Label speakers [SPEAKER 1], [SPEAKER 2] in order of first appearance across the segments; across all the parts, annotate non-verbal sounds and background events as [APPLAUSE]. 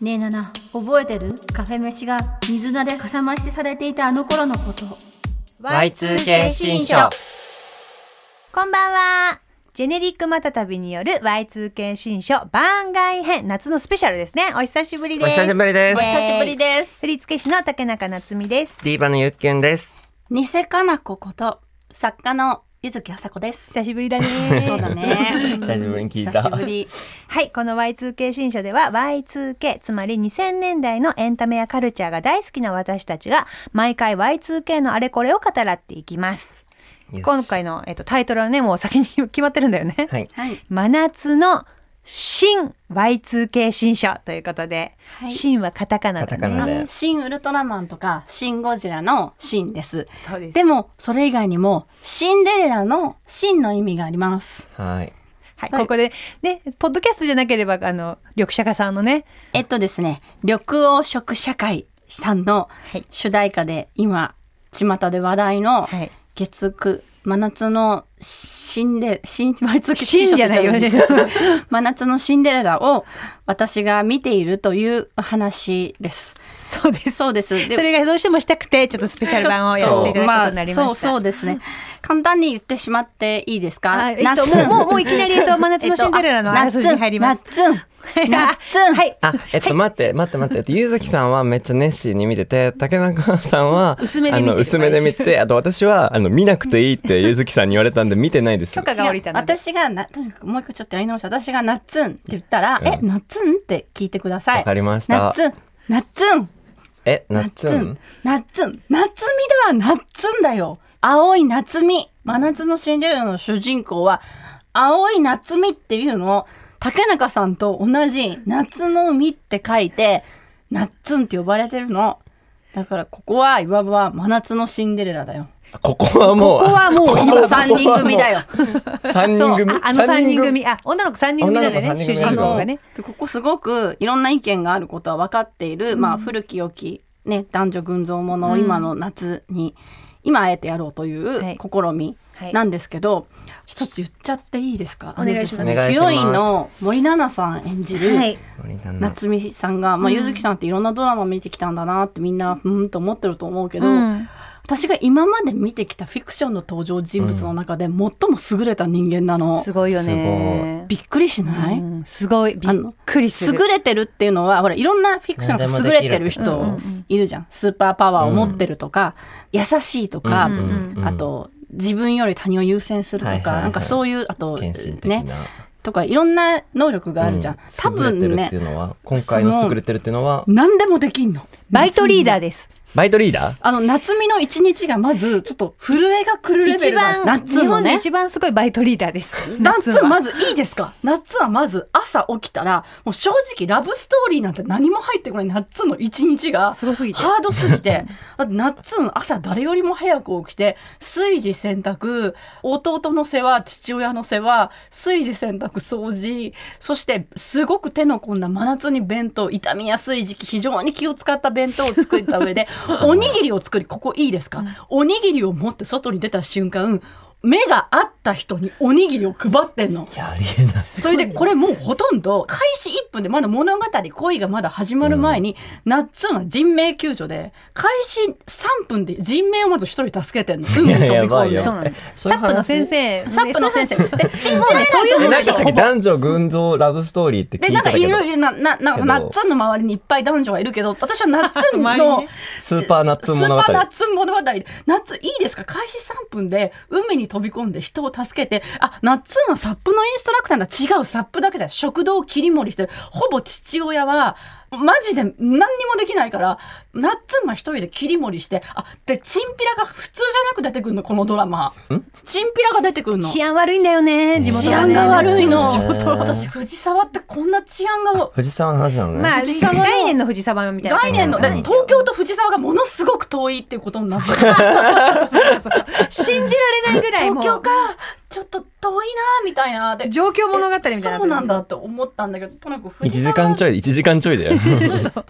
[SPEAKER 1] ねえナナ覚えてるカフェ飯が水菜でかさ増しされていたあの頃のこと
[SPEAKER 2] Y2K 新書
[SPEAKER 3] こんばんは。ジェネリックマタタビによる Y2K 新書番外編夏のスペシャルですね。お久しぶりで
[SPEAKER 2] お
[SPEAKER 3] す。
[SPEAKER 2] 久しぶりです
[SPEAKER 3] イエーイ
[SPEAKER 1] 久しぶりです
[SPEAKER 3] 振付師の竹中夏実です。
[SPEAKER 2] ディーバのゆっきゅんです。
[SPEAKER 1] ニセカナコこと作家の柚木あさこです
[SPEAKER 3] 久しぶりだ [LAUGHS] ね。
[SPEAKER 1] そうだね
[SPEAKER 2] [LAUGHS] 久しぶりに聞いた
[SPEAKER 1] 久しぶり
[SPEAKER 3] はい、この Y2K 新書では Y2K、つまり2000年代のエンタメやカルチャーが大好きな私たちが毎回 Y2K のあれこれを語らっていきます。
[SPEAKER 2] Yes
[SPEAKER 3] 今回の、えっと、タイトルはね、もう先に決まってるんだよね。
[SPEAKER 2] はい。
[SPEAKER 1] はい
[SPEAKER 3] 真夏の新 Y2K 新書ということで、
[SPEAKER 1] はい
[SPEAKER 3] 新はカタカナだ
[SPEAKER 2] カタ
[SPEAKER 3] ね。
[SPEAKER 2] カナ
[SPEAKER 1] あ
[SPEAKER 2] で。
[SPEAKER 1] シン・ウルトラマンとかシン・ゴジラのシンです
[SPEAKER 3] そうです。
[SPEAKER 1] でもそれ以外にもシンデレラのシンの意味があります
[SPEAKER 2] はい。
[SPEAKER 3] はい、
[SPEAKER 1] はい
[SPEAKER 3] ここで、ね、ポッドキャストじゃなければ、あの、緑茶家さんのね、
[SPEAKER 1] えっとですね緑黄色社会さんの
[SPEAKER 3] はい
[SPEAKER 1] 主題歌で今巷で話題の
[SPEAKER 3] はい
[SPEAKER 1] 月9真夏のシンデレ新毎月
[SPEAKER 3] シンじゃないよ
[SPEAKER 1] 新色じゃない [LAUGHS] 真夏のシンデレラを私が見ているという話です。
[SPEAKER 3] そうです。
[SPEAKER 1] そうです。で
[SPEAKER 3] それがどうしてもしたくて、ちょっとスペシャル版をやらせていただくことになりました。
[SPEAKER 1] そうそうそうですね。簡単に言ってしまっていいですか。
[SPEAKER 3] はい、えっと、もう、もう、もういきなり、えっと、真夏のシンデレラのあらすじに入ります。
[SPEAKER 1] 夏。夏。夏
[SPEAKER 3] [LAUGHS] はい。
[SPEAKER 2] あ、えっと、待って、待って、待ってえっと。ゆずきさんはめっちゃ熱心に見てて、竹中さんは、
[SPEAKER 3] 薄めで見てる
[SPEAKER 2] あの、薄めで見て、あと私は、あの、見なくていいってゆずきさんに言われたんで、見てないです
[SPEAKER 3] 許。可が下りたので。
[SPEAKER 1] 私がなとにかくもう一個ちょっとやり直した私が「なっつん」って言ったら「
[SPEAKER 2] うん
[SPEAKER 1] えなっつん?」って聞いてください。
[SPEAKER 2] わかりました
[SPEAKER 1] なっつんなっつん
[SPEAKER 2] え、な
[SPEAKER 1] な
[SPEAKER 2] っ
[SPEAKER 1] っ
[SPEAKER 2] つ
[SPEAKER 1] つ
[SPEAKER 2] ん
[SPEAKER 1] んなっつん夏みだわなっつんだよ青い夏み真夏のシンデレラの主人公は青い夏みっていうのを竹中さんと同じ夏の海って書いてなっつんって呼ばれてるの。だからここはいわば真夏のシンデレラだ
[SPEAKER 2] [LAUGHS]
[SPEAKER 1] よ。
[SPEAKER 2] ここはもう、
[SPEAKER 3] ここはもう
[SPEAKER 2] ここ
[SPEAKER 1] 今三人組だ
[SPEAKER 2] よ。
[SPEAKER 1] よ。
[SPEAKER 2] [LAUGHS] 三人組
[SPEAKER 3] ああの三人組、あ、女の子三人組なんだ
[SPEAKER 2] 女
[SPEAKER 3] よ
[SPEAKER 2] の
[SPEAKER 3] ね、
[SPEAKER 2] 子
[SPEAKER 3] 主
[SPEAKER 2] 三人組
[SPEAKER 3] 人
[SPEAKER 1] あ
[SPEAKER 3] 公
[SPEAKER 1] の
[SPEAKER 3] がね。
[SPEAKER 1] でここすごくいろんな意見があることは分かっている、まあ、古き良き、ね、男女群像ものを今の夏に、今あえてやろうという
[SPEAKER 3] はい
[SPEAKER 1] 試み
[SPEAKER 3] はい
[SPEAKER 1] なんですけど、一つ言っちゃっていいですか
[SPEAKER 3] お願いします
[SPEAKER 1] あのですね
[SPEAKER 2] お願い
[SPEAKER 1] ヒ
[SPEAKER 2] しま
[SPEAKER 1] ロ
[SPEAKER 2] す
[SPEAKER 1] インの森七菜さん演じる、
[SPEAKER 3] はい。
[SPEAKER 2] 森七菜
[SPEAKER 1] 夏美さんが、まあ、柚木さんっていろんなドラマ見てきたんだなってみんなうんと思ってると思うけど、
[SPEAKER 3] うん
[SPEAKER 1] 私が今まで見てきたフィクションの登場人物の中で最も優れた人間なの、
[SPEAKER 3] すごいよね。
[SPEAKER 1] びっくりしない、
[SPEAKER 3] うんすごい、び
[SPEAKER 1] あ
[SPEAKER 3] っ
[SPEAKER 1] の
[SPEAKER 3] くりする。
[SPEAKER 1] 優れてるっていうのはほらいろんなフィクションが優れてる人いるじゃんスーパーパワーを持ってるとか、優しいとか、
[SPEAKER 2] うんうんうん
[SPEAKER 1] あと自分より他人を優先するとか、
[SPEAKER 2] はいはいはい
[SPEAKER 1] なんかそういうあと
[SPEAKER 2] 献身的
[SPEAKER 1] ね
[SPEAKER 2] な。
[SPEAKER 1] とかいろんな能力があるじゃん、
[SPEAKER 2] う
[SPEAKER 1] 多分
[SPEAKER 2] 優れ
[SPEAKER 1] ね
[SPEAKER 2] てるっていうのは、今回の優れてるっていうのは、
[SPEAKER 1] 何でもできんの
[SPEAKER 3] バイトリーダーです。
[SPEAKER 2] バイトリーダー
[SPEAKER 1] あの夏美の一日がまずちょっと震えが来るレベ
[SPEAKER 3] 一
[SPEAKER 1] ルが
[SPEAKER 3] 番、
[SPEAKER 1] 夏
[SPEAKER 3] 日
[SPEAKER 1] の
[SPEAKER 3] 本で
[SPEAKER 1] ね
[SPEAKER 3] 一番すごいバイトリーダーです。
[SPEAKER 1] 夏
[SPEAKER 3] は
[SPEAKER 1] はまずいいですか夏はまず朝起きたらもう正直ラブストーリーなんて何も入ってこない夏の一日が
[SPEAKER 3] すごすぎて
[SPEAKER 1] ハードすぎて [LAUGHS] だって夏の朝誰よりも早く起きて炊事洗濯弟の世話父親の世話炊事洗濯掃除そしてすごく手の込んだ真夏に弁当傷みやすい時期非常に気を使った弁当を作った上でおにぎりを作りここいいですか、おにぎりを持って外に出た瞬間目が合った人におにぎりを配ってんの。
[SPEAKER 2] いや、ありえない。
[SPEAKER 1] それでこれもうほとんど開始1分でまだ物語恋がまだ始まる前に、ナッツンは人命救助で開始3分で人命をまず一人助けてんの海に飛び
[SPEAKER 2] やば
[SPEAKER 1] 込ん
[SPEAKER 2] い
[SPEAKER 1] で
[SPEAKER 2] よ
[SPEAKER 3] そうなんだ
[SPEAKER 2] えそ
[SPEAKER 3] サ
[SPEAKER 2] ういう
[SPEAKER 3] ッ
[SPEAKER 2] 話
[SPEAKER 3] プの先生。
[SPEAKER 1] サップ
[SPEAKER 3] [LAUGHS]
[SPEAKER 1] の先生で信じられ
[SPEAKER 3] そう
[SPEAKER 1] ない
[SPEAKER 3] いう
[SPEAKER 1] と思
[SPEAKER 2] え
[SPEAKER 1] うで
[SPEAKER 2] なん
[SPEAKER 1] し
[SPEAKER 2] か
[SPEAKER 1] ょ
[SPEAKER 2] さっ
[SPEAKER 1] ほ
[SPEAKER 2] き
[SPEAKER 1] ぼ
[SPEAKER 2] 男女群像ラブストーリーって聞
[SPEAKER 1] で
[SPEAKER 2] い
[SPEAKER 1] な
[SPEAKER 2] て
[SPEAKER 1] んか
[SPEAKER 2] た
[SPEAKER 1] い
[SPEAKER 2] けど
[SPEAKER 1] ろいろなななん
[SPEAKER 2] け
[SPEAKER 1] か
[SPEAKER 2] ど
[SPEAKER 1] ナッツンの周りにいっぱい男女がいるけど私はナッツン
[SPEAKER 3] 周りに
[SPEAKER 1] の
[SPEAKER 3] ね
[SPEAKER 2] スーパーナッツン物語
[SPEAKER 1] スーパーナッツン物語ナッツンいいですか開始3分で海に飛び込んで人を助けてあナッツンはサップのインストラクターなんだ違うサップだけじゃ食堂を切り盛りしてるほぼ父親はマジで何にもできないからナッツンが一人で切り盛りしてあでチンピラが普通じゃなく出てくるのこのドラマチンピラが出てくるの
[SPEAKER 3] 治安悪いんだよね、地元
[SPEAKER 1] 治
[SPEAKER 3] はね
[SPEAKER 1] 安が悪いの
[SPEAKER 2] 地元はね
[SPEAKER 1] 私藤沢ってこんな治安が
[SPEAKER 2] 藤沢の話なのね、
[SPEAKER 3] まあ、
[SPEAKER 1] 藤沢の
[SPEAKER 3] 概念の藤沢みたいな。
[SPEAKER 1] 概念の、で
[SPEAKER 3] うん
[SPEAKER 1] 東京と藤沢がものすごく遠いっていうことになってる
[SPEAKER 3] 信じられないぐらいも
[SPEAKER 1] 東京
[SPEAKER 3] う
[SPEAKER 1] かちょっと遠いなみたいなで
[SPEAKER 3] 状況物語みたいになってる
[SPEAKER 1] そうなんだって思ったんだけどとにかく
[SPEAKER 2] 1
[SPEAKER 1] 藤
[SPEAKER 2] 時
[SPEAKER 1] 沢
[SPEAKER 2] 間ちょい1時間ちょいだよ
[SPEAKER 1] で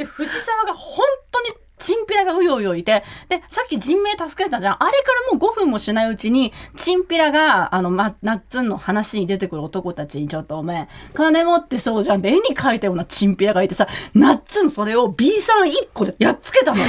[SPEAKER 1] 藤沢が本当にチンピラがうようよいて、で、さっき人命助けたじゃん。あれからもう5分もしないうちに、チンピラが、あの、ま、ナッツンの話に出てくる男たちに、ちょっとおめえ、金持ってそうじゃんって絵に描いたようなチンピラがいてさ、ナッツンそれを B さん1個でやっつけ
[SPEAKER 3] [LAUGHS]
[SPEAKER 1] たのよ。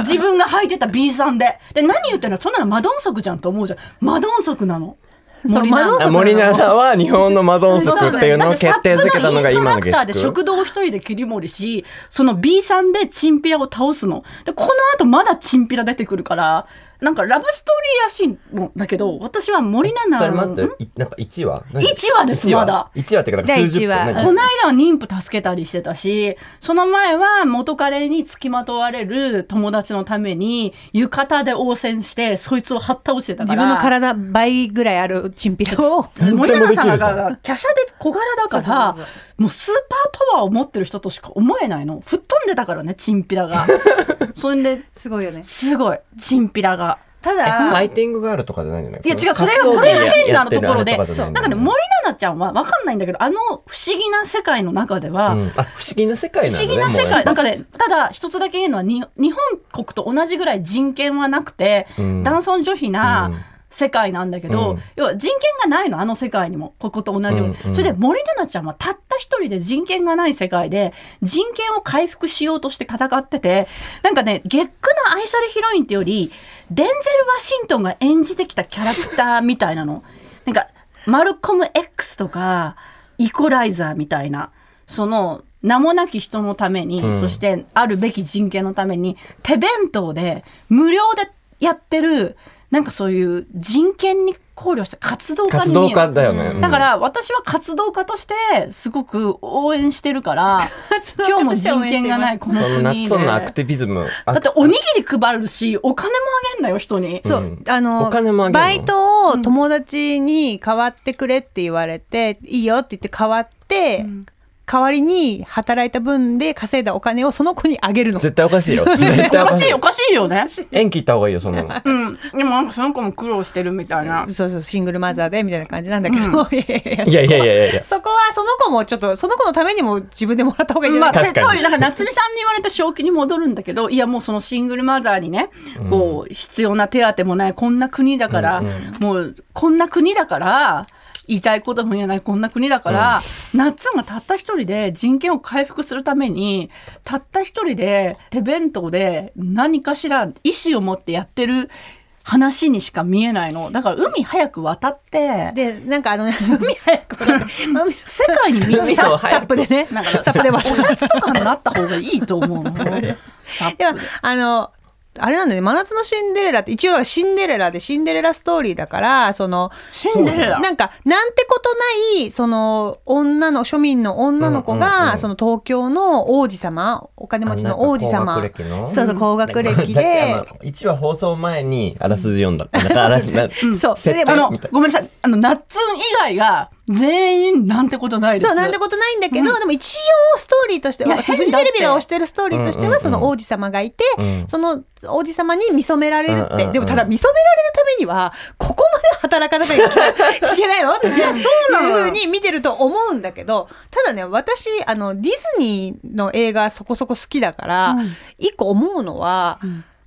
[SPEAKER 1] 自分が履いてた B さんで。で、何言ってんのそんなのマドンソクじゃんと思うじゃん。マドンソクなの。
[SPEAKER 3] そう
[SPEAKER 1] 森なんだ
[SPEAKER 3] マドンソク
[SPEAKER 2] あ森奈々は日本のマドンソクっていうのを決定づけたのが今
[SPEAKER 1] だってサップのインス
[SPEAKER 2] の
[SPEAKER 1] トラクター
[SPEAKER 2] ゲ
[SPEAKER 1] で
[SPEAKER 2] スト。
[SPEAKER 1] 食堂を一人で切り盛りし、その B さんでチンピラを倒すの。で、この後まだチンピラ出てくるから、なんかラブストーリーらしいのだけど、私は森七
[SPEAKER 4] それ
[SPEAKER 1] 菜
[SPEAKER 4] 待
[SPEAKER 1] の、
[SPEAKER 4] って
[SPEAKER 1] ん、
[SPEAKER 4] いなんか1話
[SPEAKER 1] 一話ですまだ。
[SPEAKER 4] 1話っていうか、なんか数十分。
[SPEAKER 3] 第一話
[SPEAKER 1] こ
[SPEAKER 4] 何
[SPEAKER 1] の間は妊婦助けたりしてたし、その前は元彼に付きまとわれる友達のために、浴衣で応戦して、そいつをはっ倒してたか
[SPEAKER 3] 自
[SPEAKER 1] ら。
[SPEAKER 3] 分の体倍ぐらいあるチンピラを
[SPEAKER 1] 森永さん
[SPEAKER 4] 何でも
[SPEAKER 1] が華奢で小柄だからもうスーパーパワーを持ってる人としか思えないの吹っ飛んでたからねチンピ
[SPEAKER 4] [LAUGHS]
[SPEAKER 1] ラがそれです
[SPEAKER 3] ごいよね
[SPEAKER 1] すごいチンピラが
[SPEAKER 3] た
[SPEAKER 4] えフ
[SPEAKER 3] だ
[SPEAKER 4] ァイティングがあるとかじゃないんじゃない
[SPEAKER 1] いや違うそれが
[SPEAKER 4] 格闘技
[SPEAKER 1] これが変な
[SPEAKER 4] やってる
[SPEAKER 1] ところで
[SPEAKER 4] あれとかじゃい
[SPEAKER 1] なんん
[SPEAKER 4] だ
[SPEAKER 1] か
[SPEAKER 4] よ
[SPEAKER 1] ね森七菜ちゃんは分かんないんだけどあの不思議な世界の中では、
[SPEAKER 4] うんあ不思議な世界
[SPEAKER 1] 不
[SPEAKER 4] なの
[SPEAKER 1] 思
[SPEAKER 4] ね
[SPEAKER 1] 議な
[SPEAKER 4] も
[SPEAKER 1] 世
[SPEAKER 4] う
[SPEAKER 1] 界なんかねただ一つだけ言えるのはに日本国と同じぐらい人権はなくて、
[SPEAKER 4] うん
[SPEAKER 1] 男尊女卑な、
[SPEAKER 4] うん
[SPEAKER 1] 世界なんだけど、
[SPEAKER 4] うん
[SPEAKER 1] 要は人権がないのあの世界にもここと同じように、
[SPEAKER 4] うんうん
[SPEAKER 1] それで森七菜ちゃんはたった一人で人権がない世界で人権を回復しようとして戦っててなんかねゲックの愛されヒロインってよりデンゼル・ワシントンが演じてきたキャラクターみたいなのなんかマルコム X とかイコライザーみたいなその名もなき人のために、
[SPEAKER 4] うん
[SPEAKER 1] そしてあるべき人権のために手弁当で無料でやってるなんかそういう人権に考慮した活動家
[SPEAKER 4] 活
[SPEAKER 1] に見
[SPEAKER 4] 動
[SPEAKER 1] える
[SPEAKER 4] 家だよね、
[SPEAKER 1] だからら私は活動家としてすごく応援してるから今日も人権がないこの
[SPEAKER 4] そのナッ
[SPEAKER 1] 国で
[SPEAKER 4] ツンのアク
[SPEAKER 1] だ
[SPEAKER 4] ティビズム
[SPEAKER 1] っておにぎり配るしお金もあげんだよ人に。
[SPEAKER 3] そう、
[SPEAKER 4] うん
[SPEAKER 3] あの
[SPEAKER 4] お金もあげるの
[SPEAKER 3] バイトを友達に代わってくれって言われて、いいよって言って代わって、代わりに働いた分で稼いだお金をその子にあげるの
[SPEAKER 4] 絶対おか
[SPEAKER 3] [LAUGHS]
[SPEAKER 4] しいよ絶
[SPEAKER 1] お
[SPEAKER 4] 対お
[SPEAKER 1] か
[SPEAKER 4] かし
[SPEAKER 1] し
[SPEAKER 4] い
[SPEAKER 1] いおかしいよね。
[SPEAKER 4] 縁切った方がいいよそんなの
[SPEAKER 1] うん、でもなんかその子も苦労してるみたいな。
[SPEAKER 3] そうそうシングルマザーでみたいな感じなんだけど、いやいやいや
[SPEAKER 4] いやいやいやい
[SPEAKER 3] [LAUGHS]
[SPEAKER 4] やいや
[SPEAKER 3] そこはその子もちょっとその子のためにも自分でもらった方がいいんじゃ
[SPEAKER 1] ま
[SPEAKER 3] な
[SPEAKER 1] あ、
[SPEAKER 3] いか、
[SPEAKER 4] 確かに
[SPEAKER 1] そういうなんか夏美さんに言われた正気に戻るんだけどいやもうそのシングルマザーにね、こう必要な手当もないこんな国だから、もうこんな国だから言いたいことも言えないこんな国だから、夏がたった一人で人権を回復するためにたった一人で手弁当で何かしら意思を持ってやってる話にしか見えないのだから海早く渡って
[SPEAKER 3] でなんかあの [LAUGHS] 海早く来ない海
[SPEAKER 1] 世界に水
[SPEAKER 3] サ
[SPEAKER 1] さ
[SPEAKER 3] サップでね
[SPEAKER 1] なんか
[SPEAKER 3] サップで割
[SPEAKER 1] お
[SPEAKER 3] る
[SPEAKER 1] 札とかになった方がいいと思うの。サップ
[SPEAKER 3] でもあのあれなんだよね「真夏のシンデレラ」って一応シンデレラでシンデレラストーリーだからその
[SPEAKER 1] シンデレラ。
[SPEAKER 3] なんかなんてことないその女の庶民の女の子が、
[SPEAKER 4] うんうんうん
[SPEAKER 3] その東京の王子様お金持ちの王子様
[SPEAKER 4] あなんか高学歴の
[SPEAKER 3] そうそう高学歴
[SPEAKER 4] ざっくりあ
[SPEAKER 3] で
[SPEAKER 4] の。1話放送前にあらすじ読んだなん [LAUGHS] かあらすな
[SPEAKER 3] そう
[SPEAKER 4] 設定
[SPEAKER 3] で
[SPEAKER 1] あの
[SPEAKER 4] みたい、
[SPEAKER 1] ごめんなさい。あの、ナッツン以外が全員なんてことないです。
[SPEAKER 3] そうなんてことないんだけど、でも一応ストーリーとして
[SPEAKER 1] いや
[SPEAKER 3] フジ
[SPEAKER 1] 変だっ
[SPEAKER 3] テ
[SPEAKER 1] て
[SPEAKER 3] レビが推してるストーリーとして
[SPEAKER 4] うんうんう
[SPEAKER 3] は
[SPEAKER 4] ん
[SPEAKER 3] その王子様がいて、
[SPEAKER 4] うん
[SPEAKER 3] その王子様に見初められるって、
[SPEAKER 4] うんうんうん
[SPEAKER 3] でもただ見初められるためにはここまで働かなきゃいけないのっていうふうに見てると思うんだけどただね私あのディズニーの映画そこそこ好きだから、一個思うのは、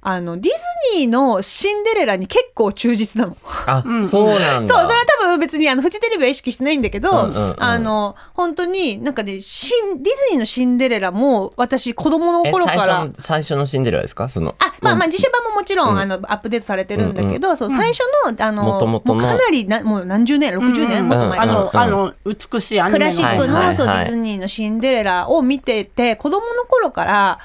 [SPEAKER 3] あのディズニーのシンデレラに結構忠実なの。
[SPEAKER 4] あ、そうなんだ
[SPEAKER 3] そう、それは多分別にあのフジテレビは意識してないんだけど、
[SPEAKER 4] うんうんうん
[SPEAKER 3] あの本当になんかねシンディズニーのシンデレラも私子供の
[SPEAKER 4] え
[SPEAKER 3] 頃から
[SPEAKER 4] 最。初の最初のシンデレラですかその
[SPEAKER 3] あまあまあ自社版ももちろん、
[SPEAKER 4] うん
[SPEAKER 3] あのアップデートされてるんだけど、そう最初のあの
[SPEAKER 4] 元々の
[SPEAKER 3] もうかなりなもう何十年60年、
[SPEAKER 1] うん
[SPEAKER 3] もっと前
[SPEAKER 1] あ
[SPEAKER 3] か
[SPEAKER 1] の、
[SPEAKER 4] うん
[SPEAKER 1] あの、美しいア
[SPEAKER 3] ク
[SPEAKER 1] ニメの
[SPEAKER 3] ラシックの、
[SPEAKER 4] はいはいはい
[SPEAKER 3] そうディズニーのシンデレラを見てて子供の頃から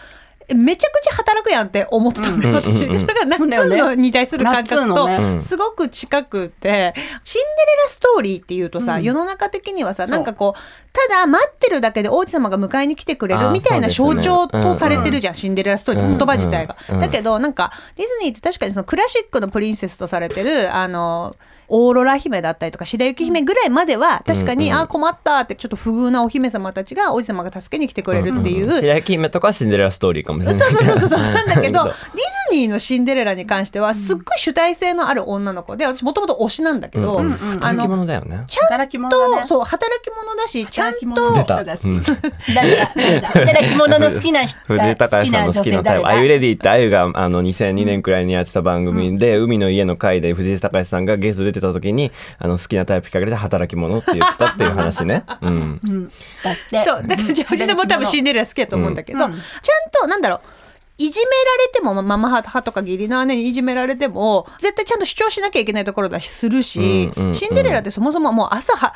[SPEAKER 3] えめちゃくちゃ働くやんって思ってたんだよ、
[SPEAKER 4] うん
[SPEAKER 3] 私。
[SPEAKER 4] うんうんうん
[SPEAKER 3] それが夏
[SPEAKER 1] そうだよ
[SPEAKER 3] の
[SPEAKER 1] ね
[SPEAKER 3] に対する感覚
[SPEAKER 1] 夏のね
[SPEAKER 4] う
[SPEAKER 3] と
[SPEAKER 4] ん
[SPEAKER 3] すごく近くて、シンデレラストーリーっていうとさ、
[SPEAKER 1] うん
[SPEAKER 3] 世の中的にはさ、
[SPEAKER 1] う
[SPEAKER 3] なんかこう、ただ待ってるだけで王子様が迎えに来てくれるみたい
[SPEAKER 4] あ
[SPEAKER 3] な
[SPEAKER 4] ーそう
[SPEAKER 3] 象
[SPEAKER 4] ですね
[SPEAKER 3] 徴とされてるじゃん、シンデレラストーリーって言葉自体が
[SPEAKER 4] うんうんう。ん
[SPEAKER 3] だけど、なんかディズニーって確かにそのクラシックのプリンセスとされてる、あの、オーロラ姫だったりとか白雪姫ぐらいまでは確か
[SPEAKER 4] う
[SPEAKER 3] に、
[SPEAKER 4] んうん
[SPEAKER 3] あー困ったってちょっと不遇なお姫様たちが王子様が助けに来てくれるっていう、
[SPEAKER 4] 白雪姫とかシンデレラストーリーかももしれ
[SPEAKER 3] [LAUGHS] そう
[SPEAKER 4] ない
[SPEAKER 3] そうそうそうそうなんだけどデ
[SPEAKER 4] だ
[SPEAKER 3] ィズニーの「シンデレラ」に関してはすっごい主体性のある女の子で私もともと推しなんだけど、
[SPEAKER 4] うん
[SPEAKER 1] うんうん
[SPEAKER 3] あ
[SPEAKER 2] 働
[SPEAKER 3] の
[SPEAKER 2] き者だよね。
[SPEAKER 3] ちゃん
[SPEAKER 1] 働き者
[SPEAKER 3] と
[SPEAKER 1] だね。
[SPEAKER 3] そう働き者だしちゃん
[SPEAKER 1] 働き
[SPEAKER 3] と
[SPEAKER 1] 者
[SPEAKER 4] 出
[SPEAKER 1] だ
[SPEAKER 4] た、うん、
[SPEAKER 1] 誰だ誰だ働き者の好きな人
[SPEAKER 4] 藤井隆さんの好きなタイプ「あゆレディ」ってあゆがあの2002年くらいにやってた番組で「海の家の会」で藤井隆さんがゲスト出てた時にあの好きなタイプ聞かれて「働き者」って言ってたっていう話
[SPEAKER 1] [LAUGHS]
[SPEAKER 4] ね。うん
[SPEAKER 1] うんだって
[SPEAKER 3] そうだからじゃあ藤田も多分シンデレラ好きだと思うんだけど、
[SPEAKER 1] うん
[SPEAKER 3] ちゃんとなんだろういじめられてもまあママ派とか義理の姉にいじめられても絶対ちゃんと主張しなきゃいけないところだしするし、
[SPEAKER 4] うんうんうん
[SPEAKER 3] シンデレラってそもそももう朝は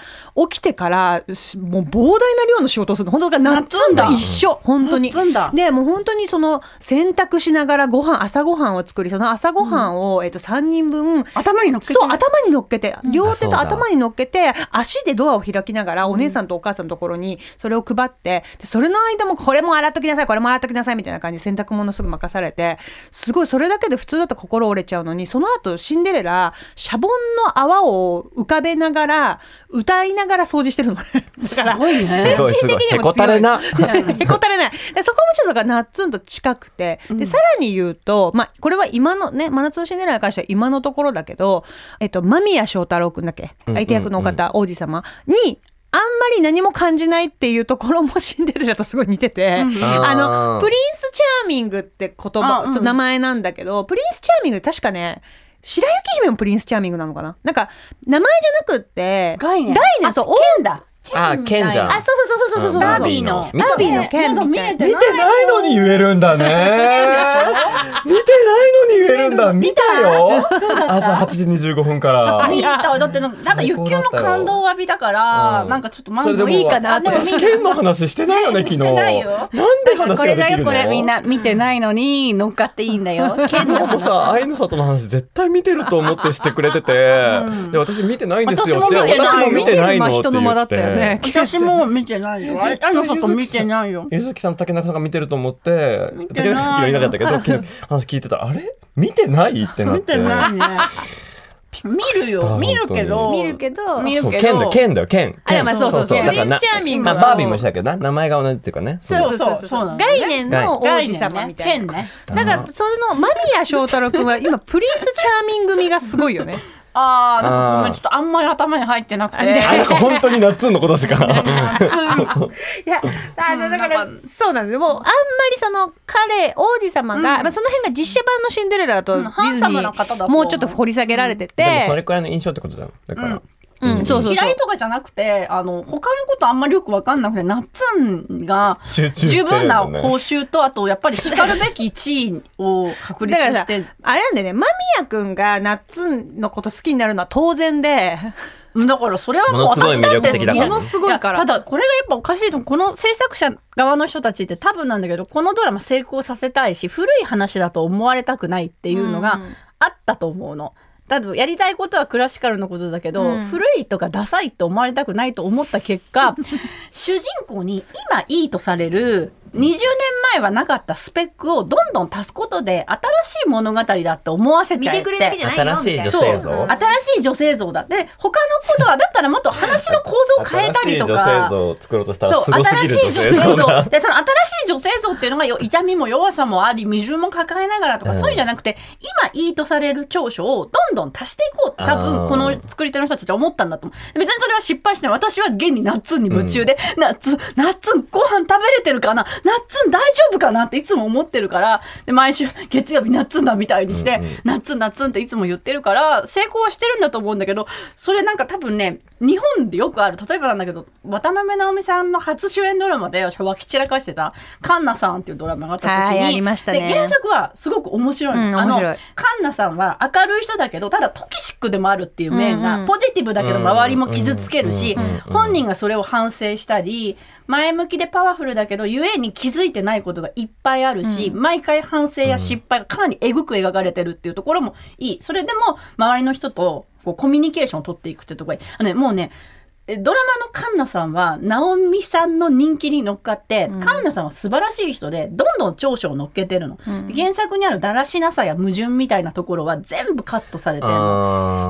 [SPEAKER 3] 起きてからしもう膨大な量の仕事をするの本当だから夏
[SPEAKER 1] 夏んだ
[SPEAKER 3] と一緒本当に
[SPEAKER 1] 夏んだ
[SPEAKER 3] でもう本当にその洗濯しながらご飯朝ご飯を作りその朝ご飯を、えっと3人分
[SPEAKER 1] 頭に乗っけて
[SPEAKER 3] そう頭に乗っけて両手
[SPEAKER 4] あそう
[SPEAKER 3] と
[SPEAKER 4] だ
[SPEAKER 3] 頭に乗っけて足でドアを開きながらお姉さんとお母さんのところにそれを配ってでそれの間もこれも洗っときなさいこれも洗っときなさいみたいな感じで洗濯物すぐ任されてすごいそれだけで普通だと心折れちゃうのにその後シンデレラシャボンの泡を浮かべながら歌いながら掃除してるのねだから
[SPEAKER 1] すごいね
[SPEAKER 3] [LAUGHS] 精神的に
[SPEAKER 4] へ
[SPEAKER 3] も
[SPEAKER 4] こた
[SPEAKER 3] 強
[SPEAKER 4] れ
[SPEAKER 3] い
[SPEAKER 4] な。
[SPEAKER 3] [LAUGHS] へこたれない。でそこもちょっとだからナッツンと近くて、でさらに言うと、まあ、これは今のね、真夏のシンデレラに関しては今のところだけど、えっと、間宮祥太朗君だっけ、相手役のお方、王子様に、あんまり何も感じないっていうところもシンデレラとすごい似てて、 [LAUGHS]
[SPEAKER 1] うん
[SPEAKER 3] あの
[SPEAKER 4] あー
[SPEAKER 3] プリンスチャーミングって言葉、
[SPEAKER 1] あうん
[SPEAKER 3] そう名前なんだけど、プリンスチャーミングって確かね、白雪姫もプリンスチャーミングなのかななんか、名前じゃなくって、
[SPEAKER 1] 概念
[SPEAKER 3] 概念、そう、
[SPEAKER 1] 剣だ
[SPEAKER 4] あ剣じゃん
[SPEAKER 3] あ、そうそうそうそうそうそうそう。
[SPEAKER 1] バービーの
[SPEAKER 4] 見た
[SPEAKER 3] バービーの剣みたいな
[SPEAKER 1] まだ見えて
[SPEAKER 4] 見てないのに言えるんだね。見てない
[SPEAKER 1] [LAUGHS]
[SPEAKER 4] のに言えるんだ。見たよ。朝8時25分から。
[SPEAKER 1] 見ただってなんか雪球の感動を浴びたから
[SPEAKER 4] うん
[SPEAKER 1] なんかちょっとマ
[SPEAKER 4] それ
[SPEAKER 1] ン
[SPEAKER 4] で
[SPEAKER 1] ゴ
[SPEAKER 4] も
[SPEAKER 1] ー
[SPEAKER 4] いいか
[SPEAKER 1] なあでも見
[SPEAKER 4] 私剣の話してないよね昨日。
[SPEAKER 1] してないよ
[SPEAKER 4] なんで話ができるの？
[SPEAKER 1] これだよこれみん。な見てないのに乗っかっていいん
[SPEAKER 4] [LAUGHS]
[SPEAKER 1] だよ剣の
[SPEAKER 4] もうさ、愛の里の話絶対見てると思ってしてくれてて、で私見てないんですよって、
[SPEAKER 1] 私
[SPEAKER 4] 私
[SPEAKER 1] も
[SPEAKER 4] も
[SPEAKER 1] 見
[SPEAKER 4] 見
[SPEAKER 1] て
[SPEAKER 4] て
[SPEAKER 3] な
[SPEAKER 4] ないいのって
[SPEAKER 3] 人の
[SPEAKER 4] 言
[SPEAKER 3] 間だ
[SPEAKER 4] っ
[SPEAKER 3] ったよね
[SPEAKER 4] て。
[SPEAKER 1] 私も見てないよあの里見てないよ
[SPEAKER 4] ゆずきさんと竹中さんが見てると思って
[SPEAKER 1] 見、て
[SPEAKER 4] 竹
[SPEAKER 1] ない
[SPEAKER 4] 中さん昨日いなかったけど、昨日話聞いてたら、あれ見てないってなって。
[SPEAKER 1] 見てないね見るよ見るけど
[SPEAKER 3] 見るけど、
[SPEAKER 1] 見る
[SPEAKER 4] そう
[SPEAKER 1] け
[SPEAKER 4] 剣
[SPEAKER 1] ど
[SPEAKER 4] だ剣だよ剣
[SPEAKER 3] あいやまあそうそうそう
[SPEAKER 1] そうそう
[SPEAKER 3] プ
[SPEAKER 4] だから
[SPEAKER 3] リンス
[SPEAKER 4] な
[SPEAKER 3] チャーミング
[SPEAKER 4] ま
[SPEAKER 3] は
[SPEAKER 4] あバービーもしたけどな名前が同じっていうかね
[SPEAKER 3] そうそうそう
[SPEAKER 1] そう
[SPEAKER 3] そ
[SPEAKER 1] な
[SPEAKER 3] う。
[SPEAKER 1] んだね
[SPEAKER 3] 概念の王子様みたい
[SPEAKER 1] 剣
[SPEAKER 3] な。
[SPEAKER 1] ね
[SPEAKER 3] だからその間宮祥太朗君は今プリンスチャーミング組がすごいよね。
[SPEAKER 1] あーなんかごめ
[SPEAKER 4] あ
[SPEAKER 1] ん
[SPEAKER 4] ー
[SPEAKER 1] ちょっとあんまり頭に入ってなくて [LAUGHS]
[SPEAKER 4] あなんか本当にナッツンのことしか
[SPEAKER 3] いや、あのだから
[SPEAKER 1] なん
[SPEAKER 3] そうなんです。もうあんまりその彼王子様が、まあその辺が実写版のシンデレラだとデ
[SPEAKER 1] うん
[SPEAKER 3] ィ
[SPEAKER 1] ハン
[SPEAKER 3] ズ
[SPEAKER 1] サ
[SPEAKER 3] ニ
[SPEAKER 1] ムな方だと
[SPEAKER 3] ー
[SPEAKER 1] 思う
[SPEAKER 3] もうちょっと掘り下げられて
[SPEAKER 4] でもそ
[SPEAKER 3] て
[SPEAKER 4] れ、くらいの印象ってことだよだから
[SPEAKER 3] うん、そうそうそ
[SPEAKER 1] 嫌
[SPEAKER 3] う
[SPEAKER 1] い。とかじゃなくてあの他のことあんまりよく分かんなくてナッツンが
[SPEAKER 4] 集中して
[SPEAKER 1] 十
[SPEAKER 4] るんだね
[SPEAKER 1] 分な報酬とあとやっぱり叱るべき地位を確立
[SPEAKER 3] だから
[SPEAKER 1] し
[SPEAKER 3] さ
[SPEAKER 1] て、
[SPEAKER 3] あれなんだよね、間宮君がナッツンのこと好きになるのは当然で、
[SPEAKER 1] だからそれはも
[SPEAKER 4] も
[SPEAKER 1] う
[SPEAKER 4] のすごい
[SPEAKER 1] 私だって好
[SPEAKER 4] 魅力
[SPEAKER 1] き
[SPEAKER 4] 的
[SPEAKER 1] だ
[SPEAKER 4] だ
[SPEAKER 1] から
[SPEAKER 4] か
[SPEAKER 3] ものすごいから。
[SPEAKER 1] やただこれがやっぱおかしいと思うこの制作者側の人たちって多分なんだけどこのドラマ成功させたいし古い話だと思われたくないっていうのが
[SPEAKER 3] うん
[SPEAKER 1] あったと思うの。多分やりたいことはクラシカルのことだけど、
[SPEAKER 3] うん
[SPEAKER 1] 古いとかダサいと思われたくないと思った結
[SPEAKER 3] [LAUGHS]
[SPEAKER 1] 果主人公に今いいとされる20年前はなかったスペックをどんどん足すことで新しい物語だって思わせ
[SPEAKER 3] 見
[SPEAKER 1] ちゃ
[SPEAKER 3] て
[SPEAKER 1] えって
[SPEAKER 3] くれだけじゃないよみたい
[SPEAKER 4] 新しい
[SPEAKER 3] な。
[SPEAKER 4] 女性
[SPEAKER 1] そう
[SPEAKER 4] 像
[SPEAKER 1] 新しい女性像だで他のことはだったらもっと話の構造を変えたりと
[SPEAKER 4] 新しい女
[SPEAKER 1] か
[SPEAKER 4] 性像を作ろうとしたら
[SPEAKER 1] そう
[SPEAKER 4] すごすぎる
[SPEAKER 1] 新しい女性
[SPEAKER 4] 女性像
[SPEAKER 1] 像
[SPEAKER 4] だ
[SPEAKER 1] でその新しい女性像っていうのがよ痛みも弱さもあり矛盾も抱えながらとか、
[SPEAKER 4] うん
[SPEAKER 1] そういうんじゃなくて今いいとされる長所をどんどん足していこうって多
[SPEAKER 4] あ
[SPEAKER 1] 分
[SPEAKER 4] ー
[SPEAKER 1] この作り手の人たちは思ったんだと思うで別にそれは失敗してない私は現にナッツンに夢中で、ナッツンナッツンご飯食べれてるかなナッツン大丈夫かなっていつも思ってるからで毎週月曜日ナッツンだみたいにして、
[SPEAKER 4] うんうん
[SPEAKER 1] ナッツンナッツンっていつも言ってるから成功はしてるんだと思うんだけどそれなんか多分ね日本でよくある例えばなんだけど渡辺直美さんの初主演ドラマで私はき散らかしてた「カンナさん」っていうドラマがあった時
[SPEAKER 3] はい
[SPEAKER 1] に
[SPEAKER 3] ありましたね
[SPEAKER 1] で原作はすごく面白いの、
[SPEAKER 3] うん
[SPEAKER 1] あ
[SPEAKER 3] 面
[SPEAKER 1] の
[SPEAKER 3] 白い
[SPEAKER 1] カンナさんは明るい人だけどただトキシックでもあるっていう面が、
[SPEAKER 3] うんうん
[SPEAKER 1] ポジティブだけど周りも傷つけるし、
[SPEAKER 4] うんうんうん
[SPEAKER 1] 本人がそれを反省したり前向きでパワフルだけどゆえに気づいてないことがいっぱいあるし、毎回反省や失敗がかなりえぐく描かれてるっていうところもいいそれでも周りの人とこうコミュニケーションを取っていくってところがいいあのねもうねえドラマのカンナさんは直美さんの人気に乗っかって、
[SPEAKER 3] うん
[SPEAKER 1] カンナさんは素晴らしい人でどんどん長所を乗っけてるの、で原作にあるだらしなさや矛盾みたいなところは全部カットされてるの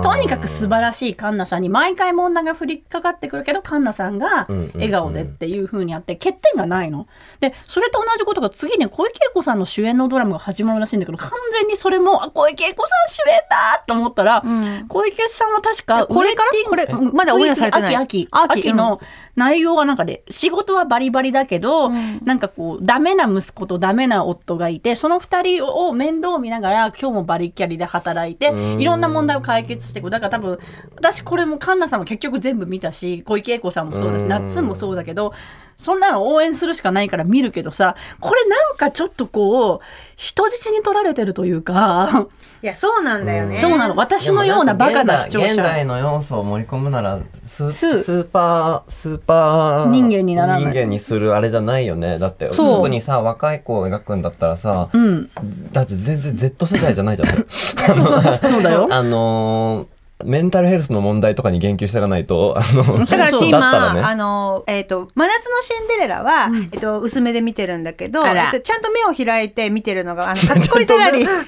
[SPEAKER 1] とにかく素晴らしいカンナさんに毎回問題が降りかかってくるけどカンナさんが
[SPEAKER 4] うんうんうん
[SPEAKER 1] 笑顔でっていう風にあって欠点がないの。でそれと同じことが次ね小池栄子さんの主演のドラマが始まるらしいんだけど完全にそれもあ小池栄子さん主演だと思ったら、
[SPEAKER 3] うん
[SPEAKER 1] 小池さんは確か
[SPEAKER 3] これから
[SPEAKER 1] ウェディ
[SPEAKER 3] こ
[SPEAKER 1] ング
[SPEAKER 3] れ
[SPEAKER 1] うん
[SPEAKER 3] まだオンエアされてない
[SPEAKER 1] 秋秋
[SPEAKER 3] 秋
[SPEAKER 1] 秋の内容がなんかで仕事はバリバリだけど、
[SPEAKER 3] ん
[SPEAKER 1] なんかこうダメな息子とダメな夫がいてその2人を面倒を見ながら今日もバリキャリで働いて
[SPEAKER 4] うん
[SPEAKER 1] いろんな問題を解決していくだから多分私これもカンナさんも結局全部見たし小池栄子さんもそうだ
[SPEAKER 4] う
[SPEAKER 1] し
[SPEAKER 4] ん
[SPEAKER 1] ナッツンもそうだけどそんなの応援するしかないから見るけどさこれなんかちょっとこう人質に取られてるというか
[SPEAKER 3] いやそうなんだよね、
[SPEAKER 1] そうなの私のようなバカな視聴
[SPEAKER 2] 現代
[SPEAKER 1] 者。
[SPEAKER 2] の要素を盛り込むならス
[SPEAKER 1] スー
[SPEAKER 2] スーパースーパー
[SPEAKER 1] 人間にならない
[SPEAKER 2] 人間にするあれじゃないよねだって
[SPEAKER 3] そう
[SPEAKER 2] 特にさ若い子を描くんだったらさ
[SPEAKER 1] うん、
[SPEAKER 2] だって全然 Z
[SPEAKER 1] [LAUGHS]
[SPEAKER 2] 世代じゃないじゃん
[SPEAKER 1] そうだよ。
[SPEAKER 2] あのーメンタルヘルスの問題とかに言及していかないとあの
[SPEAKER 3] だから
[SPEAKER 1] そう
[SPEAKER 3] チー
[SPEAKER 2] だったら
[SPEAKER 3] マ
[SPEAKER 2] ね
[SPEAKER 3] ー、あの、えっ、と、真夏のシンデレラは、えっと、薄めで見てるんだけど、
[SPEAKER 1] あら
[SPEAKER 3] えっと、ちゃんと目を開いて見てるのが、あの、初恋ザラリ、
[SPEAKER 1] あら、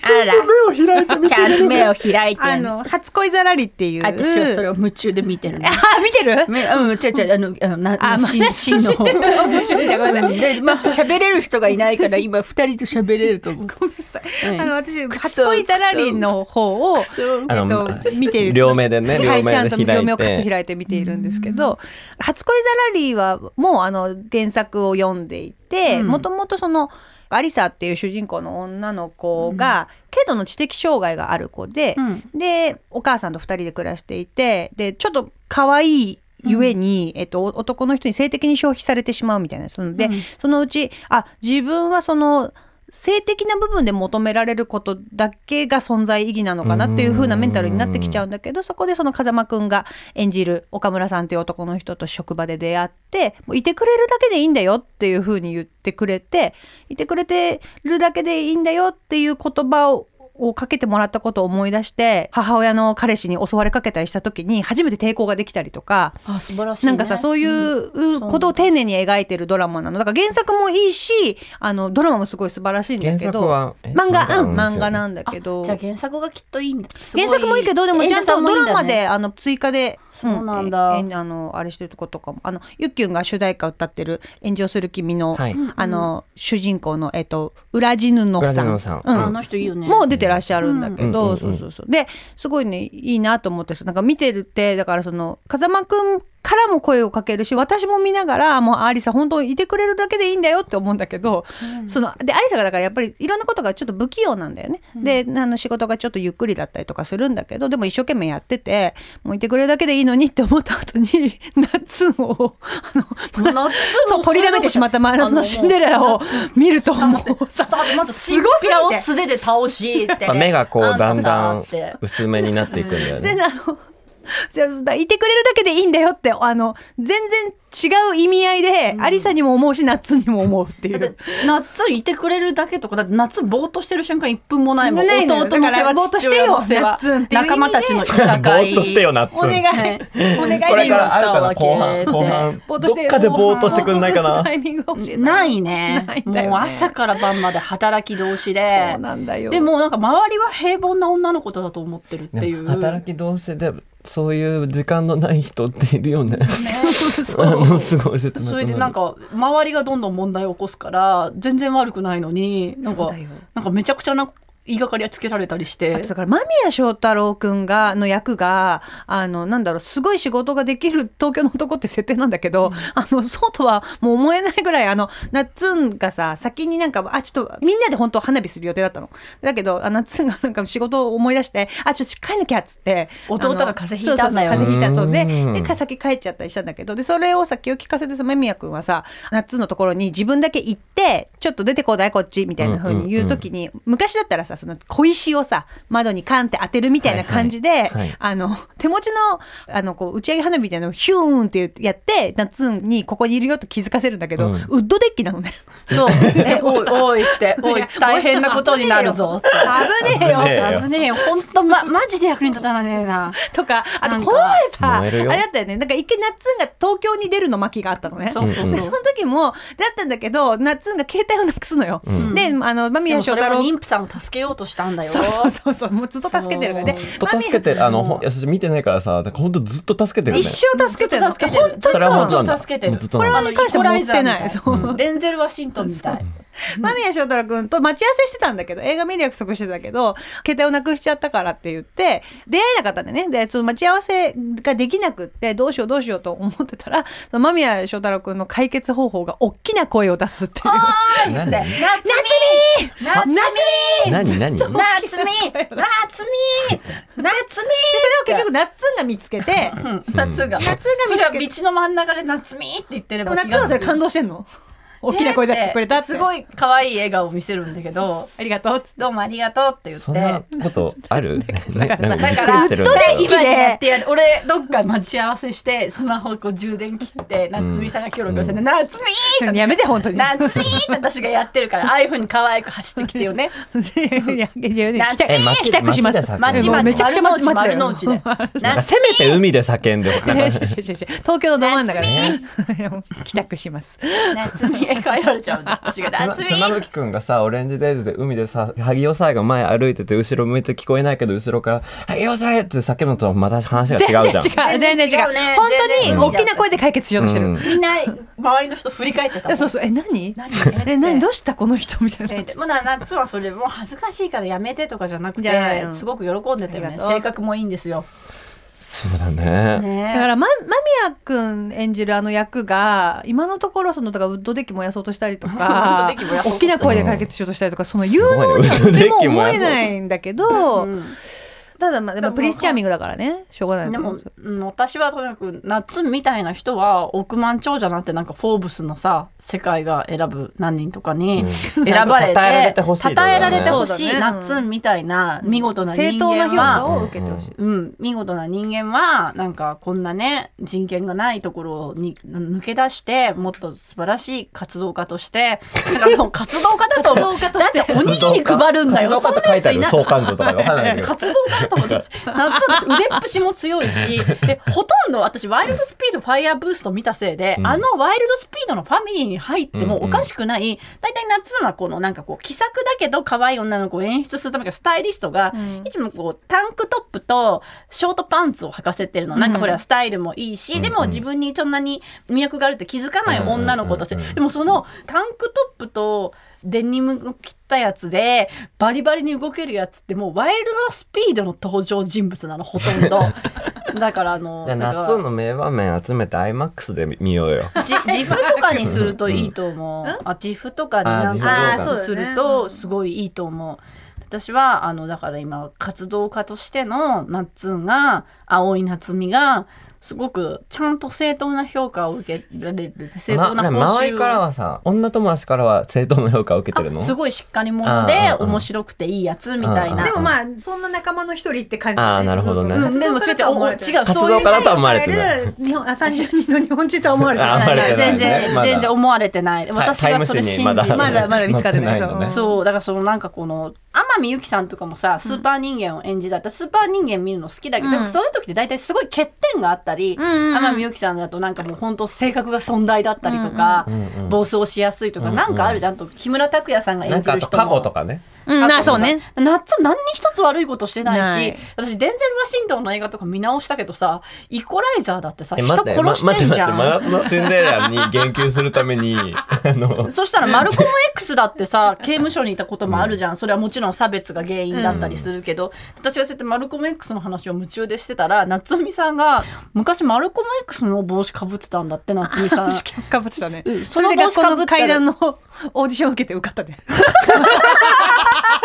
[SPEAKER 1] 目を開いてちゃんと目を開いて。
[SPEAKER 3] あの、初恋ザラリっていう。
[SPEAKER 1] 私はそれを夢中で見てるの。
[SPEAKER 3] あ、見てる
[SPEAKER 1] めうん、違う違う、あの、あの、な、
[SPEAKER 3] あ
[SPEAKER 1] なし、しの
[SPEAKER 3] [LAUGHS]
[SPEAKER 1] 方。
[SPEAKER 3] 夢中で見てるごめんなさい。
[SPEAKER 1] で、まあ、喋れる人がいないから、今二人と喋れると思う。
[SPEAKER 3] ごめんなさ
[SPEAKER 1] う
[SPEAKER 3] い。
[SPEAKER 1] ん
[SPEAKER 3] あの、私、初恋ザラリの方を、
[SPEAKER 1] そう。
[SPEAKER 4] あの
[SPEAKER 3] えっと見てる
[SPEAKER 4] 両目でね両
[SPEAKER 3] は
[SPEAKER 4] 目
[SPEAKER 3] い、
[SPEAKER 4] で
[SPEAKER 3] ちゃんと両目をカッ
[SPEAKER 4] 開い
[SPEAKER 3] と
[SPEAKER 4] て
[SPEAKER 3] 開いて見ているんですけど「初恋ザラリー」はもうあの原作を読んでいて
[SPEAKER 1] うん
[SPEAKER 3] もともとそのアリサっていう主人公の女の子が軽度の知的障害がある子で、
[SPEAKER 1] うん
[SPEAKER 3] でお母さんと2人で暮らしていてでちょっと可愛いゆえに、えっと、男の人に性的に消費されてしまうみたいなそので、そのうちあ自分はその性的な部分で求められることだけが存在意義なのかなっていう風なメンタルになってきちゃうんだけどそこでその風間くんが演じる岡村さんという男の人と職場で出会ってもういてくれるだけでいいんだよっていう風に言ってくれていてくれてるだけでいいんだよっていう言葉ををかけてもらったことを思い出して母親の彼氏に襲われかけたりした時に初めて抵抗ができたりとか
[SPEAKER 1] あ、素晴らしい。
[SPEAKER 3] なんかさそうい
[SPEAKER 1] うん。
[SPEAKER 3] ううことを丁寧に描いてるドラマなのだから原作もいいしあのドラマもすごい素晴らしいんだ
[SPEAKER 4] 原
[SPEAKER 3] け
[SPEAKER 4] 作
[SPEAKER 3] ど
[SPEAKER 4] はえ
[SPEAKER 3] 漫画うん
[SPEAKER 4] なんです
[SPEAKER 3] 漫
[SPEAKER 4] よ
[SPEAKER 3] 画なんだ
[SPEAKER 1] あ
[SPEAKER 3] けど
[SPEAKER 1] じゃあ原作がきっといいんだ。すごい
[SPEAKER 3] 原作もいいけどでもちゃんとドラマ。
[SPEAKER 1] 演者さもいい
[SPEAKER 3] で
[SPEAKER 1] だね
[SPEAKER 3] あの追加で
[SPEAKER 1] そうなんだ
[SPEAKER 3] ええあのあれしてるとことかもあのゆっきゅんが主題歌歌ってる「炎上する君の」
[SPEAKER 4] はい
[SPEAKER 3] あの主人公のえっと裏地布
[SPEAKER 4] 裏地
[SPEAKER 3] さん
[SPEAKER 4] 布さん
[SPEAKER 3] うん
[SPEAKER 1] あの人いいよね。
[SPEAKER 3] もう出てらっしゃるんだけど、
[SPEAKER 4] うん
[SPEAKER 3] そうそうそうですごいねいいなと思ってなんか見てるってだからその風間くんからも声をかけるし私も見ながらもうアリサ本当いてくれるだけでいいんだよって思うんだけど、そのでアリサがだからやっぱりいろんなことがちょっと不器用なんだよね、であの仕事がちょっとゆっくりだったりとかするんだけどでも一生懸命やっててもういてくれるだけでいいのにって思った後に [LAUGHS] 夏をあの
[SPEAKER 1] 夏も
[SPEAKER 3] そう取りだめてしまった真夏のシンデレラを見るともう
[SPEAKER 1] ちょ
[SPEAKER 3] さ
[SPEAKER 1] っと待ってまずチ
[SPEAKER 3] す
[SPEAKER 1] ン
[SPEAKER 3] ごす
[SPEAKER 1] ピ
[SPEAKER 3] ぎて
[SPEAKER 1] ラを素手で倒しって
[SPEAKER 4] まあ目がこうだんだ
[SPEAKER 1] あ
[SPEAKER 4] ん
[SPEAKER 1] たさって
[SPEAKER 4] 薄めになっていくんだよ
[SPEAKER 3] 全
[SPEAKER 4] ね
[SPEAKER 3] 然あのじゃあだ [LAUGHS] いてくれるだけでいいんだよってあの全然違う意味合いで、アリサにも思うしナッツにも思うってい
[SPEAKER 1] [LAUGHS] だ
[SPEAKER 4] [LAUGHS]
[SPEAKER 1] って
[SPEAKER 3] う。
[SPEAKER 1] 夏いてくれるだけとかだって夏ぼーっとしてる瞬間一分もないもん
[SPEAKER 3] ないのよ
[SPEAKER 1] 弟の世
[SPEAKER 3] だからぼー
[SPEAKER 1] 話
[SPEAKER 3] っとし
[SPEAKER 1] 父
[SPEAKER 3] てよ
[SPEAKER 1] 親の世話
[SPEAKER 3] ナッツンっていう意味で
[SPEAKER 1] 仲間たちのい
[SPEAKER 4] ぼ
[SPEAKER 1] さかい
[SPEAKER 4] ー
[SPEAKER 3] [LAUGHS]
[SPEAKER 4] っとしてよなっつ
[SPEAKER 3] お願い、お願い
[SPEAKER 4] これからあるかな後
[SPEAKER 1] リンゴスターを
[SPEAKER 4] 半後半
[SPEAKER 3] ぼーっと
[SPEAKER 4] ど
[SPEAKER 3] して
[SPEAKER 4] っかでぼーっとしてくんないか
[SPEAKER 3] [LAUGHS] ぼーっ
[SPEAKER 4] な
[SPEAKER 3] とするタイミングが欲しい
[SPEAKER 1] ないね
[SPEAKER 3] ないんだよね
[SPEAKER 1] もう朝から晩まで働き同士で
[SPEAKER 3] そうなんだよ
[SPEAKER 1] でもなんか周りは平凡な女の子だと思ってるってい
[SPEAKER 4] で
[SPEAKER 1] う
[SPEAKER 4] も働き同士でそういう時間のない人っているよね
[SPEAKER 3] そう
[SPEAKER 4] [LAUGHS] あのすごい切なく
[SPEAKER 1] そ
[SPEAKER 4] な
[SPEAKER 1] れ
[SPEAKER 4] る
[SPEAKER 1] でなんか周りがどんどん問題を起こすから全然悪くないのになん
[SPEAKER 3] そ
[SPEAKER 1] か
[SPEAKER 3] うだよ
[SPEAKER 1] なんかめちゃくちゃな言いがかりはつけられたりし
[SPEAKER 3] あと
[SPEAKER 1] て
[SPEAKER 3] だから間宮祥太朗くんがの役があのなんだろうすごい仕事ができる東京の男って設定なんだけど、あのそうとはもう思えないぐらいあのナッツンがさ先になんかあちょっとみんなで本当は花火する予定だったのだけどあナッツンがなん [LAUGHS] か仕事を思い出してあちょっと帰んなきゃっつって
[SPEAKER 1] 弟が風邪ひいたんだよ
[SPEAKER 3] あのそうそうそう風邪ひいたそ
[SPEAKER 4] う
[SPEAKER 3] う
[SPEAKER 4] ん
[SPEAKER 3] ででか先帰っちゃったりしたんだけどでそれをさ気を利かせてさ間宮君はさナッツンのところに自分だけ行ってちょっと出てこないこっちみたいな風に言う時に、昔だったらささその小石をさ窓にカンって当てるみたいな感じで、
[SPEAKER 4] いはい
[SPEAKER 3] あの手持ちのあのこう打ち上げ花火みたいなのをヒューンってやって夏にここにいるよと気づかせるんだけど、
[SPEAKER 4] うん
[SPEAKER 3] ウッドデッキなのね。
[SPEAKER 1] そう。え、おい、おい
[SPEAKER 3] [LAUGHS]
[SPEAKER 1] って、おい、大変なことになるぞって。
[SPEAKER 3] 危ねえよ
[SPEAKER 4] 危ねえよ
[SPEAKER 1] [LAUGHS] 危ねえよ。ほんと、ま、マジで役に立たねえな。
[SPEAKER 3] とかあ
[SPEAKER 1] な
[SPEAKER 3] と
[SPEAKER 1] んか
[SPEAKER 3] この前さあ
[SPEAKER 4] 燃え
[SPEAKER 3] れ
[SPEAKER 4] るよ
[SPEAKER 3] だったよねなんか一回ナッツンが東京に出るの巻があったのね。
[SPEAKER 1] そうそう
[SPEAKER 3] で
[SPEAKER 1] そ
[SPEAKER 3] そうの。時もだったんだけどナッツンが携帯をなくすのよ。
[SPEAKER 1] ん
[SPEAKER 3] であの間
[SPEAKER 1] で
[SPEAKER 3] 宮
[SPEAKER 1] も
[SPEAKER 3] 祥
[SPEAKER 1] それ
[SPEAKER 3] 太
[SPEAKER 1] は
[SPEAKER 3] 郎
[SPEAKER 1] 妊婦さんを助けようとしたんだよ。
[SPEAKER 3] そうそうそうそうもうずっと助けてるからね
[SPEAKER 1] そう
[SPEAKER 4] ずっと助けてあのほんいや私見てないからさなんか本当ずっと助けてるよ
[SPEAKER 3] 一
[SPEAKER 4] ね
[SPEAKER 3] 生助けてるの
[SPEAKER 1] ずっと助けてる
[SPEAKER 3] 本
[SPEAKER 4] それは本
[SPEAKER 3] 当にそう
[SPEAKER 4] 当なんだ
[SPEAKER 1] ずっと助けてる
[SPEAKER 4] ずっとなんだ
[SPEAKER 3] これはに関しては持ってない
[SPEAKER 1] イコライザーみた
[SPEAKER 3] そう
[SPEAKER 1] デンゼル・ワシントンみたい。
[SPEAKER 3] 間宮祥太朗君と待ち合わせしてたんだけど映画見る約束してたけど携帯をなくしちゃったからって言って出会えなかったんだよねでその待ち合わせができなくってどうしようどうしようと思ってたらその間宮祥太朗君の解決方法が大きな声を出すっていう。
[SPEAKER 4] 何何
[SPEAKER 1] で夏美夏美
[SPEAKER 4] 何何
[SPEAKER 1] 夏美夏美夏
[SPEAKER 3] それを結局ナッツンが見つけて
[SPEAKER 1] 美
[SPEAKER 3] 夏
[SPEAKER 1] 夏が。
[SPEAKER 3] が見つけ
[SPEAKER 1] それは道の真ん中で夏美って言って
[SPEAKER 3] で
[SPEAKER 1] れば
[SPEAKER 3] もナッツンはそれ感動してんの大きな声出してくれたって
[SPEAKER 1] すごい可愛い笑顔を見せるんだけど、
[SPEAKER 3] ありがとうっつって
[SPEAKER 1] どうもありがとうって言っ
[SPEAKER 4] そんな
[SPEAKER 1] て。
[SPEAKER 4] ことあるななんかび
[SPEAKER 1] だ
[SPEAKER 4] っ
[SPEAKER 1] か
[SPEAKER 4] くり
[SPEAKER 1] ら、
[SPEAKER 4] してるんだけ
[SPEAKER 3] 息
[SPEAKER 4] ど
[SPEAKER 3] で
[SPEAKER 1] 今やってやる俺、どっか待ち合わせして、スマホをこう充電切って、夏美さんがキョロキョロしてて、夏美って
[SPEAKER 3] やめて本当に。
[SPEAKER 1] 夏美って私がやってるから、ああいうふうに可愛く走ってきてよね。
[SPEAKER 3] いやいやいや帰
[SPEAKER 1] 夏
[SPEAKER 3] 宅
[SPEAKER 1] え
[SPEAKER 4] 街
[SPEAKER 3] 帰宅します
[SPEAKER 4] 街でさ。
[SPEAKER 1] 町
[SPEAKER 3] えもう
[SPEAKER 1] 々、
[SPEAKER 3] めちゃくちゃ
[SPEAKER 1] 丸の内、丸
[SPEAKER 3] 街
[SPEAKER 1] の内で。
[SPEAKER 4] なんか
[SPEAKER 1] 夏
[SPEAKER 4] せめて海で叫んでほ
[SPEAKER 3] いや
[SPEAKER 4] ない
[SPEAKER 3] や
[SPEAKER 4] ん
[SPEAKER 3] い
[SPEAKER 4] か
[SPEAKER 3] やいや東京のど真ん中でね帰宅します。
[SPEAKER 1] 夏美へ帰られちゃうんだ。
[SPEAKER 4] [LAUGHS]
[SPEAKER 1] 私が夏美
[SPEAKER 4] 妻夫木君がさオレンジデイズで海でさ萩尾さえが前歩いてて後ろ向いて聞こえないけど後ろから「萩尾さえ!」って叫ぶのとまた話が違うじゃん。
[SPEAKER 3] 違う全然違
[SPEAKER 1] 全然違
[SPEAKER 3] う
[SPEAKER 1] うね
[SPEAKER 3] 本当
[SPEAKER 1] 全
[SPEAKER 3] に
[SPEAKER 1] 然違う
[SPEAKER 3] 大きな声で解決しようとしてる、
[SPEAKER 4] うん
[SPEAKER 1] みんな、周りの人振り返ってたもん。
[SPEAKER 3] そうそうえ何
[SPEAKER 1] 何
[SPEAKER 3] え何どうしたこの人みたいな、
[SPEAKER 1] えーでもな夏はそれもう恥ずかしいからやめてとかじゃなく
[SPEAKER 3] じゃない
[SPEAKER 1] て
[SPEAKER 3] の
[SPEAKER 1] すごく喜んでたよ
[SPEAKER 3] あり
[SPEAKER 1] ね
[SPEAKER 3] がとう
[SPEAKER 1] 性格もいいんですよ。
[SPEAKER 4] そうだね。
[SPEAKER 1] ね
[SPEAKER 3] だから、ま、間宮君演じるあの役が今のところそのだからウッドデッキ燃やそうとしたりと [LAUGHS]
[SPEAKER 1] ウッ
[SPEAKER 3] か
[SPEAKER 1] ドデッキ燃やそうと
[SPEAKER 3] 大
[SPEAKER 1] して
[SPEAKER 3] きな声で解決しようとしたりとかその有
[SPEAKER 4] すご
[SPEAKER 3] 能
[SPEAKER 4] いね
[SPEAKER 3] にはと
[SPEAKER 4] ウッ
[SPEAKER 3] ても
[SPEAKER 4] ドデッキ
[SPEAKER 3] 思
[SPEAKER 4] 燃やそ
[SPEAKER 3] え
[SPEAKER 4] うと
[SPEAKER 3] ないんだけど、
[SPEAKER 1] うん
[SPEAKER 3] ただまあで
[SPEAKER 1] で
[SPEAKER 3] も
[SPEAKER 1] も
[SPEAKER 3] プリンスチャーミングだからねしょうがない
[SPEAKER 1] で
[SPEAKER 3] と思うんで
[SPEAKER 1] も
[SPEAKER 3] すよ、
[SPEAKER 1] うん、私はとにかく夏みたいな人は億万長者なんてなんか「フォーブス」のさ世界が選ぶ何人とかに [LAUGHS] 選ばれて、
[SPEAKER 4] そう讃えられてほしいところだね
[SPEAKER 1] えられてほしい
[SPEAKER 3] そうだね
[SPEAKER 1] 夏みたいな見事な
[SPEAKER 3] 正
[SPEAKER 1] 人
[SPEAKER 3] 当な評
[SPEAKER 1] 間
[SPEAKER 3] 価
[SPEAKER 1] は、
[SPEAKER 3] を受けてほしい、
[SPEAKER 1] うん、見事な人間はなんかこんなね人権がないところに抜け出してもっと素晴らしい活動家
[SPEAKER 3] [LAUGHS]
[SPEAKER 1] としてだからもう活動家だと思うだっておにぎり配るんだよ
[SPEAKER 4] 活動家って書いてある相関図とかわかん
[SPEAKER 1] [LAUGHS]
[SPEAKER 4] ないけど。
[SPEAKER 1] 活動家だと思って私夏腕っぷしも強
[SPEAKER 4] [LAUGHS]
[SPEAKER 1] いしでほとんど私ワイルドスピードファイヤーブースト見たせいで、あのワイルドスピードのファミリーに入ってもおかしくない、大体夏はこのなんかこう気さくだけど可愛い女の子を演出するためのスタイリストが、いつもこうタンクトップとショートパンツを履かせてるのなんかこれはスタイルもいいし、でも自分にそんなに魅力があるって気づかない女の子として、でもそのタンクトップとデニムの切ったやつでバリバリに動けるやつってもうワイルドスピードの登場人物なのほとん
[SPEAKER 4] [LAUGHS]
[SPEAKER 1] どだからあのなんか
[SPEAKER 4] 夏の名場面集めて IMAX で見ようよ。
[SPEAKER 1] じ自負とかにするといいと思う、あ自負とかになん
[SPEAKER 4] あ自
[SPEAKER 1] か
[SPEAKER 3] 負
[SPEAKER 1] す
[SPEAKER 3] とか
[SPEAKER 1] るとすごいいいと思う私はあのだから今活動家としてのナッツンが青い夏美がすごくちゃんと正当な評価を受けられる正
[SPEAKER 4] ま、
[SPEAKER 1] 当
[SPEAKER 4] な
[SPEAKER 1] な報酬を、
[SPEAKER 4] 周りからはさ女友達からは正当な評価を受けてるの
[SPEAKER 1] あすごいしっかり者で
[SPEAKER 4] あああ
[SPEAKER 1] 面白くていいやつみたい
[SPEAKER 4] あ
[SPEAKER 1] な
[SPEAKER 4] あ
[SPEAKER 3] でもまあそんな仲間の一人って感じだね
[SPEAKER 4] あーなるほどね
[SPEAKER 3] そうそう
[SPEAKER 1] うんでも
[SPEAKER 3] 活動家だとは思われてない
[SPEAKER 1] 違
[SPEAKER 3] う
[SPEAKER 4] 活
[SPEAKER 1] そう
[SPEAKER 4] 動
[SPEAKER 1] いう
[SPEAKER 4] 家だとは思われて
[SPEAKER 3] 考
[SPEAKER 4] ない。
[SPEAKER 3] える日本あ30人の日本人とは思われて
[SPEAKER 4] あ
[SPEAKER 3] な
[SPEAKER 4] 思わ
[SPEAKER 3] い
[SPEAKER 4] れてない
[SPEAKER 1] 全然、
[SPEAKER 4] まだ
[SPEAKER 1] 全然思われてない私
[SPEAKER 4] タイ
[SPEAKER 1] は
[SPEAKER 4] ム
[SPEAKER 1] そ
[SPEAKER 4] 誌
[SPEAKER 1] れ
[SPEAKER 4] に
[SPEAKER 1] 信じて
[SPEAKER 3] まだまだ見つかってない
[SPEAKER 4] 載のね
[SPEAKER 3] そう
[SPEAKER 1] そうだからそのなんかこの天海祐希さんとかもさスーパー人間を演じたって、スーパー人間見るの好きだけど、
[SPEAKER 3] うん
[SPEAKER 1] でもそういう時って大体すごい欠点があったり、
[SPEAKER 3] うんうんうん
[SPEAKER 1] 天海祐希さんだとなんかもう本当性格が存在だったりとか、暴走しやすいとか、なんかあるじゃんと木村拓哉さんが
[SPEAKER 4] な
[SPEAKER 1] 演
[SPEAKER 4] ん
[SPEAKER 1] じ
[SPEAKER 4] かあ
[SPEAKER 1] る
[SPEAKER 4] と
[SPEAKER 1] 人
[SPEAKER 4] 過
[SPEAKER 1] も
[SPEAKER 4] 去とかね。
[SPEAKER 3] うんあそうね
[SPEAKER 1] 夏何に一つ悪いことしてないし
[SPEAKER 3] ない
[SPEAKER 1] 私デンゼル・ワシントンの映画とか見直したけどさイコライザーだってさ
[SPEAKER 4] え
[SPEAKER 1] 人殺してんじゃん、 [LAUGHS]
[SPEAKER 4] 真夏のシンデレラに言及するためにあの
[SPEAKER 1] そしたらマルコム X だってさ刑務所にいたこともあるじゃんそれはもちろん差別が原因だったりするけど、私がそうやってマルコム X の話を夢中でしてたら夏美さんが昔マルコム X の帽子かぶってたんだって夏美さん。
[SPEAKER 3] かぶってたね
[SPEAKER 1] うん
[SPEAKER 3] それで
[SPEAKER 1] その
[SPEAKER 3] 学校
[SPEAKER 1] 帽子かぶ
[SPEAKER 3] の
[SPEAKER 1] ったら
[SPEAKER 3] 階段のオーディションを受けて受かったね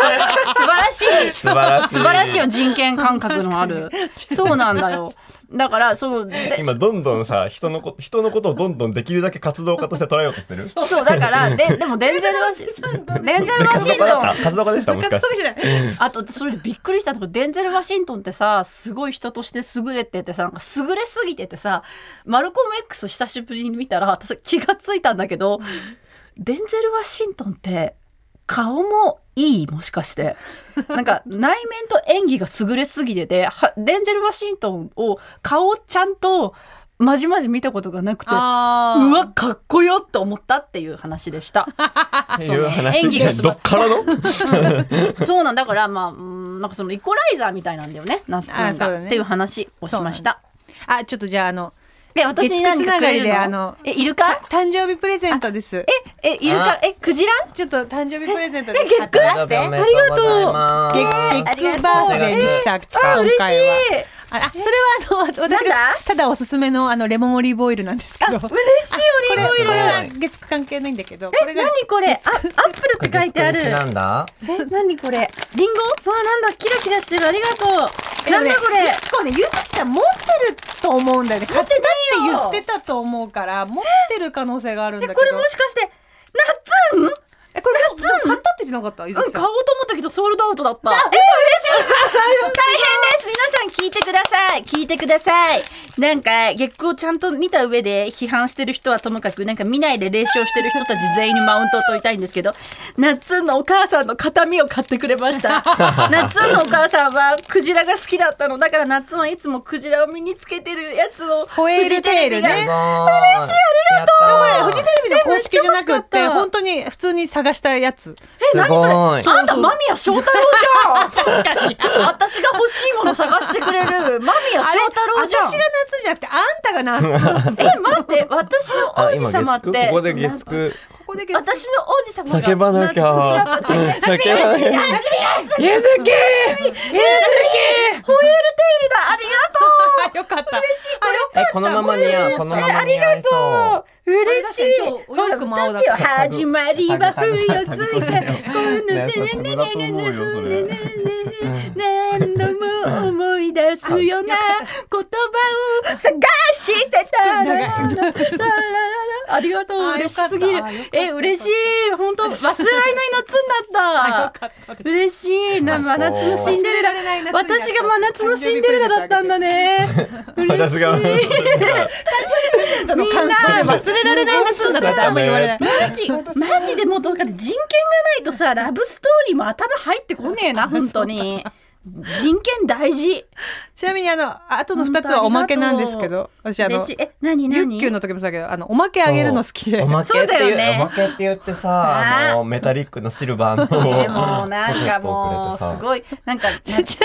[SPEAKER 1] 素晴らしい
[SPEAKER 4] 素晴らしい
[SPEAKER 1] 素晴らしいよ人権感覚のあるそうなんだよだからそうで
[SPEAKER 4] 今どんどんさ人のこ人のことをどんどんできるだけ活動家として捉えようとしてる
[SPEAKER 1] [LAUGHS] そう
[SPEAKER 3] [LAUGHS]
[SPEAKER 1] だからででもデンゼル・ワシデンゼル・ワ
[SPEAKER 4] 活
[SPEAKER 1] シ
[SPEAKER 4] 動家
[SPEAKER 1] ン
[SPEAKER 4] だ
[SPEAKER 1] ト
[SPEAKER 4] っ
[SPEAKER 1] ン
[SPEAKER 4] た活動家でしたもしかして
[SPEAKER 3] じゃない。
[SPEAKER 1] あとそれでびっくりしたのがデンゼル・ワシントンってさすごい人として優れててさなんか優れすぎててさマルコム X 久しぶりに見たら私気がついたんだけど、デンゼル・ワシントンって顔もいいもしかしてなんか内面と演技が優れすぎててはデンゼル・ワシントンを顔をちゃんとまじまじ見たことがなくてう
[SPEAKER 3] あー
[SPEAKER 1] わかっこよと思ったっていう話でした。
[SPEAKER 4] っていう話
[SPEAKER 1] 演技が素晴
[SPEAKER 4] ど
[SPEAKER 1] らし
[SPEAKER 4] っからの
[SPEAKER 1] [LAUGHS] そうなんだからまあうんなんかそのイコライザーみたいなんだよねナッツン
[SPEAKER 3] あそうだ
[SPEAKER 1] が、
[SPEAKER 3] ね
[SPEAKER 1] っていう話をしました。
[SPEAKER 3] あ、ちょっとじゃあ、あの、
[SPEAKER 1] え私に何かくれ
[SPEAKER 3] 月
[SPEAKER 1] る
[SPEAKER 3] 九つながりで
[SPEAKER 1] の
[SPEAKER 3] あの
[SPEAKER 1] えイル
[SPEAKER 3] た
[SPEAKER 1] カ
[SPEAKER 3] 誕生日プレゼントです。
[SPEAKER 1] えイルカえクジラ
[SPEAKER 3] ちょっと誕生日プレゼントで買って
[SPEAKER 1] 月
[SPEAKER 3] ますね。
[SPEAKER 1] [LAUGHS] ありがとう
[SPEAKER 2] ありがとうござい
[SPEAKER 3] 月
[SPEAKER 2] ます。
[SPEAKER 3] 月9バースデーにした、
[SPEAKER 1] あ
[SPEAKER 3] 今
[SPEAKER 1] 嬉し
[SPEAKER 3] 回は。
[SPEAKER 1] い
[SPEAKER 3] ああ、それはあの私が
[SPEAKER 1] なんだ
[SPEAKER 3] ただおすすめのあのレモンオリーブオイルなんですけど。
[SPEAKER 1] 嬉
[SPEAKER 3] こ
[SPEAKER 1] しいオリーブオイ
[SPEAKER 3] れ
[SPEAKER 1] ル
[SPEAKER 3] は月9関係ないんだけど、これ
[SPEAKER 1] え
[SPEAKER 3] が
[SPEAKER 1] 何これあアップルって書いてある
[SPEAKER 2] 月九日なんだ。
[SPEAKER 1] え何これリンゴそうなんだキラキラしてるありがとうなんだこれ
[SPEAKER 3] 結構ね、ゆうたきさん持ってると思うんだよね。買ってたって言ってたと思うから、持ってる可能性があるんだ
[SPEAKER 1] え
[SPEAKER 3] けど。
[SPEAKER 1] これもしかしてナッツン
[SPEAKER 3] え、これもう買ったって言ってなかったゆうた
[SPEAKER 1] う
[SPEAKER 3] き
[SPEAKER 1] ん、
[SPEAKER 3] さ
[SPEAKER 1] 買
[SPEAKER 3] ん
[SPEAKER 1] おうと思ったけどソールドアウトだった。えー、嬉しい大変です皆さん聞いてください聞いてくださいなんか、月光をちゃんと見た上で批判してる人はともかく、なんか見ないで冷笑してる人たち全員にマウントを取りたいんですけど、ナッツンのお母さんの形見を買ってくれました。ナッツンのお母さんはクジラが好きだったの。だからナッツンはいつもクジラを身につけてるやつを、
[SPEAKER 3] ホエールテールね
[SPEAKER 1] フジテレビが
[SPEAKER 2] 嬉しいありがとう。
[SPEAKER 3] これフジテレビの公式じゃなくっ
[SPEAKER 1] えめっちゃ欲しかってた
[SPEAKER 3] 本当に普通に探したやつ
[SPEAKER 1] え、何それ
[SPEAKER 2] すごい
[SPEAKER 1] あんた間宮祥太郎じゃん私が欲しいもの探してくれる間宮祥太郎
[SPEAKER 3] 私
[SPEAKER 1] じ
[SPEAKER 3] が夏じゃなくてあんたが [LAUGHS] 夏
[SPEAKER 1] ゃんえ、待って、私の
[SPEAKER 4] あ
[SPEAKER 1] 王子様って
[SPEAKER 4] 今月九ここで月9
[SPEAKER 3] ここで月
[SPEAKER 1] 私の王子様が
[SPEAKER 4] 叫ばなきゃ
[SPEAKER 1] 夏に [LAUGHS]
[SPEAKER 4] 叫ばなきゃゆずき
[SPEAKER 1] ホエールテイルだあり
[SPEAKER 3] あよかった
[SPEAKER 2] えこのままに合うこのままに合い
[SPEAKER 1] が
[SPEAKER 2] そ
[SPEAKER 1] とう嬉しい
[SPEAKER 3] これ確かに今日お洋服も青だっ
[SPEAKER 1] ほ
[SPEAKER 3] た
[SPEAKER 1] ら歌ってよ始まりは冬ついてこう
[SPEAKER 4] ね
[SPEAKER 1] ね
[SPEAKER 4] それタグだと思うよそれ
[SPEAKER 1] 何度も思い出すような言葉を探してたらララララありがとう
[SPEAKER 3] あ
[SPEAKER 1] 嬉しすぎる
[SPEAKER 3] よかったあよかった
[SPEAKER 1] え嬉しい本 [LAUGHS] 当忘れられない夏にな
[SPEAKER 3] あ
[SPEAKER 1] っ
[SPEAKER 3] よかった
[SPEAKER 1] た嬉しいな真夏のシン
[SPEAKER 3] 忘
[SPEAKER 1] デレ
[SPEAKER 3] れ
[SPEAKER 1] ラ
[SPEAKER 3] られない夏になった
[SPEAKER 1] 私が真夏のシンデレラだった
[SPEAKER 3] [LAUGHS]
[SPEAKER 1] んだね嬉し
[SPEAKER 4] 私
[SPEAKER 1] い
[SPEAKER 4] が [LAUGHS]
[SPEAKER 3] あんたの感想で忘れられない夏になったあんま言われない
[SPEAKER 1] マジマジでもうだから人権がないとさラブストーリーも頭入ってこねえな本当に人権大事
[SPEAKER 3] ちなみにあのあとの二つはおまけなんですけど私あ
[SPEAKER 1] 嬉
[SPEAKER 3] の
[SPEAKER 1] しいえ何
[SPEAKER 3] ユ
[SPEAKER 1] 何
[SPEAKER 3] ッキュの時もそうだけどあのおまけあげるの好きで
[SPEAKER 2] う。おまけ
[SPEAKER 1] そう
[SPEAKER 2] っ
[SPEAKER 1] だ
[SPEAKER 2] て
[SPEAKER 1] よ
[SPEAKER 2] い
[SPEAKER 1] ね
[SPEAKER 2] うおまけって言って
[SPEAKER 1] [LAUGHS]
[SPEAKER 2] さあのメタリックのシルバーの。
[SPEAKER 1] でもうなん
[SPEAKER 3] [LAUGHS]
[SPEAKER 1] かもうす
[SPEAKER 2] い。
[SPEAKER 1] ごいなんか
[SPEAKER 3] ちなみにゆず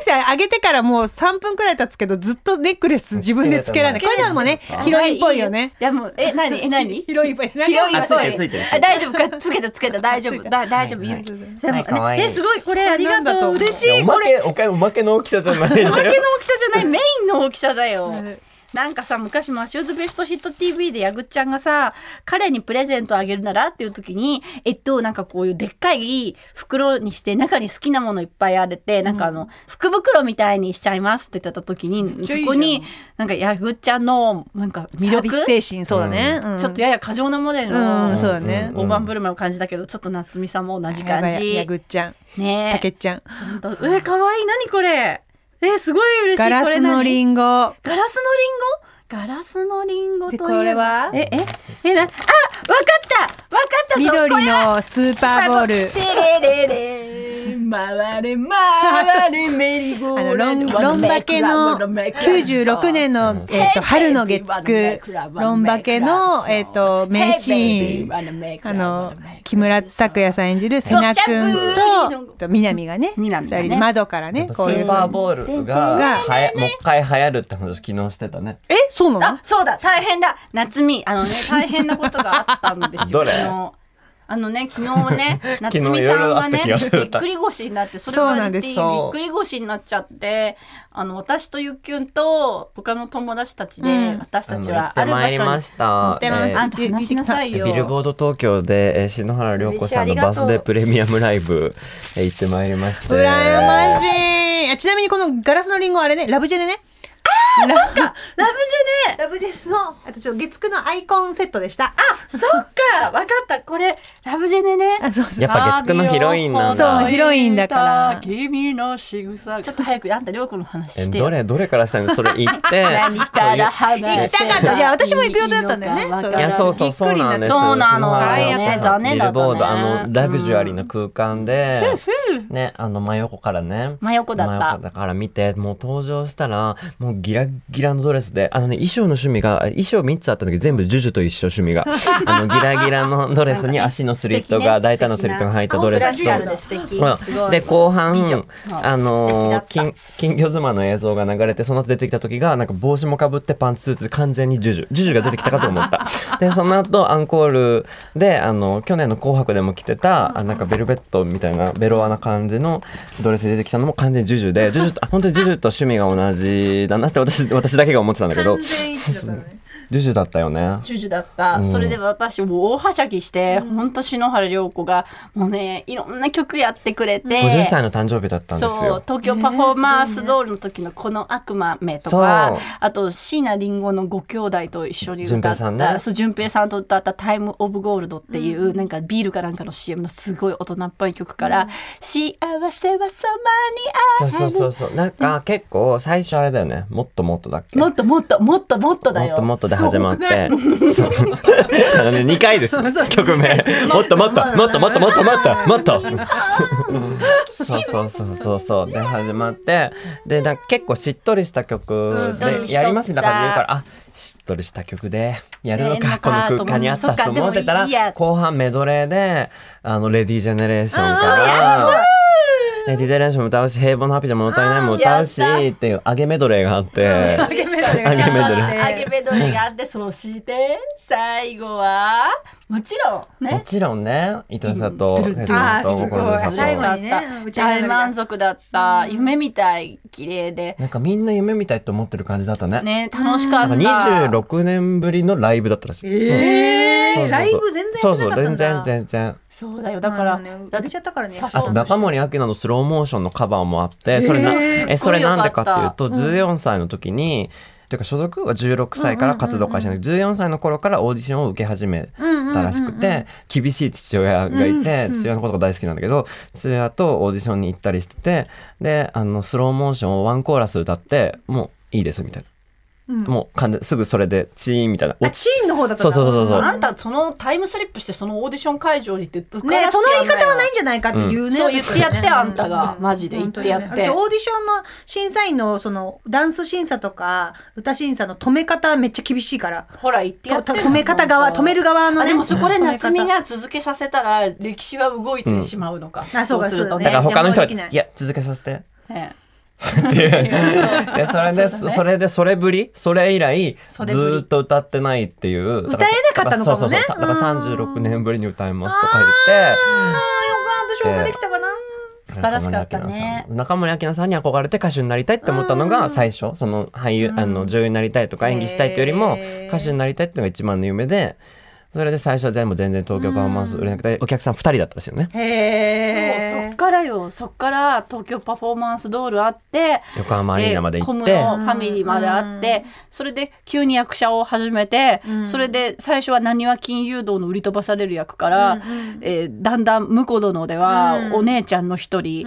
[SPEAKER 3] きさんあげてからもう3分くらい経つけどずっとネックレス自分でつけられないこういうのもね [LAUGHS] ヒロインっぽいよね
[SPEAKER 1] いやもうえ何え何
[SPEAKER 3] ヒロインっぽい
[SPEAKER 1] ヒロイン
[SPEAKER 4] あ
[SPEAKER 1] っ
[SPEAKER 4] つい
[SPEAKER 1] ぽ
[SPEAKER 4] て
[SPEAKER 1] い
[SPEAKER 4] るついてる
[SPEAKER 1] あ大丈夫かつけたつけた大丈
[SPEAKER 3] つい
[SPEAKER 1] 夫
[SPEAKER 3] てる
[SPEAKER 1] だ大丈夫
[SPEAKER 2] はいは
[SPEAKER 1] ゆ
[SPEAKER 2] い
[SPEAKER 1] き
[SPEAKER 3] は
[SPEAKER 1] でも
[SPEAKER 2] い可愛い
[SPEAKER 1] えすごいこれありが
[SPEAKER 3] なんだと
[SPEAKER 1] とう
[SPEAKER 3] 思う
[SPEAKER 1] 嬉し
[SPEAKER 4] お
[SPEAKER 1] いこ
[SPEAKER 4] ま
[SPEAKER 1] れ
[SPEAKER 4] けおかおまけの大きさじゃないんだよ
[SPEAKER 1] おまけの大きさじゃないメインの大きさだよ
[SPEAKER 3] ね
[SPEAKER 1] なんかさ昔マッシューズベストヒット TV でやぐっちゃんがさ彼にプレゼントあげるならっていう時にえっとなんかこういうでっかい袋にして中に好きなものいっぱいあれて、なんかあの福袋みたいにしちゃいますって言ってた時に
[SPEAKER 3] ちゃ
[SPEAKER 1] そ
[SPEAKER 3] いいじゃん
[SPEAKER 1] こになんかやぐっちゃんのなんか魅力
[SPEAKER 3] サービス精神そうだね、うん
[SPEAKER 1] ちょっとやや過剰なモデ
[SPEAKER 3] う
[SPEAKER 1] ル
[SPEAKER 3] ん、
[SPEAKER 1] の
[SPEAKER 3] そうだね、
[SPEAKER 1] 大盤振る舞いを感じたけどちょっと夏美さんも同じ
[SPEAKER 3] やば
[SPEAKER 1] 感
[SPEAKER 3] いや
[SPEAKER 1] じ
[SPEAKER 3] ぐっちゃんた
[SPEAKER 1] ね
[SPEAKER 3] けっちゃん
[SPEAKER 1] ほんとえかわいい何これえすごい嬉しい
[SPEAKER 3] ガラスの
[SPEAKER 1] ン
[SPEAKER 3] リンゴ
[SPEAKER 1] ガラスのリンゴガラスのリンゴといえば
[SPEAKER 3] でこれは
[SPEAKER 1] えええなあわかったわかったぞこ
[SPEAKER 3] 緑
[SPEAKER 1] れは
[SPEAKER 3] のスーパーボール
[SPEAKER 1] テレレレ回れ回れメリーゴ
[SPEAKER 3] あ
[SPEAKER 1] ー
[SPEAKER 3] の
[SPEAKER 1] ラ
[SPEAKER 3] ロ
[SPEAKER 1] ン
[SPEAKER 3] ン
[SPEAKER 1] ド
[SPEAKER 3] ロンバケの96年の、えっと春の月9ロンバケの、えっと名シーンあの木村拓哉さん演じる瀬名くんとと南がね
[SPEAKER 1] 南がね
[SPEAKER 3] 二人窓からね
[SPEAKER 2] ス
[SPEAKER 3] こういう
[SPEAKER 2] ーパーボール
[SPEAKER 3] が
[SPEAKER 2] がはやもう一回流行るって話昨日してたね。
[SPEAKER 3] えそうなの
[SPEAKER 1] あそうだ大変だ夏美あのね大変なことがあったんです
[SPEAKER 4] ど
[SPEAKER 1] よ
[SPEAKER 4] れ
[SPEAKER 1] 昨日あのね昨日ね
[SPEAKER 4] 日
[SPEAKER 1] 夏
[SPEAKER 4] いろ
[SPEAKER 1] 美
[SPEAKER 4] い
[SPEAKER 1] さん
[SPEAKER 4] ろあ
[SPEAKER 1] が
[SPEAKER 4] った
[SPEAKER 1] ね
[SPEAKER 4] 気
[SPEAKER 1] び
[SPEAKER 4] がする
[SPEAKER 1] っくり腰になってそれ
[SPEAKER 3] そう
[SPEAKER 1] は
[SPEAKER 3] なん
[SPEAKER 1] び
[SPEAKER 3] で
[SPEAKER 1] っ
[SPEAKER 3] す
[SPEAKER 1] くり腰になっちゃってあの私とゆっきゅんと他の友達たちで、
[SPEAKER 3] うん
[SPEAKER 1] 私たち
[SPEAKER 2] あの行
[SPEAKER 1] は
[SPEAKER 2] って
[SPEAKER 1] ある場
[SPEAKER 2] まいり
[SPEAKER 1] 所
[SPEAKER 2] ま
[SPEAKER 1] に
[SPEAKER 2] した。
[SPEAKER 3] 行ってま
[SPEAKER 2] え
[SPEAKER 3] し
[SPEAKER 2] ー
[SPEAKER 1] あんた話しなさいよ
[SPEAKER 4] ビルボード東京で、えー篠原涼子さんのバースデープレミアムライブ、えー行ってまいりまして。
[SPEAKER 3] 羨ましいあちなみにこのガラスのリンゴあれねラブジェでね
[SPEAKER 1] ラブジェね
[SPEAKER 3] ラブジェのあとちょっと月9のアイコンセットでした
[SPEAKER 1] そっかわかったこれラブジェネね
[SPEAKER 3] あそうそう
[SPEAKER 2] やっぱ月9のヒロインなんだ
[SPEAKER 3] そうヒロインだから
[SPEAKER 1] 君の仕草ちょっと早くあんた涼子の話
[SPEAKER 4] え
[SPEAKER 1] してよ
[SPEAKER 4] どれどれからしたんですそれ行って
[SPEAKER 1] [LAUGHS] 何から話せば
[SPEAKER 3] 行きたかったいや私も行く予定だったんだよね
[SPEAKER 1] いいのかわから
[SPEAKER 3] い
[SPEAKER 4] や
[SPEAKER 1] ない
[SPEAKER 4] そうそうそうなんです
[SPEAKER 1] そうなの
[SPEAKER 4] 最悪
[SPEAKER 1] ね残念だったね
[SPEAKER 4] ビルボードあのラグジュアリーな空間で、ねあの真横からね
[SPEAKER 1] 真横だった
[SPEAKER 4] 真横から見てもう登場したらもうギラッギラのドレスであのね衣装の趣味が衣装3つあったんだけど全部ジュジュと一緒趣味があのギラギラのドレスに足のスリットが大胆のスリットが入ったドレス
[SPEAKER 1] ジュアル
[SPEAKER 4] と
[SPEAKER 1] で素敵
[SPEAKER 4] ほら
[SPEAKER 1] すごい
[SPEAKER 4] で後半
[SPEAKER 1] 美女
[SPEAKER 4] あ
[SPEAKER 1] 素敵だ
[SPEAKER 4] の
[SPEAKER 1] った
[SPEAKER 4] 金金魚妻の映像が流れてその後出てきた時がなんか帽子もかぶってパンツスーツで完全にジュジュジュジュが出てきたかと思った
[SPEAKER 1] [LAUGHS]
[SPEAKER 4] でその後アンコールであの去年の「紅白」でも着てたあなんかベルベットみたいなベロアな感じのドレスで出てきたのも完全にジュジュ
[SPEAKER 1] [LAUGHS]
[SPEAKER 4] でジュジュとあ本当にジュジュと趣味が同じだなって私私だけが思ってたんだけど
[SPEAKER 3] 完全一致だったね
[SPEAKER 4] ジュジュだったよね。
[SPEAKER 1] ジュジュだった、それで私もう大はしゃぎして、ほんと篠原涼子がもうねいろんな曲やってくれて
[SPEAKER 4] 50歳の誕生日だったんです
[SPEAKER 1] そう
[SPEAKER 4] よ。
[SPEAKER 1] 東京パフォーマンスドールの時のこの悪魔めとか、
[SPEAKER 4] そう
[SPEAKER 1] あと椎名林檎のご兄弟と一緒に歌
[SPEAKER 4] 順平
[SPEAKER 1] っ
[SPEAKER 4] さ
[SPEAKER 1] た
[SPEAKER 4] んね
[SPEAKER 1] そう順平さんと歌った「タイム・オブ・ゴールド」っていう、なんかビールかなんかの CM のすごい大人っぽい曲から「幸せはそばにあ
[SPEAKER 4] そうそ
[SPEAKER 1] る」
[SPEAKER 4] うそうそうなんか結構最初あれだよねもっともっとだっけ
[SPEAKER 1] もっともっともっともっとだ
[SPEAKER 4] もっ
[SPEAKER 1] よ
[SPEAKER 4] ともっとで始まって。そうあのね、2回です。曲名。もっともっと、もっともっともっともっと、もっと。そうそうそうそうそう。で、始まって。で、なんか結構しっとりした曲
[SPEAKER 1] しっとりしとった
[SPEAKER 4] で、やりますみたいな感じで言うから、あ、しっとりした曲で、やるの
[SPEAKER 1] や
[SPEAKER 4] か、
[SPEAKER 1] るの
[SPEAKER 4] この
[SPEAKER 1] か
[SPEAKER 4] 空間にあった
[SPEAKER 1] と
[SPEAKER 4] と
[SPEAKER 1] 思う
[SPEAKER 4] 思ってた
[SPEAKER 1] そっかでもいいや
[SPEAKER 4] ら、後半メドレーで、あの、レディージェネレーションから、レディージェネレーションも歌うし、平凡のハピジャも歌えないも歌うし、
[SPEAKER 1] あーやった
[SPEAKER 4] っていう、上げメドレーがあって。
[SPEAKER 1] 嬉しかった
[SPEAKER 4] 揚げメドレー
[SPEAKER 1] 揚げメドレーがあってそして最後はもちろん
[SPEAKER 4] も
[SPEAKER 1] ね
[SPEAKER 4] ちろんね、伊藤さんと、
[SPEAKER 1] うん
[SPEAKER 4] フェスさんと
[SPEAKER 3] あーすごい
[SPEAKER 4] 心のさんと
[SPEAKER 3] 最後にね
[SPEAKER 1] 楽しかった大満足だった夢みたい綺麗で
[SPEAKER 4] なんかみんな夢みたいと思ってる感じだったね。
[SPEAKER 1] ね楽しか
[SPEAKER 4] な
[SPEAKER 1] っ
[SPEAKER 4] ん
[SPEAKER 1] た
[SPEAKER 4] か26年ぶりのライブだったらしい。
[SPEAKER 3] え
[SPEAKER 4] そうそうそう
[SPEAKER 3] ーライブ全然
[SPEAKER 4] そう
[SPEAKER 3] 行け
[SPEAKER 4] そう
[SPEAKER 3] なかった
[SPEAKER 4] 全
[SPEAKER 3] んだ
[SPEAKER 4] 然全然
[SPEAKER 1] そうだよだから
[SPEAKER 3] まあね
[SPEAKER 1] だっ
[SPEAKER 3] 売
[SPEAKER 1] て
[SPEAKER 3] れちゃったからね
[SPEAKER 1] パフォ
[SPEAKER 4] あと中森明菜のスローモーションのカバーもあってそれな、えそれなんでかっていうと14歳の時に、ていうか所属は16歳から活動開始なんだけど14歳の頃からオーディションを受け始めたらしくて厳しい父親がいて父親のことが大好きなんだけど父親とオーディションに行ったりしててであのスローモーションをワンコーラス歌ってもういいですみたいな、もう完全すぐそれでチーンみたいな
[SPEAKER 3] あチーンの方だったん
[SPEAKER 4] そうそう
[SPEAKER 3] だ
[SPEAKER 4] そうそう
[SPEAKER 1] あんたそのタイムスリップしてそのオーディション会場に行って受から
[SPEAKER 3] ね
[SPEAKER 1] せ
[SPEAKER 3] その言い
[SPEAKER 1] てやん
[SPEAKER 3] 方
[SPEAKER 1] なよ
[SPEAKER 3] はないんじゃないかっていうね。
[SPEAKER 1] そう言ってやって
[SPEAKER 3] 私はね
[SPEAKER 1] あんたがマジで言ってやって
[SPEAKER 3] 本当にね私オーディションの審査員のそのダンス審査とか歌審査の止め方めっちゃ厳しいから。
[SPEAKER 1] ほら言ってやって
[SPEAKER 3] と止め方側止める側のね
[SPEAKER 1] あでもそこで
[SPEAKER 3] 止め方
[SPEAKER 1] 夏美が続けさせたら歴史は動いてしまうのか、
[SPEAKER 3] うんあそうか
[SPEAKER 1] すると
[SPEAKER 3] そ
[SPEAKER 4] だ
[SPEAKER 1] ね
[SPEAKER 3] う
[SPEAKER 4] から他の人は「
[SPEAKER 3] 邪魔はできない
[SPEAKER 4] いや続けさせて」
[SPEAKER 1] ね
[SPEAKER 4] [LAUGHS] でそれでそ,、れでそれぶりそれ以来ず
[SPEAKER 1] それぶり
[SPEAKER 4] ーっと歌ってないっていう
[SPEAKER 3] 歌えなかったのか
[SPEAKER 4] だからそうそ
[SPEAKER 3] もね
[SPEAKER 4] うそうだから36年ぶりに歌いますとか言って
[SPEAKER 3] ああよかった消化できたかな。
[SPEAKER 1] 素晴らしかったね
[SPEAKER 4] 中森明菜さんに憧れて歌手になりたいって思ったのが最初その俳優あの女優になりたいとか演技したいというよりも
[SPEAKER 3] へー
[SPEAKER 4] 歌手になりたいっていうのが一番の夢でそれで最初は全部全然東京パフォーマンス売れなくてお客さん2人だったらしいよね
[SPEAKER 3] へ
[SPEAKER 1] そうそっ
[SPEAKER 3] え。
[SPEAKER 1] からよそっから東京パフォーマンスドールあって
[SPEAKER 4] 横浜アリーナまで行っ
[SPEAKER 1] コ
[SPEAKER 4] て
[SPEAKER 1] ムのファミリーまであって、それで急に役者を始めて、それで最初はなにわ金融道の売り飛ばされる役から、えーだんだん婿殿ではお姉ちゃんの一人、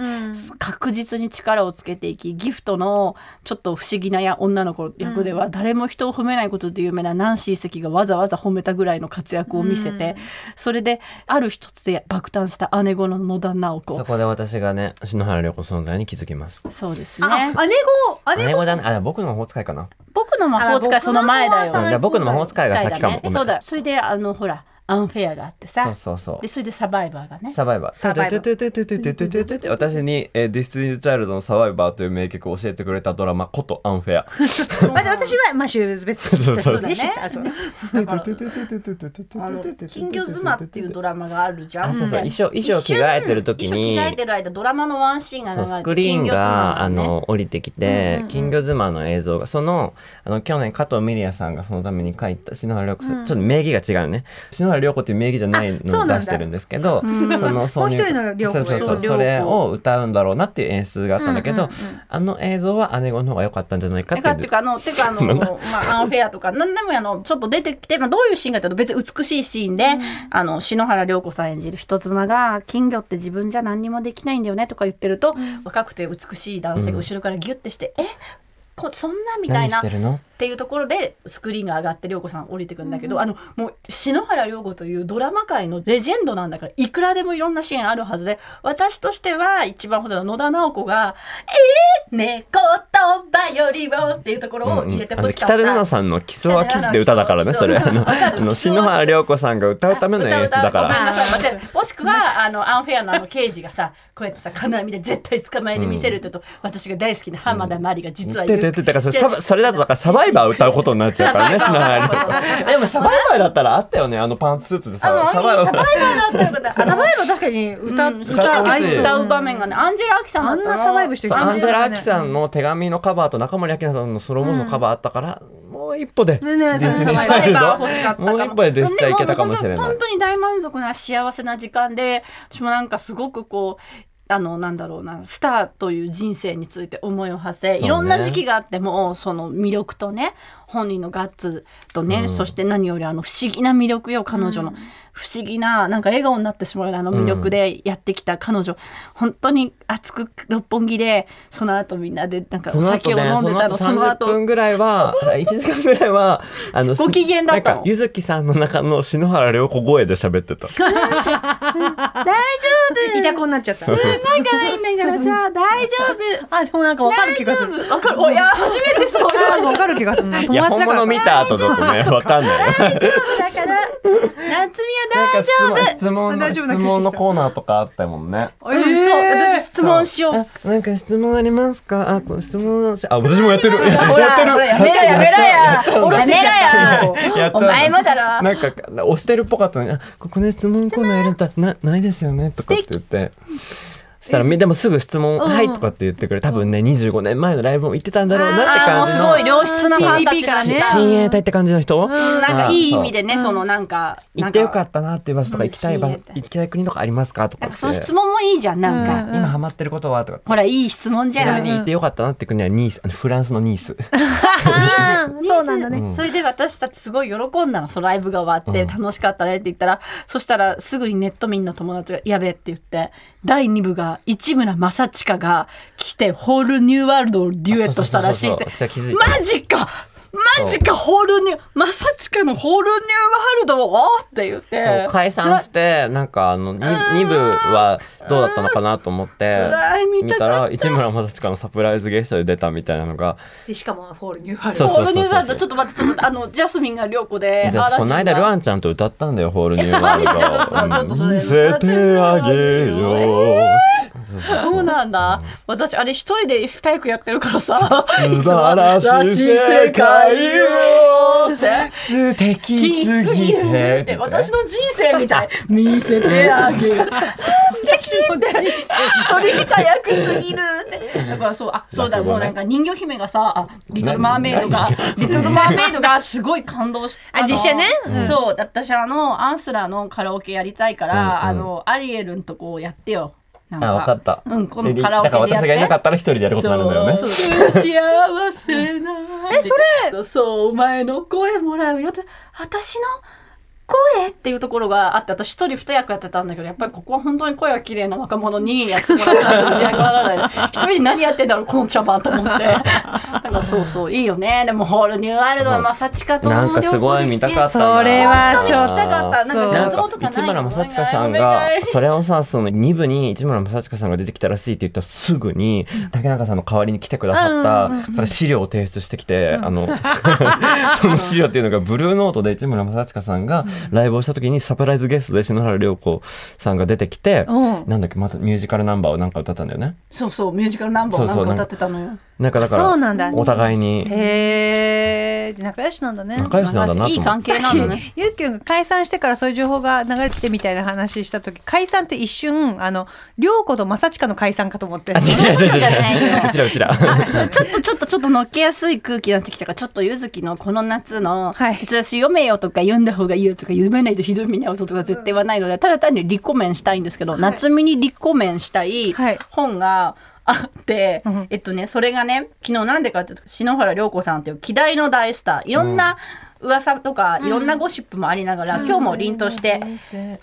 [SPEAKER 1] 確実に力をつけていきギフトのちょっと不思議なや女の子役では誰も人を褒めないことで有名なナンシー関がわざわざ褒めたぐらいの活躍を見せて、それである一つで爆誕した姉子の野田直
[SPEAKER 4] そ
[SPEAKER 1] 子
[SPEAKER 4] こで私がね篠原涼子存在に気づきます
[SPEAKER 1] そうですね
[SPEAKER 3] あ姉子姉
[SPEAKER 4] 姉
[SPEAKER 3] 子
[SPEAKER 4] 子だねあ僕の魔法使いかな
[SPEAKER 1] 僕の魔法使いその前だよ
[SPEAKER 3] あ僕の魔法使い
[SPEAKER 4] じゃあ僕の魔法使いが先かも
[SPEAKER 1] ね
[SPEAKER 4] ごめん
[SPEAKER 1] そうだそれであのほらアンフェアがあってさ
[SPEAKER 4] そうそうそう
[SPEAKER 1] でそれでサバイバーがね
[SPEAKER 4] サバイバー。
[SPEAKER 1] サバイバー
[SPEAKER 4] トゥトゥトゥトゥトゥトゥトゥトゥトゥトゥ私に、えー、ディスティニー・チャイルドのサバイバーという名曲を教えてくれたドラマ、ことアンフェア。
[SPEAKER 3] まあで私はマッシュルーズ別
[SPEAKER 4] [LAUGHS] そうそうそう
[SPEAKER 1] そうだね
[SPEAKER 3] 知ったそう
[SPEAKER 1] だからあの金魚妻っていうドラマがあるじゃん。
[SPEAKER 4] あ、そうそう、衣
[SPEAKER 1] で
[SPEAKER 4] 装、衣装着替えてる時
[SPEAKER 1] 一緒
[SPEAKER 4] に
[SPEAKER 1] 着替え、てる間ドラマのワンシーンが流
[SPEAKER 4] そ
[SPEAKER 1] れ
[SPEAKER 4] う
[SPEAKER 1] て
[SPEAKER 4] スクリーンが、あ
[SPEAKER 1] 金魚妻ね
[SPEAKER 4] の降りてきて、金魚妻の映像がそのあの去年加藤ミリヤさんがそのために書いた篠原涼子さん、ちょっと名義が違うね篠原涼子っていう名義じゃない
[SPEAKER 3] あ
[SPEAKER 4] の
[SPEAKER 3] そうな
[SPEAKER 4] を
[SPEAKER 3] んだ
[SPEAKER 4] 出してるんですけどその
[SPEAKER 3] もう一人の涼子
[SPEAKER 4] そうそうそう
[SPEAKER 1] そう涼子
[SPEAKER 4] それを歌うんだろうなっていう演出があったんだけど、
[SPEAKER 3] うんうんうん
[SPEAKER 4] あの映像は姉子の方が良かったんじゃないかっ
[SPEAKER 1] だからって
[SPEAKER 4] て
[SPEAKER 1] いうかあのてかあのまあアンフェアとか何でもあのちょっと出てきてまあどういうシーンかというと別に美しいシーンで、あの篠原涼子さん演じる人妻が金魚って自分じゃ何にもできないんだよねとか言ってると、若くて美しい男性が後ろからギュッてして、えこそんなみたい
[SPEAKER 4] 何
[SPEAKER 1] な
[SPEAKER 4] してるの
[SPEAKER 1] っていうところでスクリーンが上がって涼子さん降りてくるんだけど、あのもう篠原涼子というドラマ界のレジェンドなんだからいくらでもいろんなシーンあるはずで私としては一番ほどの野田直子が「えー、ね言葉よりも」っていうところを入れて
[SPEAKER 4] あ
[SPEAKER 1] ほ
[SPEAKER 4] の
[SPEAKER 1] しかっ
[SPEAKER 4] 北
[SPEAKER 1] た。
[SPEAKER 4] 出奈さんの「キスはキス」で歌だからねそれあのあの篠原涼子さんが歌うための演出だから
[SPEAKER 1] 歌う歌うごめんなさい間違えたもしくはあのアンフェアのあの刑事がさこうやってさ金網で絶対捕まえてみせるって言うと、私が大好きな浜田真理が実は
[SPEAKER 4] で
[SPEAKER 1] 言
[SPEAKER 4] で
[SPEAKER 1] う
[SPEAKER 4] でだからそれサバそれだとだからサバイバー歌うことになっちゃうからね [LAUGHS] 篠原涼子でもサバイバーだったらあったよねあのパンツスーツで
[SPEAKER 1] あもう
[SPEAKER 4] さ
[SPEAKER 1] いいサバイバーだったよかったあの
[SPEAKER 3] サバイバー確かに歌
[SPEAKER 1] うん
[SPEAKER 3] 歌
[SPEAKER 4] 歌
[SPEAKER 3] ア
[SPEAKER 4] って
[SPEAKER 3] イ
[SPEAKER 4] ほしい
[SPEAKER 3] ス
[SPEAKER 1] 歌う場面がね、アンジェラ・アキさんだったの
[SPEAKER 3] あんなサバイブしてる
[SPEAKER 4] そうアンジェラ・アキ
[SPEAKER 3] ん
[SPEAKER 4] さんの手紙のカバーと中森明菜さんのソロモンのカバーあったから、もう一歩で
[SPEAKER 3] ねねえ
[SPEAKER 4] ディズニーチ
[SPEAKER 1] サ
[SPEAKER 4] ャ
[SPEAKER 1] バ
[SPEAKER 4] イ
[SPEAKER 1] イ
[SPEAKER 4] ルド
[SPEAKER 1] バー欲しかったかも
[SPEAKER 4] もう一歩でデスチャーいけたかもしれ
[SPEAKER 1] でも
[SPEAKER 4] な
[SPEAKER 1] 本
[SPEAKER 4] い
[SPEAKER 1] 当に大満足な幸せな時間で私もなんかすごくこうあのなんだろうなスターという人生について思いを馳
[SPEAKER 4] そ
[SPEAKER 1] せ、
[SPEAKER 4] うね
[SPEAKER 1] いろんな時期があってもその魅力とね本人のガッツとね、そして何よりあの不思議な魅力よ彼女の、不思議ななんか笑顔になってしまうようなあの魅力でやってきた彼女、本当に熱く六本木でその後みんなでなんか
[SPEAKER 4] そ
[SPEAKER 1] お
[SPEAKER 4] の
[SPEAKER 1] 酒
[SPEAKER 4] 後
[SPEAKER 1] を
[SPEAKER 4] ね
[SPEAKER 1] 飲ん
[SPEAKER 4] そ
[SPEAKER 1] で
[SPEAKER 4] の
[SPEAKER 1] たの
[SPEAKER 4] 後30分ぐらいは1時間ぐらいはあ
[SPEAKER 1] [LAUGHS]
[SPEAKER 4] の
[SPEAKER 1] ご機嫌だった
[SPEAKER 4] な
[SPEAKER 1] の
[SPEAKER 4] んかゆずきさんの中の篠原涼子声で喋って
[SPEAKER 1] [LAUGHS]
[SPEAKER 4] た
[SPEAKER 1] 大丈夫
[SPEAKER 3] いたこになっちゃった
[SPEAKER 1] すごい可愛いんだからさ、大丈夫。
[SPEAKER 3] あでもなんかわかる気がする
[SPEAKER 1] 大丈夫。わかる。おいや、初めてそう言わ
[SPEAKER 3] あ
[SPEAKER 1] れ
[SPEAKER 3] ー
[SPEAKER 1] た。
[SPEAKER 3] わかる気がするな友
[SPEAKER 4] いや
[SPEAKER 3] 達
[SPEAKER 4] 本
[SPEAKER 3] だから
[SPEAKER 4] 物見た後だとねわかんない
[SPEAKER 1] 大丈夫だから。夏美
[SPEAKER 4] なん
[SPEAKER 1] は
[SPEAKER 4] か
[SPEAKER 1] 大
[SPEAKER 4] 質
[SPEAKER 1] 丈
[SPEAKER 4] 問質問の
[SPEAKER 3] 大
[SPEAKER 4] 質
[SPEAKER 3] 丈夫な気がしてきた
[SPEAKER 4] 問のコーナーとかあったもんね。
[SPEAKER 1] 夫。うん、そう。私質問しよう。
[SPEAKER 4] う。なんか質問ありますか。あ、これ質問あ、私もや
[SPEAKER 1] [LAUGHS]
[SPEAKER 4] ってる。
[SPEAKER 1] ほら、ほら、やめろやめろや。やめろ
[SPEAKER 4] や
[SPEAKER 1] や
[SPEAKER 4] っ。ちゃう
[SPEAKER 1] お前もだろ。
[SPEAKER 4] なんか押してるっぽかったのに、あ、ここね質問コーナーやるんだなないですよねとかって言って。したらみでもすぐ質問「はい」とかって言ってくれ多分ね25年前のライブも行ってたんだろうなって
[SPEAKER 1] あ
[SPEAKER 4] 感
[SPEAKER 1] あ、もう
[SPEAKER 4] じ
[SPEAKER 1] す
[SPEAKER 4] の
[SPEAKER 1] ごい良質なファンタ
[SPEAKER 3] いい
[SPEAKER 1] ジーだね
[SPEAKER 3] ピーカーね
[SPEAKER 4] し親衛隊って感じの人
[SPEAKER 1] うんなんかいい意味でね、そのなんか。
[SPEAKER 4] 行ってよか
[SPEAKER 1] っ
[SPEAKER 4] ったなっていう場所とか行きたい場
[SPEAKER 1] うん
[SPEAKER 4] 行きたい国とかありますかとか
[SPEAKER 1] なん
[SPEAKER 4] 言
[SPEAKER 1] か
[SPEAKER 4] って
[SPEAKER 1] その質問もいいじゃん、なんか。
[SPEAKER 4] 今ハマってることはとか
[SPEAKER 1] ほら、いい質問じ
[SPEAKER 4] ちな
[SPEAKER 1] ゃ
[SPEAKER 4] み
[SPEAKER 1] ん。
[SPEAKER 4] に行ってよかったなって国はニースあのフランスのニース。
[SPEAKER 3] うんそうなんだね
[SPEAKER 1] それで私たちすごい喜んだのそのライブが終わって楽しかったねって言ったら、そしたらすぐにネット民の友達が「やべ」えって言って第2部が市村正親が来てホールニューワールドをデュエットしたらしいって
[SPEAKER 4] そうそうそうそう私は気づいた
[SPEAKER 1] マジかマジかホールニュー正親のホールニューワールドをって
[SPEAKER 4] そ
[SPEAKER 1] 言っ
[SPEAKER 4] う
[SPEAKER 1] て
[SPEAKER 4] 解散してなんかあの 2, 部はどうだったのかなと思って
[SPEAKER 1] 辛い見たかった
[SPEAKER 4] ら市村正親のサプライズゲストで出たみたいなのが
[SPEAKER 3] でしかもホールニューハ
[SPEAKER 4] そう
[SPEAKER 1] ホ
[SPEAKER 4] そう
[SPEAKER 1] ールニ
[SPEAKER 4] そうそう
[SPEAKER 1] ューワールドちょっと待ってちょっと待ってあのジャスミンが涼子で
[SPEAKER 4] 私
[SPEAKER 1] アラジ
[SPEAKER 4] この
[SPEAKER 1] ンが
[SPEAKER 4] 間ルアンちゃんと歌ったんだよホールニューワ
[SPEAKER 1] [LAUGHS] マジでちょっとちょ
[SPEAKER 4] ー
[SPEAKER 1] っ
[SPEAKER 4] ル
[SPEAKER 1] と
[SPEAKER 4] ド
[SPEAKER 1] そ
[SPEAKER 4] うん
[SPEAKER 1] れ
[SPEAKER 4] 見せてあげよう、
[SPEAKER 1] そうなんだ。私、あれ一人で二役やってるからさ。
[SPEAKER 4] 素晴らしい世界を素敵
[SPEAKER 1] 金
[SPEAKER 4] す
[SPEAKER 1] す
[SPEAKER 4] ぎ
[SPEAKER 1] ぎ
[SPEAKER 4] て
[SPEAKER 1] るって私の人生みたい。見せてあげる。素敵って一人二役すぎるって。だからそう、あ、そうだ、
[SPEAKER 4] 落語ね
[SPEAKER 1] もうなんか人魚姫がさ、あリトルマーメイドが、
[SPEAKER 4] [LAUGHS]
[SPEAKER 1] リトルマーメイドがすごい感動したの。
[SPEAKER 3] あ実写ねうん
[SPEAKER 1] そう、私あの、アンスラーのカラオケやりたいから、あの、アリエルのとこやってよ。なん
[SPEAKER 4] あ分かった、
[SPEAKER 1] うん、このカラオケ
[SPEAKER 4] だから
[SPEAKER 1] でやっ
[SPEAKER 4] 私
[SPEAKER 1] て。
[SPEAKER 4] がいなかったら一人でやることになるんだよね
[SPEAKER 1] そう幸せな。え、それ。そう、お前の声もらうよって、私の。声っていうところがあって、私一人二役やってたんだけど、やっぱりここは本当に声が綺麗な若者にやってもらったららない。一人で何やってんだろう、この茶番と思って。なんかそうそう、いいよね。でもホールニューワールドはまさちかと
[SPEAKER 4] なんかすごい見たかったな
[SPEAKER 3] それはちょっ
[SPEAKER 1] 見たかった。なん
[SPEAKER 4] な
[SPEAKER 1] か画
[SPEAKER 4] ん
[SPEAKER 1] 像
[SPEAKER 4] か
[SPEAKER 1] とかない
[SPEAKER 4] 市村正親さん
[SPEAKER 1] お
[SPEAKER 4] が
[SPEAKER 1] 願い
[SPEAKER 4] それをさその2部に市村正親さんが出てきたらしいって言ったらすぐに竹中さんの代わりに来てくださっただから資料を提出してきてあのその資料っていうのがブルーノートで市村正親さんがライブをした時にサプライズゲストで篠原涼子さんが出てきて、
[SPEAKER 3] うん
[SPEAKER 4] なんだっけまずミュージカルナンバーをなんか歌ったんだよね
[SPEAKER 1] そうそうミュージカルナンバーをなん
[SPEAKER 4] そうそ
[SPEAKER 1] か
[SPEAKER 4] う
[SPEAKER 1] 歌ってたのよ
[SPEAKER 4] なんかだか
[SPEAKER 3] そうなんだ
[SPEAKER 4] らお互いに
[SPEAKER 3] へえ仲良しなんだね
[SPEAKER 4] 仲良しなんだなと
[SPEAKER 1] いい
[SPEAKER 4] 思っ
[SPEAKER 1] 関
[SPEAKER 4] て
[SPEAKER 1] 係なのね
[SPEAKER 3] ゆうきゅんが解散してからそういう情報が流れててみたいな話した時解散って一瞬あの涼子と正親の解散かと思って
[SPEAKER 4] あ違う違う違う違
[SPEAKER 1] じゃ [LAUGHS] ないよ
[SPEAKER 4] ううちらうちら
[SPEAKER 1] ちょちょっとちょっとちょっと乗っけやすい空気になってきたからちょっとゆずきのこの夏の
[SPEAKER 3] はい
[SPEAKER 1] 「一度読めよ」とか「読んだ方がいいよ」とか「読めないとひどい目に遭うぞ」とか絶対はないのでただ単にリコメンしたいんですけど、夏見にリコメンしたい
[SPEAKER 3] はい
[SPEAKER 1] 本があって、
[SPEAKER 3] ん
[SPEAKER 1] えっとねそれがね昨日なんでかっていうと篠原涼子さんっていう希代の大スターいろんな噂とかいろんなゴシップもありながら、今日も凛として。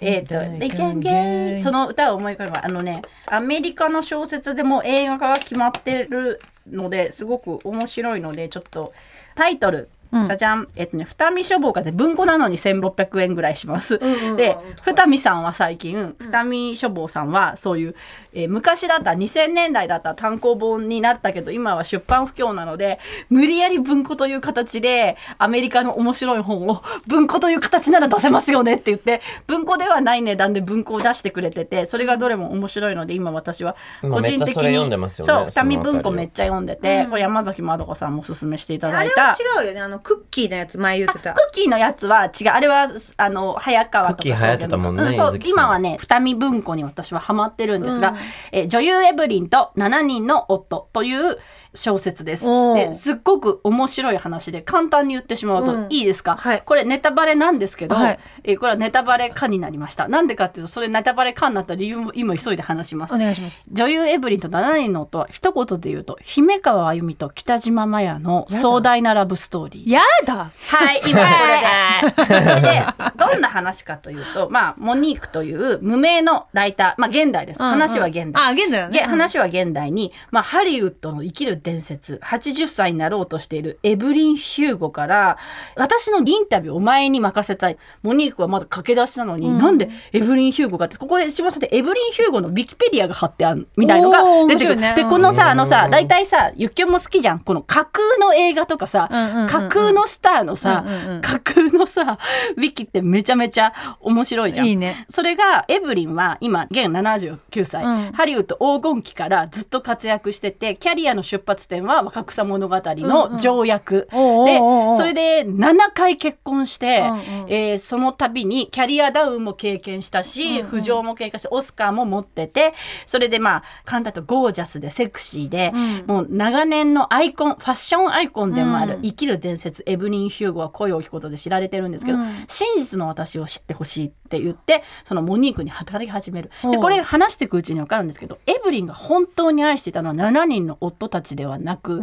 [SPEAKER 1] えっ、と、They can get その歌を思い浮かべば、あのね、アメリカの小説でも映画化が決まってるので、すごく面白いので、ちょっと、タイトル、じゃじゃん、えっとね、二見書房がで文庫なのに1600円ぐらいします。で、二見さんは最近、二見書房さんは、そういう、えー昔だった、2000年代だった単行本になったけど、今は出版不況なので、無理やり文庫という形で、アメリカの面白い本を文庫という形なら出せますよねって言って、文庫ではない値段で文庫を出してくれてて、それがどれも面白いので、今私は個人
[SPEAKER 4] 今めっちゃ
[SPEAKER 1] 的
[SPEAKER 4] それ
[SPEAKER 1] に、
[SPEAKER 4] 読んでますよね
[SPEAKER 1] そう、
[SPEAKER 4] そ
[SPEAKER 1] 二
[SPEAKER 4] の辺
[SPEAKER 1] 見
[SPEAKER 4] りを
[SPEAKER 1] 文庫めっちゃ読んでて、これ山崎まどかさんもおすすめしていただいた。
[SPEAKER 3] 違うよねあのクッキーのやつ前言ってた
[SPEAKER 1] クッキーのやつは違うあれはあの早川とか
[SPEAKER 4] クッキー流行ってたもんね
[SPEAKER 1] うんそ
[SPEAKER 4] 柚
[SPEAKER 1] う
[SPEAKER 4] 木さん
[SPEAKER 1] 今はね二見文庫に私はハマってるんですが、えー女優エブリンと7人の夫という小説です
[SPEAKER 3] おー
[SPEAKER 1] ですっごく面白い話で簡単に言ってしまうと、
[SPEAKER 3] うん
[SPEAKER 1] いいですか、
[SPEAKER 3] はい
[SPEAKER 1] これネタバレなんですけど、
[SPEAKER 3] はい
[SPEAKER 1] えーこれはネタバレ化になりましたなんでかっていうとそれネタバレ化になった理由も今急いで話します
[SPEAKER 3] お願いします
[SPEAKER 1] 女優エブリンと7人の夫は一言で言うと姫川あゆみと北島麻也の壮大なラブストーリー
[SPEAKER 3] やだ
[SPEAKER 1] はい、今これで。それで、どんな話かというと、まあ、モニークという無名のライター、まあ、現代です。話は現代。
[SPEAKER 3] あ現代だね
[SPEAKER 1] げ話は現代に、まあ、ハリウッドの生きる伝説80歳になろうとしているエブリン・ヒューゴから私のインタビューをお前に任せたいモニークはまだ駆け出しなのに、なんでエブリン・ヒューゴかってここで一番最初でエブリン・ヒューゴのウィキペディアが貼ってあるみたいの
[SPEAKER 3] お
[SPEAKER 1] が
[SPEAKER 3] ー
[SPEAKER 1] 出て
[SPEAKER 3] 面白
[SPEAKER 1] く
[SPEAKER 3] い
[SPEAKER 1] る、
[SPEAKER 3] ね
[SPEAKER 1] で
[SPEAKER 3] うん
[SPEAKER 1] このさあのさ大体さゆっきょんも好きじゃんこの架空の映画とかさ、
[SPEAKER 3] うんうんうんうん
[SPEAKER 1] 架空のスターのさ、
[SPEAKER 3] うんうんうん
[SPEAKER 1] 架空のさウィキってめちゃめちゃ面白いじゃん。
[SPEAKER 3] いいね
[SPEAKER 1] それがエブリンは今現79歳、
[SPEAKER 3] うん
[SPEAKER 1] ハリウッド黄金期からずっと活躍しててキャリアの出発点は若草物語の条約、
[SPEAKER 3] おうおうおうおう
[SPEAKER 1] でそれで7回結婚して、
[SPEAKER 3] うんうん
[SPEAKER 1] えーその度にキャリアダウンも経験したし、浮上も経験してオスカーも持っててそれでまあ簡単に言うとゴージャスでセクシーで、もう長年のアイコンファッションアイコンでもある、生きる伝説エブリン・ヒューゴは声を聞くことで知られてるんですけど、真実の私を知ってほしいって言ってそのモニークに働き始める
[SPEAKER 3] お
[SPEAKER 1] で
[SPEAKER 3] う
[SPEAKER 1] これ話していくうちに分かるんですけどエブリンが本当に愛していたのは7人の夫たちではなく、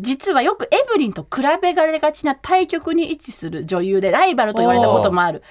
[SPEAKER 1] 実はよくエブリンと比べられがちな対極に位置する女優でライバルと言われたこともある。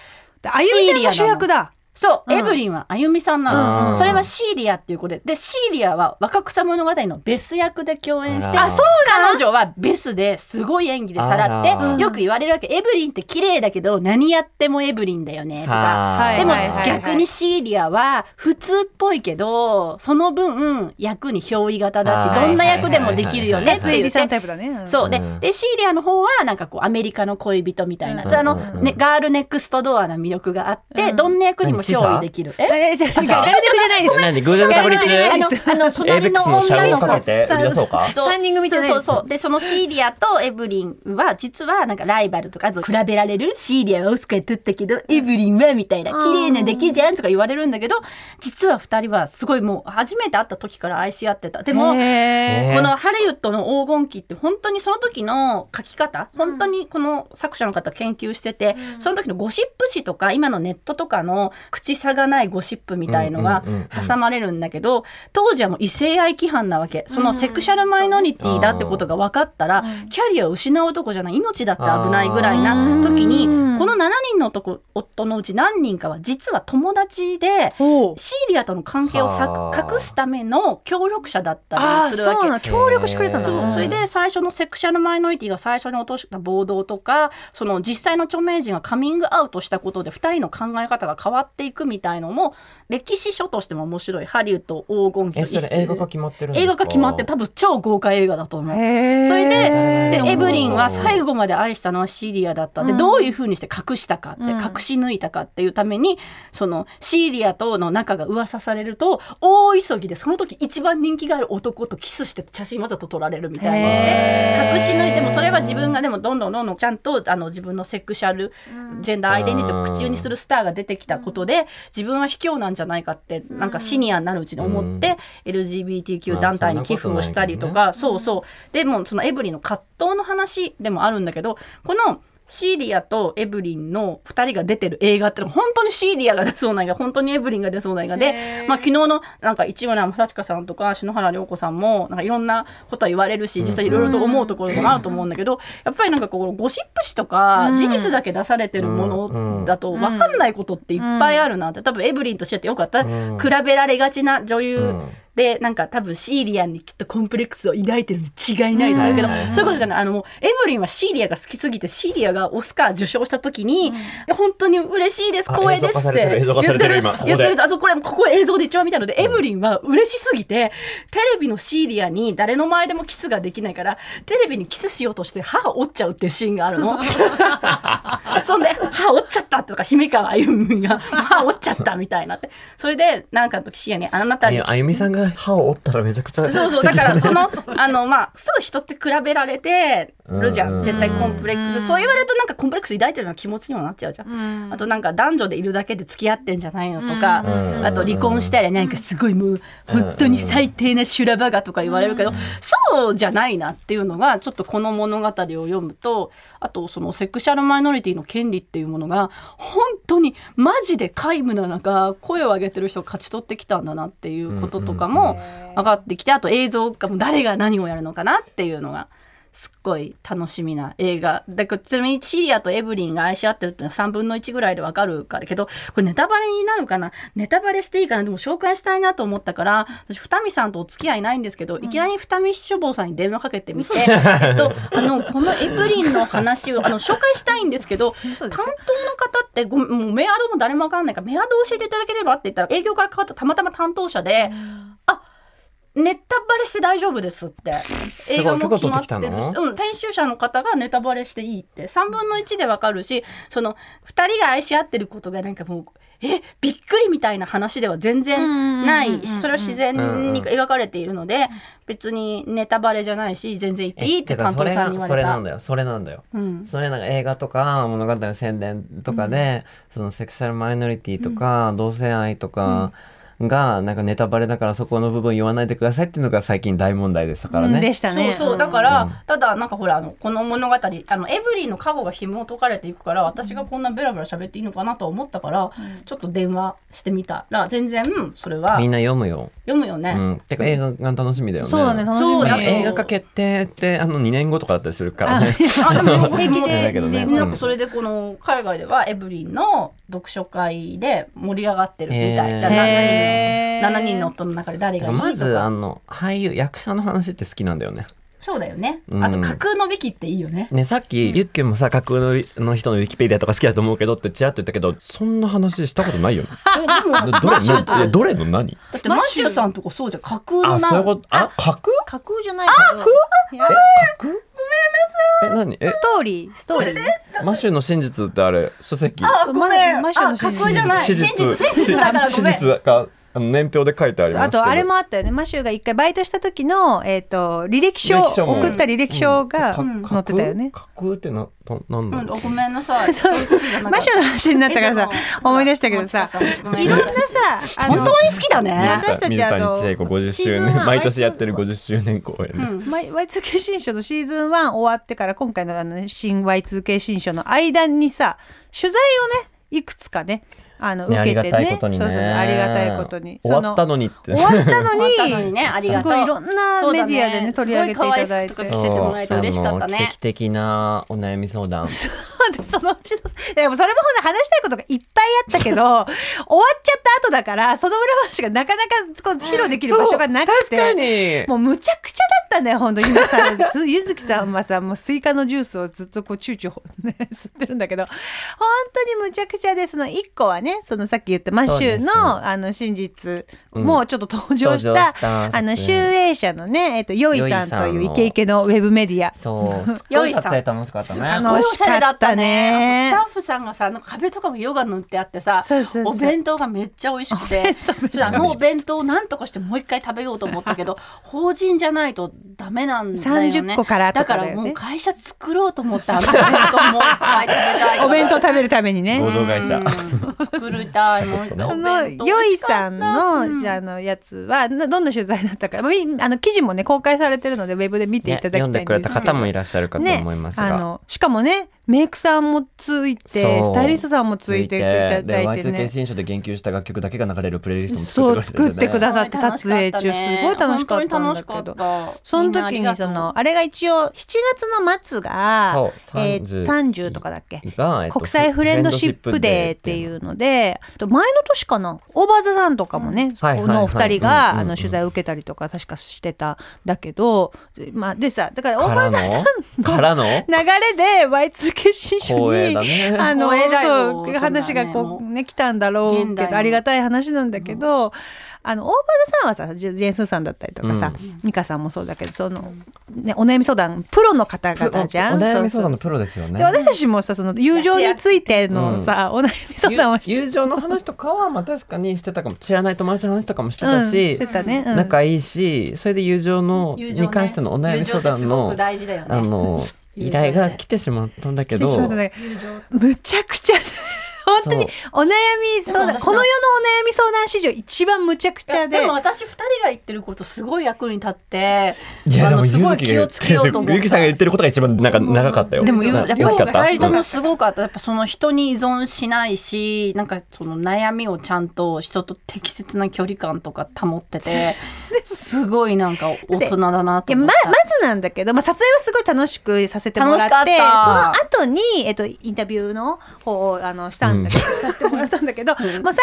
[SPEAKER 3] あゆみさんが主役だ
[SPEAKER 1] そう、
[SPEAKER 3] うん
[SPEAKER 1] エブリンはあゆみさん
[SPEAKER 4] う
[SPEAKER 1] なの。
[SPEAKER 4] ん
[SPEAKER 1] それはシーリアっていう子で。で、シーリアは若草物語のベス役で共演して、
[SPEAKER 4] あらあそう
[SPEAKER 1] 彼女はベスですごい演技でさ
[SPEAKER 4] あ
[SPEAKER 1] らっ
[SPEAKER 4] ら
[SPEAKER 1] て、よく言われるわけ。エブリンって綺麗だけど、何やってもエブリンだよね、とか。
[SPEAKER 4] は
[SPEAKER 1] で
[SPEAKER 4] い
[SPEAKER 1] も
[SPEAKER 3] はいはいはい
[SPEAKER 1] 逆にシーリアは普通っぽいけど、その分役に憑依型だし、
[SPEAKER 4] はい
[SPEAKER 1] どんな役でもできるよねって
[SPEAKER 3] つい
[SPEAKER 1] 言
[SPEAKER 3] り
[SPEAKER 1] っ
[SPEAKER 3] さん
[SPEAKER 1] て
[SPEAKER 3] タイプだね
[SPEAKER 1] そうで,、
[SPEAKER 4] うん
[SPEAKER 1] でシーリアの方はなんかこうアメリカの恋人みたいな、
[SPEAKER 3] うん
[SPEAKER 1] あの、
[SPEAKER 4] うん
[SPEAKER 1] ね、ガールネクストドアな魅力があって、どんな役にも勝利できる。え
[SPEAKER 3] えーじゃあ違う
[SPEAKER 4] さ
[SPEAKER 3] 外力じゃないです
[SPEAKER 4] 何偶然の確率
[SPEAKER 1] あのあ
[SPEAKER 4] [LAUGHS]
[SPEAKER 1] の
[SPEAKER 4] エイベック
[SPEAKER 1] 隣の
[SPEAKER 4] スのシャ
[SPEAKER 1] 女
[SPEAKER 4] ドウを
[SPEAKER 1] の子
[SPEAKER 4] かけて売り出そうか
[SPEAKER 1] そう
[SPEAKER 3] 三人組じゃない
[SPEAKER 1] そうそうそうでそのシーリアとエブリンは実はなんかライバルとかあと比べられるシーリアはオスカー取ったけどエブリンはみたいな綺麗な出来じゃんとか言われるんだけど実は二人はすごいもう初めて会った時から愛し合ってたでも
[SPEAKER 3] へー
[SPEAKER 1] このハリウッドの黄金期って本当にその時の書き方本当にこの作者の方研究してて、その時のゴシップ誌とか今のネットとかの口差がないゴシップみたいのが
[SPEAKER 4] うんうんうんうん
[SPEAKER 1] 挟まれるんだけど当時はもう異性愛規範なわけそのセクシャルマイノリティだってことが分かったらキャリアを失うとこじゃない命だって危ないぐらいな時に
[SPEAKER 3] うん
[SPEAKER 1] この7人の男夫のうち何人かは実は友達で。
[SPEAKER 3] おう
[SPEAKER 1] シーリアとの関係をさ
[SPEAKER 4] はあ
[SPEAKER 1] 隠すための協力者だった
[SPEAKER 3] あ
[SPEAKER 1] り
[SPEAKER 3] ー
[SPEAKER 1] するわ
[SPEAKER 3] そう
[SPEAKER 1] け
[SPEAKER 3] なの協力してくれたんだ
[SPEAKER 4] そう
[SPEAKER 1] それで最初のセクシャルマイノリティが最初に落とした暴動とかその実際の著名人がカミングアウトしたことで2人の考え方が変わってっていくみたいのも歴史書としても面白いハリウッド黄金
[SPEAKER 4] え
[SPEAKER 1] 期
[SPEAKER 4] それ映画化決まってるんです
[SPEAKER 1] 映
[SPEAKER 4] か
[SPEAKER 1] 画が決まって多分超豪華映画だと思う。
[SPEAKER 3] へー
[SPEAKER 1] それで
[SPEAKER 4] へー
[SPEAKER 1] でエブリンは最後まで愛したのはシリアだったで、
[SPEAKER 3] うん
[SPEAKER 1] どういうふうにして隠したかって、
[SPEAKER 3] うん
[SPEAKER 1] 隠し抜いたかっていうためにそのシリアとの仲が噂されると大急ぎでその時一番人気がある男とキスして写真わざと撮られるみたいにして。
[SPEAKER 4] へー
[SPEAKER 1] 隠し抜いてもそれは自分がでもどんどんどんどんちゃんとあの自分のセクシャルジェンダーアイデンティティを口にするスターが出てきたことで自分は卑怯なんじゃないかってなんかシニアになるうちに思って、LGBTQ 団体に寄付をしたりとか、そうそうでもそのエブリンの葛藤の話でもあるんだけどこのシーリアとエブリンの2人が出てる映画ってのは本当にシーリアが出そうな映画本当にエブリンが出そうな映画で、まあ、昨日のなんか市村正親さんとか篠原涼子さんもなんかいろんなことは言われるし実際いろいろと思うところもあると思うんだけど、やっぱりなんかこうゴシップ誌とか
[SPEAKER 3] うん
[SPEAKER 1] 事実だけ出されてるものだと分かんないことっていっぱいあるなって多分エブリンとしてってよかった、
[SPEAKER 4] うん
[SPEAKER 1] 比べられがちな女優。
[SPEAKER 4] うん
[SPEAKER 1] でなんか多分シーリアンにきっとコンプレックスを抱いてるに違いないと思うけど、
[SPEAKER 4] うん
[SPEAKER 1] そういうことじゃないあのもうエブリンはシーリアが好きすぎてシーリアがオスカー受賞した時に「本当に嬉しいです
[SPEAKER 4] あ
[SPEAKER 1] 光栄です」って
[SPEAKER 4] 映像化さ
[SPEAKER 1] 言
[SPEAKER 4] れて
[SPEAKER 1] って
[SPEAKER 4] る映
[SPEAKER 1] る
[SPEAKER 4] 像化されてる今ここで
[SPEAKER 1] 言ってるあそうこれここ映像で一番見たので、エブリンは嬉しすぎてテレビのシーリアに誰の前でもキスができないからテレビにキスしようとして歯折っちゃうっていうシーンがあ
[SPEAKER 4] [LAUGHS]
[SPEAKER 1] るの。そんで「歯折っちゃった」とか姫川歩美が「歯折っちゃった」みたいなってそれでなんかの時シーリアに「あなた
[SPEAKER 4] い
[SPEAKER 1] に
[SPEAKER 4] やあゆみさんが歯を折ったらめちゃくちゃ
[SPEAKER 1] そうそうだからそのあのまあすぐ人って比べられてるじゃ
[SPEAKER 4] うん
[SPEAKER 1] ん絶対コンプレックスそう言われるとなんかコンプレックス抱いてるような気持ちにもなっちゃうじゃんあとなんか男女でいるだけで付き合ってんじゃないのとか
[SPEAKER 4] ん
[SPEAKER 1] あと離婚したらなんかすごいもう本当に最低な修羅場がとか言われるけどそうじゃないなっていうのがちょっとこの物語を読むとあとそのセクシャルマイノリティの権利っていうものが本当にマジで皆無な中声を上げてる人を勝ち取ってきたんだなっていうこととかも上がってきてあと映像がもう誰が何をやるのかなっていうのがすっごい楽しみな映画でこちなみにシリアとエブリンが愛し合ってるってのは3分の1ぐらいでわかるからだけどこれネタバレになるかなネタバレしていいかなでも紹介したいなと思ったから私二見さんとお付き合いないんですけど、いきなり二見書房さんに電話かけて [LAUGHS] みて、えっと、あのこのエブリンの話をあの紹介したいんですけど
[SPEAKER 3] 嘘
[SPEAKER 1] 担
[SPEAKER 3] で
[SPEAKER 1] 当
[SPEAKER 3] しょ
[SPEAKER 1] の方ってごめんもうメアドも誰もわかんないからメアド教えていただければって言ったら営業から変わったたまたま担当者で、あネタバレして大丈夫ですって
[SPEAKER 4] ごい
[SPEAKER 1] 映画も決まって
[SPEAKER 4] 許可取
[SPEAKER 1] る
[SPEAKER 4] ってきた
[SPEAKER 1] し、
[SPEAKER 4] の
[SPEAKER 1] うん、編集者の方がネタバレしていいって3分の1でわかるしその2人が愛し合ってることがなんかもうえびっくりみたいな話では全然
[SPEAKER 3] う
[SPEAKER 1] な
[SPEAKER 3] んうんうん
[SPEAKER 1] い
[SPEAKER 3] うん
[SPEAKER 1] それは自然に描かれているので別にネタバレじゃないし全然言っていいって担当さんに言われた。
[SPEAKER 4] それなんだよそれなんだよ、
[SPEAKER 1] うん
[SPEAKER 4] それなんか映画とか物語の宣伝とかで、そのセクシャルマイノリティとか、同性愛とかがなんかネタバレだからそこの部分言わないでくださいっていうのが最近大問題でしたからね、
[SPEAKER 3] でしたね。
[SPEAKER 1] そうそうだ
[SPEAKER 3] ん
[SPEAKER 1] か、ら、ただなんかほらあのこの物語あのエブリンの過去が紐解かれていくから私がこんなベラベラ喋っていいのかなとは思ったから、ちょっと電話してみたら全然それは
[SPEAKER 4] みんな読むよ、
[SPEAKER 1] 読むよね。
[SPEAKER 4] うん、てか映画が楽しみだよね
[SPEAKER 3] そうだね、楽しみ。
[SPEAKER 1] そうだね
[SPEAKER 4] 映画化決定ってあの2年後とかだったりするからね
[SPEAKER 1] あでも
[SPEAKER 3] 平気
[SPEAKER 4] [LAUGHS]
[SPEAKER 3] で
[SPEAKER 4] だけどね
[SPEAKER 1] なんかそれでこの海外ではエブリンの読書会で盛り上がってるみた
[SPEAKER 4] へー
[SPEAKER 1] いじゃ
[SPEAKER 3] へ
[SPEAKER 1] あ
[SPEAKER 3] ー
[SPEAKER 1] 7人の夫の中で誰がいいとか
[SPEAKER 4] まずあの俳優役者の話って好きなんだよね
[SPEAKER 1] そうだよね、
[SPEAKER 4] うん
[SPEAKER 1] あと架空のべきっていいよね
[SPEAKER 4] ねさっき、ゆっきゅんもさ架空のの人のウィキペディアとか好きだと思うけどってちらっと言ったけどそんな話したこと [LAUGHS] ないよね
[SPEAKER 1] えでも
[SPEAKER 4] どれのいやどれの何
[SPEAKER 1] だってマッシューさんとかそうじゃん架空の
[SPEAKER 4] あ
[SPEAKER 1] な
[SPEAKER 4] そういうことあ架空
[SPEAKER 3] 架空じゃないけど。いや
[SPEAKER 4] え何え
[SPEAKER 3] ストーリー、ストーリー。
[SPEAKER 4] マシューの真実ってあれ書籍
[SPEAKER 1] あごめん
[SPEAKER 3] マ
[SPEAKER 1] あ
[SPEAKER 3] ッシューの真
[SPEAKER 1] 架
[SPEAKER 3] 実
[SPEAKER 1] 空じゃない真実真実だからご
[SPEAKER 4] 真
[SPEAKER 1] めん
[SPEAKER 4] 実があの年表で書いてあります
[SPEAKER 3] あ
[SPEAKER 4] けど
[SPEAKER 3] とあれもあったよねマシューが一回バイトした時の、えっと履歴書
[SPEAKER 4] 履歴書も
[SPEAKER 3] 送った履歴書が
[SPEAKER 4] か
[SPEAKER 3] 載ってたよね。
[SPEAKER 4] 架空架空ってなななんだ
[SPEAKER 1] うん
[SPEAKER 4] ろう
[SPEAKER 1] あごめんなさ
[SPEAKER 3] [LAUGHS]
[SPEAKER 1] い。そういう時じゃなか
[SPEAKER 3] マ
[SPEAKER 1] っ
[SPEAKER 3] シューの話になったからさ思い出したけどさいろんなさあ
[SPEAKER 1] 本
[SPEAKER 3] の
[SPEAKER 1] 当に好きだね。
[SPEAKER 3] 私たちあと
[SPEAKER 4] 水谷千恵子50
[SPEAKER 3] シー
[SPEAKER 4] 周
[SPEAKER 3] ズンワ
[SPEAKER 4] 年
[SPEAKER 3] ン
[SPEAKER 4] 毎年やってる50周年公演で、
[SPEAKER 3] マイ Y2K 新書のシーズン1終わってから今回のあの新 Y2K 新書の間にさ取材をねいくつかねあの
[SPEAKER 4] ね
[SPEAKER 3] 受けてね
[SPEAKER 4] ありがたいことにね
[SPEAKER 3] そうそうそうありがたいことに
[SPEAKER 4] 終わった
[SPEAKER 3] の
[SPEAKER 4] のにって
[SPEAKER 3] 終わったのに
[SPEAKER 1] 終わったのにねありがとう
[SPEAKER 3] すごいいろんなメディアでね
[SPEAKER 1] そう
[SPEAKER 3] 取
[SPEAKER 1] だね
[SPEAKER 3] り上げていただいて
[SPEAKER 1] すごい可愛い服とか着
[SPEAKER 4] そう
[SPEAKER 1] 見せてもらえて嬉しかったね
[SPEAKER 4] あの奇跡的なお悩み相談
[SPEAKER 3] でそのうちの、いやもうそれもほんと話したいことがいっぱいあった
[SPEAKER 1] [LAUGHS]
[SPEAKER 3] けど、終わっちゃった後だから、その裏話がなかなかこう披露できる場所がなくて、
[SPEAKER 4] に
[SPEAKER 3] [LAUGHS] もうむちゃくちゃだっったね本当に今さつゆずきさんはさもうスイカのジュースをずっとこう躊躇、ね、 [LAUGHS] 吸ってるんだけど本当にむちゃくちゃでその1個はねそのさっき言ったマッシュ
[SPEAKER 2] そうです
[SPEAKER 3] のあの真実もちょっと登場した,、
[SPEAKER 2] 登場した
[SPEAKER 3] あの集英社のねえっとよいさんとい
[SPEAKER 2] よ
[SPEAKER 3] う
[SPEAKER 2] いさん
[SPEAKER 3] イ
[SPEAKER 2] の
[SPEAKER 3] ケイケのウェブメディア
[SPEAKER 2] そう。すっ
[SPEAKER 1] [LAUGHS] よ
[SPEAKER 2] ご
[SPEAKER 1] い
[SPEAKER 2] い
[SPEAKER 1] さん
[SPEAKER 2] 撮影楽しかったね。
[SPEAKER 3] あの
[SPEAKER 1] 楽
[SPEAKER 3] 楽
[SPEAKER 1] し
[SPEAKER 3] し
[SPEAKER 1] か
[SPEAKER 3] か
[SPEAKER 1] っ
[SPEAKER 3] ったた
[SPEAKER 1] ね
[SPEAKER 3] ね
[SPEAKER 1] あとスタッフさんがさあの壁とかもヨガ塗ってあってさ
[SPEAKER 3] そうそうそう
[SPEAKER 1] お弁当がめっちゃ美味しくてちょっとあのお弁当をなんとかしてもう一回食べようと思った
[SPEAKER 3] [LAUGHS]
[SPEAKER 1] けど法人じゃないとダメなんだよね
[SPEAKER 3] 30個からと
[SPEAKER 1] だ
[SPEAKER 3] か
[SPEAKER 1] か
[SPEAKER 3] だよね
[SPEAKER 1] らもう会社作ろうと思ったあのお弁当もう一回食べたいか
[SPEAKER 3] [LAUGHS]
[SPEAKER 1] ら
[SPEAKER 3] お弁当食べるためにね
[SPEAKER 2] 合同会社。
[SPEAKER 1] うん作りたいもう一回
[SPEAKER 3] そ
[SPEAKER 1] お
[SPEAKER 3] の
[SPEAKER 1] 弁当
[SPEAKER 3] よいさんの、
[SPEAKER 1] うん
[SPEAKER 3] じゃああのやつはなどんな取材だったか、まあみあの記事もね公開されてるのでウェブで見てい
[SPEAKER 2] ね
[SPEAKER 3] ただきたい
[SPEAKER 2] 読
[SPEAKER 3] ん
[SPEAKER 2] ん
[SPEAKER 3] ですけ
[SPEAKER 2] でく
[SPEAKER 3] ど、
[SPEAKER 2] れた方もいらっしゃるかと思います
[SPEAKER 3] あ
[SPEAKER 2] が。
[SPEAKER 3] のしかもねメイクさんもついて
[SPEAKER 2] そ
[SPEAKER 3] ス
[SPEAKER 2] う
[SPEAKER 3] タイリストさんもついていただいて
[SPEAKER 2] で Y2K
[SPEAKER 3] ね
[SPEAKER 2] 新書で言及した楽曲だけが流れるプレイリスト
[SPEAKER 3] そ
[SPEAKER 2] も
[SPEAKER 3] う作
[SPEAKER 2] 作
[SPEAKER 3] っ
[SPEAKER 2] ってて
[SPEAKER 3] く
[SPEAKER 2] く
[SPEAKER 3] だ
[SPEAKER 2] ださ
[SPEAKER 3] さって撮影中すごい楽しかったんだけど
[SPEAKER 1] ど
[SPEAKER 3] その時にそのあれが一応7月の末が
[SPEAKER 2] そう
[SPEAKER 3] えー
[SPEAKER 2] 30
[SPEAKER 3] 30とかだっけ
[SPEAKER 2] いてが、えっと
[SPEAKER 3] 国際フレンドシップデーっていうのでと前の年かなオーバーザさんとかもね、
[SPEAKER 2] はいはいはい
[SPEAKER 3] このお二人
[SPEAKER 2] う
[SPEAKER 3] が
[SPEAKER 2] んうん
[SPEAKER 3] あ
[SPEAKER 2] うんう
[SPEAKER 3] の
[SPEAKER 2] ん
[SPEAKER 3] 取材を受けたりとか確かしてたんだけど、まあ、でさだからオー
[SPEAKER 2] か
[SPEAKER 3] バ
[SPEAKER 2] ら
[SPEAKER 3] ーザさん
[SPEAKER 2] のからの
[SPEAKER 3] 流れで Y2K 新書
[SPEAKER 2] 光栄
[SPEAKER 3] に、
[SPEAKER 2] だね
[SPEAKER 3] あの
[SPEAKER 1] 光栄だよ
[SPEAKER 3] そ
[SPEAKER 1] そうんなね
[SPEAKER 3] 話がこ
[SPEAKER 1] も
[SPEAKER 3] う
[SPEAKER 1] う
[SPEAKER 3] ね来たんだろうけ
[SPEAKER 1] 現代
[SPEAKER 3] ど
[SPEAKER 1] の
[SPEAKER 3] ありがたい話なんだけど、あの大場さんはさジェジェーン・スーさんだったりとかさ、美香さんもそうだけどその、ね、お悩み相談プロの方々じゃん。
[SPEAKER 2] お悩み
[SPEAKER 3] そうそう
[SPEAKER 2] 相談のプロですよね
[SPEAKER 3] で。私たちもさその友情についてのさ、お悩み相談を
[SPEAKER 2] 友友情の話とかはまあ確かにしてたかも知らない友達の話とかもしてた
[SPEAKER 3] うん
[SPEAKER 2] し
[SPEAKER 3] して、たね、うん
[SPEAKER 2] 仲いいしそれで友情の
[SPEAKER 1] 友情ね
[SPEAKER 2] に関してのお悩み相談
[SPEAKER 1] 友情ってすご
[SPEAKER 2] の
[SPEAKER 1] く大事だよね
[SPEAKER 2] あ
[SPEAKER 1] [LAUGHS] 友
[SPEAKER 2] の
[SPEAKER 1] 情ね
[SPEAKER 2] 依頼が来てしまったんだけ
[SPEAKER 3] 来て
[SPEAKER 2] ど
[SPEAKER 3] しまったね
[SPEAKER 1] 友情
[SPEAKER 3] むちゃくちゃ本当にお悩み相
[SPEAKER 1] でも
[SPEAKER 3] 談
[SPEAKER 1] 私
[SPEAKER 3] この世のお悩み相談史上一番むちゃくちゃで
[SPEAKER 1] でも私二人が言ってることすごい役に立って
[SPEAKER 4] いや
[SPEAKER 1] あ
[SPEAKER 4] で
[SPEAKER 1] の
[SPEAKER 4] も
[SPEAKER 1] す
[SPEAKER 4] ゆ
[SPEAKER 1] ご
[SPEAKER 4] ず
[SPEAKER 1] い
[SPEAKER 4] き
[SPEAKER 1] 気
[SPEAKER 4] が
[SPEAKER 1] をつけようと思
[SPEAKER 4] ゆ
[SPEAKER 1] っ
[SPEAKER 4] ずきさんが言ってることが一番なんか長かったよ
[SPEAKER 1] でも
[SPEAKER 4] な
[SPEAKER 1] やっぱり
[SPEAKER 4] よかった
[SPEAKER 1] 2人ともすごかったやっぱその人に依存しないしなんかその悩みをちゃんと人と適切な距離感とか保っててすごいなんか大人だなと
[SPEAKER 3] で
[SPEAKER 1] 思
[SPEAKER 3] ま
[SPEAKER 1] っ
[SPEAKER 3] ま
[SPEAKER 1] た。
[SPEAKER 3] ずなんだけど、まあ、撮影はすごい楽しくさせてもらって
[SPEAKER 1] 楽しかった
[SPEAKER 3] その後にえっとインタビューの方をあのしたんだけど、させてもらったんだけ
[SPEAKER 1] [LAUGHS]
[SPEAKER 3] ど、もう最初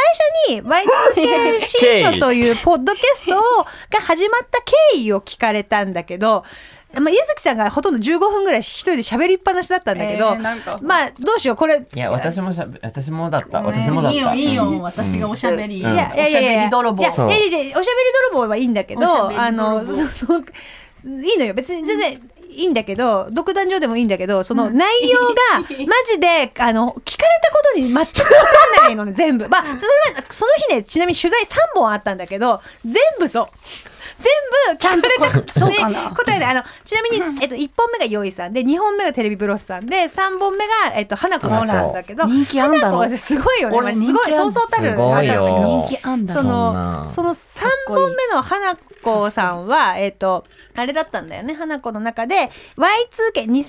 [SPEAKER 3] に Y2K 新書というポッドキャストをが始まった経緯を聞かれたんだけど。まあ、ゆずきさんがほとんど15分ぐらい一人で喋りっぱなしだったんだけど、
[SPEAKER 1] えーなんか
[SPEAKER 3] まあどうしようこれ
[SPEAKER 2] いや私もしゃべ私もだった私もだっ
[SPEAKER 1] い
[SPEAKER 2] た
[SPEAKER 1] いよいいよ、
[SPEAKER 2] うん
[SPEAKER 1] 私がおしゃべり、
[SPEAKER 3] い
[SPEAKER 1] おしゃ
[SPEAKER 3] やいやいやいや
[SPEAKER 1] べり泥棒
[SPEAKER 3] いやいやいやいやおしゃべり泥棒はいいんだけ
[SPEAKER 1] おしゃべ
[SPEAKER 3] ど
[SPEAKER 1] り泥棒
[SPEAKER 3] あのそのいいのよ別に全然いいんだけど、独壇場でもいいんだけどその内容
[SPEAKER 1] [LAUGHS]
[SPEAKER 3] がマジであの聞かれたことに全くわからないの
[SPEAKER 1] [LAUGHS]
[SPEAKER 3] ね全部まあそれはその日ねちなみに取材3本あったんだけど全部そう全部ちゃんと
[SPEAKER 1] [LAUGHS] そうかな
[SPEAKER 3] 答えであのちなみに、えっと、1本目がよいさんで2本目がテレビブロスさんで3本目が、えっと、花子さんなんだけど
[SPEAKER 1] ほら人気あんだろ
[SPEAKER 3] 花子はすごいよね
[SPEAKER 1] 俺
[SPEAKER 3] すごい
[SPEAKER 1] 人気あ
[SPEAKER 3] そ
[SPEAKER 1] ん
[SPEAKER 3] うそうたる
[SPEAKER 2] すごいよ
[SPEAKER 1] 私人気あんだ
[SPEAKER 3] そ
[SPEAKER 2] そんな
[SPEAKER 3] のその3本目の花子さんはえっ、とあれだったんだよね花子の中で Y2K2000 年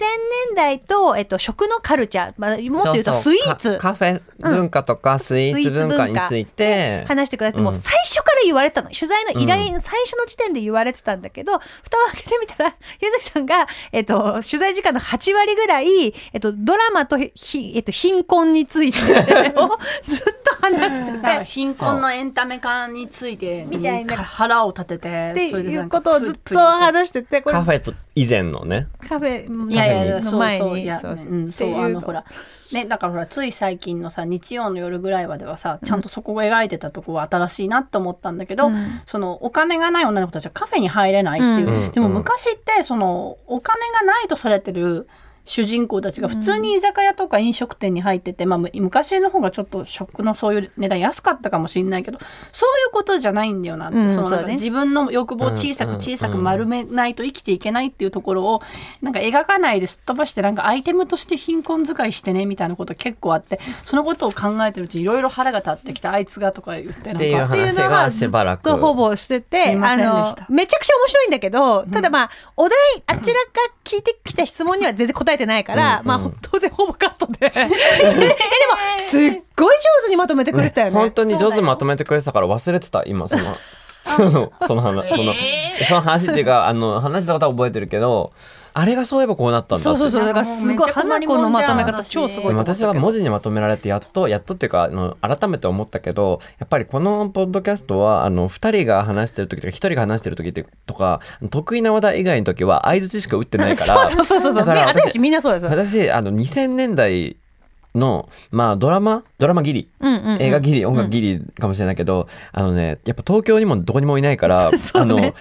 [SPEAKER 3] 代と,、えっと食のカルチャー、まあ、もっと言うと
[SPEAKER 2] そ
[SPEAKER 3] ス
[SPEAKER 2] そ
[SPEAKER 3] イーツ
[SPEAKER 2] かカフェ文化とかスイーツ文化について、
[SPEAKER 3] 話してくださって、もう
[SPEAKER 2] うん
[SPEAKER 3] 最初から言われてたの取材の依頼の最初の時点で言われてたんだけど、蓋を開けてみたら [LAUGHS] ゆずきさんが、えっと取材時間の8割ぐらい、えっとドラマとひ、えっと貧困についてをずっと話して
[SPEAKER 1] なんか
[SPEAKER 3] て。
[SPEAKER 1] 貧困のエンタメ化について
[SPEAKER 3] みたいな
[SPEAKER 1] 腹を立てて
[SPEAKER 3] って
[SPEAKER 1] それで
[SPEAKER 3] い
[SPEAKER 1] な
[SPEAKER 3] うんこ
[SPEAKER 1] か
[SPEAKER 3] とをずっ
[SPEAKER 1] プ
[SPEAKER 3] と
[SPEAKER 1] リプリ
[SPEAKER 3] 話しててこれ
[SPEAKER 2] カフェと以前のね
[SPEAKER 3] カフェの
[SPEAKER 1] いやいや、
[SPEAKER 3] の
[SPEAKER 1] そう
[SPEAKER 3] 前
[SPEAKER 1] そう、い
[SPEAKER 3] に
[SPEAKER 1] や、
[SPEAKER 3] そう
[SPEAKER 1] うん、そう、あの、ほら、ね、だから、ほら、つい最近のさ、日曜の夜ぐらいまではさ、ちゃんとそこを描いてたとこは新しいなと思ったんだけど。その、お金がない女の子たちはカフェに入れないっていう、
[SPEAKER 2] うん
[SPEAKER 1] でも、昔って、その、お金がないとされてる。主人公たちが普通に居酒屋とか飲食店に入ってて、まあむ昔の方がちょっと食のそういう値段安かったかもしれないけどそういうことじゃないんだよなって、
[SPEAKER 3] うん
[SPEAKER 1] そのなん
[SPEAKER 3] そう
[SPEAKER 1] か
[SPEAKER 3] ね
[SPEAKER 1] 自分の欲望を小さく小さく丸めないと生きていけないっていうところをなんか描かないですっ飛ばしてなんかアイテムとして貧困使いしてねみたいなこと結構あってそのことを考えてるうちいろいろ腹が立ってきたあいつがとか言って
[SPEAKER 2] ってい
[SPEAKER 1] な
[SPEAKER 2] うん
[SPEAKER 1] か。
[SPEAKER 2] 話がしばらく
[SPEAKER 3] とほぼしてて
[SPEAKER 1] すいま
[SPEAKER 3] あ
[SPEAKER 1] せんで
[SPEAKER 3] の
[SPEAKER 1] した
[SPEAKER 3] めちゃくちゃ面白いんだけどただまあお題あちらが聞いてきた質問には全然答えてないからまあ当然ほぼカットでえでもすっごい上手にまとめてくれたよね
[SPEAKER 2] 本当に上手にまとめてくれてたから忘れてた今その
[SPEAKER 4] [LAUGHS]
[SPEAKER 2] そのその話そのその話っていうかあの話したことは覚えてるけど
[SPEAKER 4] あれがそういえばこうなったんだって
[SPEAKER 3] そうそうそうだからすごい花子のまとめ方超すご
[SPEAKER 4] で
[SPEAKER 3] いと
[SPEAKER 4] も
[SPEAKER 3] 思った
[SPEAKER 4] 私は文字にまとめられてやっとやっとっていうかあの改めて思ったけどやっぱりこのポッドキャストはあの2人が話してる時とか1人が話してる時とか得意な話題以外の時は相づちしか打ってないから
[SPEAKER 3] [LAUGHS] そうそうそうそ
[SPEAKER 4] だ
[SPEAKER 3] う
[SPEAKER 4] から私
[SPEAKER 3] 私たちみんなそうです
[SPEAKER 4] 私あの2000年代のまあドラマドラマギリ
[SPEAKER 3] うんうんうん
[SPEAKER 4] 映画ギリ音楽ギリかもしれないけど、あのねやっぱ東京にもどこにもいないから
[SPEAKER 3] [LAUGHS] そう
[SPEAKER 4] あ
[SPEAKER 3] ね
[SPEAKER 4] の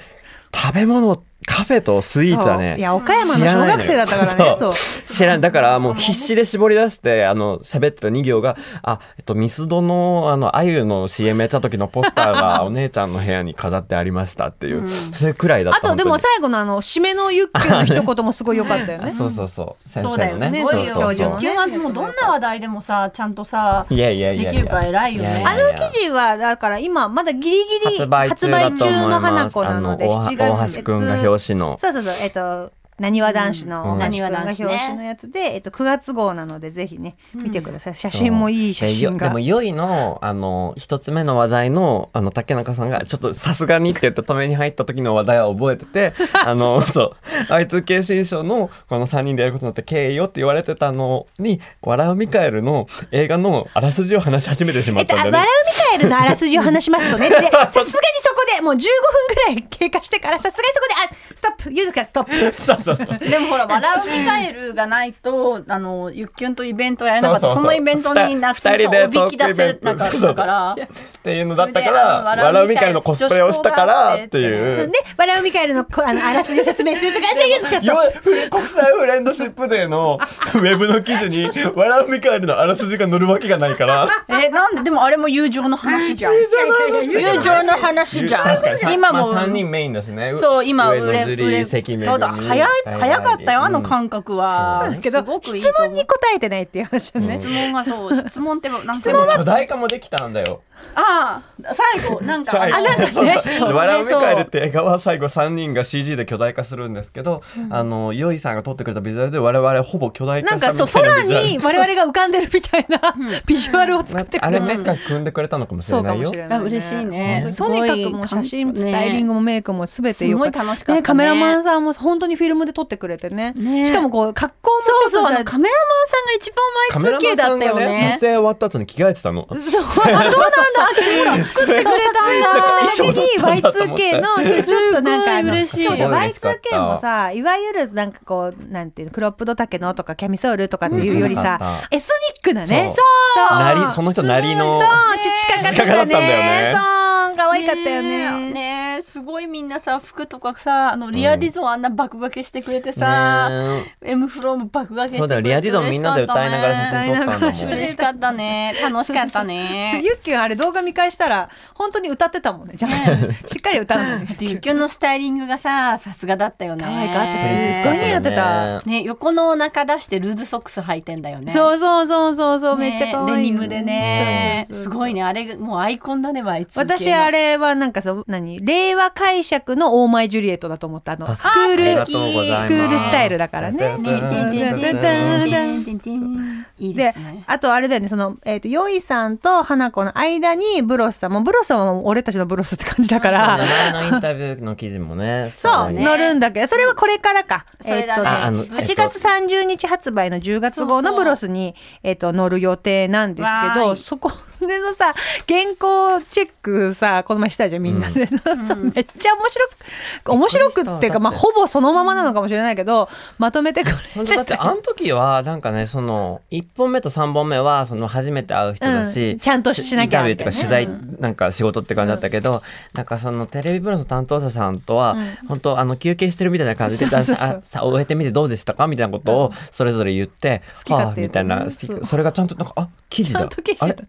[SPEAKER 4] 食べ物カフェとスイーツはね
[SPEAKER 3] そういや岡山の小学生だったから
[SPEAKER 4] [LAUGHS]
[SPEAKER 3] ねそう
[SPEAKER 4] 知らんだからもう必死で絞り出してあの喋ってた2行があ、えっと、ミスドのあのアユの CM やった時のポスター
[SPEAKER 3] [LAUGHS]
[SPEAKER 4] がお姉ちゃんの部屋に飾ってありましたっていう、それくらいだっ
[SPEAKER 3] あ
[SPEAKER 4] た
[SPEAKER 3] とでも
[SPEAKER 4] 本当
[SPEAKER 3] 最後のあの締めのユッケの一言もすごい良かったよ
[SPEAKER 4] に
[SPEAKER 3] ね
[SPEAKER 4] あそうそうそう先
[SPEAKER 1] そうだ
[SPEAKER 4] 生
[SPEAKER 1] よ
[SPEAKER 4] の
[SPEAKER 1] ね。
[SPEAKER 4] ね
[SPEAKER 1] すごい
[SPEAKER 4] そ
[SPEAKER 1] よ。
[SPEAKER 4] うそうそう
[SPEAKER 1] 19万字もどんな話題でもさ、ちゃんとさ、
[SPEAKER 4] い
[SPEAKER 1] で
[SPEAKER 4] やいやいやいや
[SPEAKER 1] きるから偉いよ
[SPEAKER 4] いやい
[SPEAKER 1] ね
[SPEAKER 4] や。
[SPEAKER 3] あの記事はだから今まだギリギリ
[SPEAKER 4] 発売中だと思います
[SPEAKER 3] 発売中の花子なので
[SPEAKER 4] あの
[SPEAKER 3] 7月
[SPEAKER 4] 大橋くんが表紙の
[SPEAKER 3] そうそうそうえっとなにわ男子の
[SPEAKER 4] うん
[SPEAKER 3] 大橋くんが
[SPEAKER 1] なにわ男
[SPEAKER 3] 表
[SPEAKER 1] 子ね
[SPEAKER 3] 紙のやつで、えっと、9月号なのでぜひね見てください、写真もいい写真
[SPEAKER 4] で
[SPEAKER 3] が
[SPEAKER 4] も良いのあの一つ目の話題のあの竹中さんがちょっとさすがにって言って止めに入った時の話題は覚えて [LAUGHS] てあのそう I2K 新書のこの3人でやることになって敬意よって言われてたのに「笑うミカエル」の映画のあらすじを話し始めてしま
[SPEAKER 3] え
[SPEAKER 4] っ
[SPEAKER 3] っと、
[SPEAKER 4] た
[SPEAKER 3] あ
[SPEAKER 4] ん
[SPEAKER 3] 笑
[SPEAKER 4] だよね。
[SPEAKER 3] うミカエルのあらすじを話しますとね、でさすがにそこ
[SPEAKER 4] [LAUGHS]
[SPEAKER 3] でもう15分ぐらい経過してから、さすがにそこで、あ、ストップ、ゆずかストップ。
[SPEAKER 4] そうそうそう
[SPEAKER 1] でもほら、笑うミカエルがないと、あの、ゆっきゅんとイベントやれなかった。
[SPEAKER 4] う
[SPEAKER 1] そう
[SPEAKER 4] う
[SPEAKER 1] のイベントに夏
[SPEAKER 4] 二人
[SPEAKER 1] にさ、
[SPEAKER 4] で
[SPEAKER 1] おびき
[SPEAKER 4] トーク
[SPEAKER 1] 出せなか
[SPEAKER 4] イベント
[SPEAKER 1] っ
[SPEAKER 4] そうそ
[SPEAKER 1] た
[SPEAKER 4] う
[SPEAKER 1] から。
[SPEAKER 4] っていうのだったから
[SPEAKER 1] それであの
[SPEAKER 4] 笑うミカエルのコスプレをしたからってい
[SPEAKER 3] で
[SPEAKER 4] う。、
[SPEAKER 3] 笑うミカエルのこあのあらすじを説明するとか、じゃあゆずかスト
[SPEAKER 4] よ
[SPEAKER 3] ップ。
[SPEAKER 4] 国際フレンドシップデーのウェブの記事に「笑うミカエル」のあらすじが載るわけがないから。
[SPEAKER 1] え、なんで、でもあれも友情の話じゃん。友情の話じゃ
[SPEAKER 4] 確か
[SPEAKER 1] ん。
[SPEAKER 4] に
[SPEAKER 1] 今
[SPEAKER 4] ま
[SPEAKER 1] も
[SPEAKER 4] あ、3人メインだしね
[SPEAKER 1] そう、今、
[SPEAKER 4] 上
[SPEAKER 1] 売れ、
[SPEAKER 4] 野樹
[SPEAKER 1] 売れ、
[SPEAKER 4] 里関目
[SPEAKER 1] ただ、早い、早かったよ、あの感覚は。
[SPEAKER 4] そう
[SPEAKER 3] だけど
[SPEAKER 1] すごくいい
[SPEAKER 3] 質
[SPEAKER 1] と
[SPEAKER 3] 問
[SPEAKER 1] 思う
[SPEAKER 3] に答えてないっていう話だね。
[SPEAKER 1] 質問
[SPEAKER 3] [LAUGHS]
[SPEAKER 1] がそう、質問ってなんか
[SPEAKER 4] でも巨大化もできたんだよ
[SPEAKER 1] ああ、最後、なんか、
[SPEAKER 4] 最後
[SPEAKER 1] あなんかね、そう
[SPEAKER 4] 笑うミ
[SPEAKER 1] そう
[SPEAKER 4] カエルって映画は最後3人が CG で巨大化するんですけど、あのヨイさんが撮ってくれたビジュアルで我々ほぼ巨大
[SPEAKER 3] な
[SPEAKER 4] 化
[SPEAKER 3] ん
[SPEAKER 4] した
[SPEAKER 3] か
[SPEAKER 4] みた
[SPEAKER 3] そ
[SPEAKER 4] いうな
[SPEAKER 3] 空
[SPEAKER 4] ビジュアル
[SPEAKER 3] に我々が浮かんでるみたいな [LAUGHS] ビジュアルを作ってく
[SPEAKER 4] あ
[SPEAKER 3] れ
[SPEAKER 4] れ
[SPEAKER 3] る。
[SPEAKER 4] 確かに組んでくれたのかもし
[SPEAKER 3] そ
[SPEAKER 4] れ
[SPEAKER 3] うか
[SPEAKER 4] ない
[SPEAKER 3] も
[SPEAKER 4] よ
[SPEAKER 3] しれない、
[SPEAKER 1] あ嬉しいねす
[SPEAKER 3] と
[SPEAKER 1] ごい
[SPEAKER 3] にかくもう写真、
[SPEAKER 1] ね
[SPEAKER 3] スタイリングもメイクもすべてよかっ
[SPEAKER 1] すごい楽しかったね
[SPEAKER 3] カメラマンさんも本当にフィルムで撮ってくれてね。
[SPEAKER 1] ね
[SPEAKER 3] しかもこう格好も
[SPEAKER 1] そう
[SPEAKER 3] ちょ
[SPEAKER 1] そう、あ
[SPEAKER 3] っ
[SPEAKER 1] の、
[SPEAKER 3] と
[SPEAKER 1] カメラマンさんが一
[SPEAKER 4] カメラ
[SPEAKER 1] 番前通
[SPEAKER 4] マ
[SPEAKER 1] 系
[SPEAKER 4] ンさ
[SPEAKER 1] だっ
[SPEAKER 4] ん
[SPEAKER 1] た
[SPEAKER 4] が
[SPEAKER 1] よ
[SPEAKER 4] ね
[SPEAKER 1] ね。
[SPEAKER 4] 撮影終わった後に着替えてたの
[SPEAKER 3] そうそうなんだ。
[SPEAKER 1] そう作ってくれたんだ。
[SPEAKER 3] ち
[SPEAKER 1] [LAUGHS]
[SPEAKER 3] なみに Y2K のちょっとなんかあの
[SPEAKER 1] 嬉しい
[SPEAKER 3] そうそう
[SPEAKER 4] すごい嬉しかった
[SPEAKER 3] Y2K もさいわゆるなんかこうなんていうのクロップド丈のとかキャミソールとかっていうより
[SPEAKER 4] うんそうだっ
[SPEAKER 3] さ
[SPEAKER 4] た
[SPEAKER 3] エスニックなね
[SPEAKER 4] そ
[SPEAKER 3] そ
[SPEAKER 4] [LAUGHS]
[SPEAKER 3] う
[SPEAKER 4] なりその人なりの
[SPEAKER 3] そう父
[SPEAKER 4] ね近
[SPEAKER 3] 近かった
[SPEAKER 4] かったんだよ
[SPEAKER 3] ね
[SPEAKER 4] ね
[SPEAKER 3] そう可愛かったよ
[SPEAKER 1] え
[SPEAKER 3] ね
[SPEAKER 1] ねえすごいみんなさ服とかさあのリアディゾンあんな爆掛けしてくれてさ、
[SPEAKER 4] ね
[SPEAKER 1] M フローも爆掛けしてくれて
[SPEAKER 4] そうだよリアディゾンみんなで歌いながら写真撮ったんだもん
[SPEAKER 3] 歌いながら写真撮
[SPEAKER 1] 嬉しかったね楽しかったね
[SPEAKER 3] ゆっきゅんあれ動画見返したら本当に歌ってたもんねちゃんとしっかり歌うのね
[SPEAKER 1] あとゆっきょのスタイリングがささすがだったよね
[SPEAKER 3] 可愛かったしすごい似合ってた
[SPEAKER 1] ね横のお腹出してルーズソックス履いてんだよね
[SPEAKER 3] そううそうそうそうそうめっちゃ可愛い
[SPEAKER 1] デニムで
[SPEAKER 3] そうそう
[SPEAKER 1] ねす
[SPEAKER 3] そう
[SPEAKER 1] ごいねあれがもうアイコンだねワイツ
[SPEAKER 3] 私あれはなんかそう何令和解釈のオーマイジュリエットだと思ったあの
[SPEAKER 4] あ
[SPEAKER 3] スクー
[SPEAKER 4] あり
[SPEAKER 3] ル
[SPEAKER 4] がとうございます
[SPEAKER 3] スクールスタイルだからね
[SPEAKER 1] ねいいで
[SPEAKER 3] です
[SPEAKER 1] ね
[SPEAKER 3] あとあれだよねそのえっ、とヨイさんと花子の間にブロスさんもうブロスさんはもう俺たちのブロスって感じだから
[SPEAKER 4] 前のインタビューの記事もね
[SPEAKER 3] そう、
[SPEAKER 1] ね
[SPEAKER 3] 乗るんだけどそれはこれからか、
[SPEAKER 1] それだね
[SPEAKER 3] えっ
[SPEAKER 4] ああの
[SPEAKER 3] とね8月30日発売の10月号のブロスにえっ、と乗る予定なんですけ
[SPEAKER 1] わー
[SPEAKER 3] ど
[SPEAKER 1] い
[SPEAKER 3] そこでのさ原稿チェックさこの前したじゃんみんなで、 [LAUGHS] そうめっちゃ面白く面白くっていうか、まあ、
[SPEAKER 4] だっ
[SPEAKER 3] ほぼそのままなのかもしれないけどまとめてくれ
[SPEAKER 4] 本当だ
[SPEAKER 3] [LAUGHS]
[SPEAKER 4] ってあの時はなんかねその1本目と3本目はその初めて会う人だし、
[SPEAKER 3] うんちゃんとしなきゃ
[SPEAKER 4] インタビューとか取材なんか仕事って感じだったけど、なんかそのテレビブロスの担当者さんとは、本当あの休憩してるみたいな感じで
[SPEAKER 3] そうそうそう
[SPEAKER 4] あさ終えてみてどうでしたかみたいなことをそれぞれ言って、
[SPEAKER 3] 好き勝
[SPEAKER 4] あ
[SPEAKER 3] 手
[SPEAKER 4] みたいな
[SPEAKER 3] 言ってね
[SPEAKER 4] 好きそれがちゃんとなんかあ記事
[SPEAKER 3] ちゃ
[SPEAKER 4] だ
[SPEAKER 3] んと記事
[SPEAKER 4] あ
[SPEAKER 3] に
[SPEAKER 4] れ
[SPEAKER 3] なって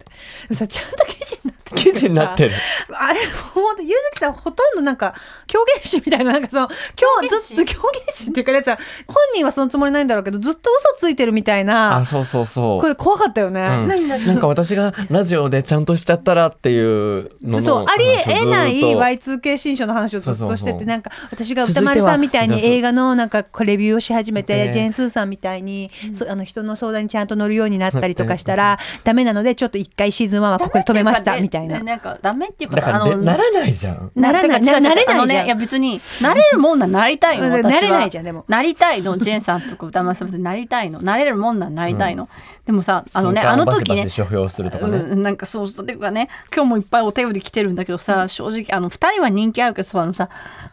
[SPEAKER 3] るさちゃんと記事になってる
[SPEAKER 4] 記事になってる
[SPEAKER 3] あれほんとゆずきさんほとんどなんか狂言師みたいななんかその今
[SPEAKER 1] 狂言
[SPEAKER 3] 日
[SPEAKER 1] 師
[SPEAKER 3] ずっと狂言師っていうかやつは本人はそのつもりないんだろうけどずっと嘘ついてるみたい
[SPEAKER 4] あ
[SPEAKER 3] な
[SPEAKER 4] そうそうそう
[SPEAKER 3] これ怖かったよね、
[SPEAKER 4] うん
[SPEAKER 1] 何々
[SPEAKER 4] なんか私がラジオでちゃんとしちゃったらっていうのの
[SPEAKER 3] そうありえない
[SPEAKER 4] Y
[SPEAKER 3] Y2K 新書の話をずっ
[SPEAKER 4] そう
[SPEAKER 3] として
[SPEAKER 4] そうそ
[SPEAKER 3] て
[SPEAKER 4] う
[SPEAKER 3] なんか私が歌丸さんみたいに映画のなんかこうレビューをし始めて
[SPEAKER 4] ね
[SPEAKER 3] ジェーン・スーさんみたいにそうあの人の相談にちゃんと乗るようになったりとかしたらダメなのでちょっと一回シーズン1はここで止めましたみたたいな
[SPEAKER 1] で。なんかダメっていうか
[SPEAKER 2] だから、ね、ならないじゃん。
[SPEAKER 3] ならない、ななれ
[SPEAKER 1] あ
[SPEAKER 3] な
[SPEAKER 1] の
[SPEAKER 3] いじ
[SPEAKER 1] ね
[SPEAKER 3] ゃ
[SPEAKER 1] いや
[SPEAKER 3] ん。
[SPEAKER 1] 別になれるもんならなりたいの
[SPEAKER 3] [LAUGHS] うん
[SPEAKER 1] 私は
[SPEAKER 3] なれないじゃんでも
[SPEAKER 1] なりたいのジェーンさんとか歌丸さんみたいになりたいのなれるもんならなりたいの、でもさあのね
[SPEAKER 2] 瞬間
[SPEAKER 1] あの
[SPEAKER 2] バシ
[SPEAKER 1] 時
[SPEAKER 2] バ
[SPEAKER 1] ね
[SPEAKER 2] シ書評するとかね。
[SPEAKER 1] うん、なんかそうそうていうかね今日もいっぱいお便り来てるんだけどさ、正直あの2人は人気あるけどさあのさ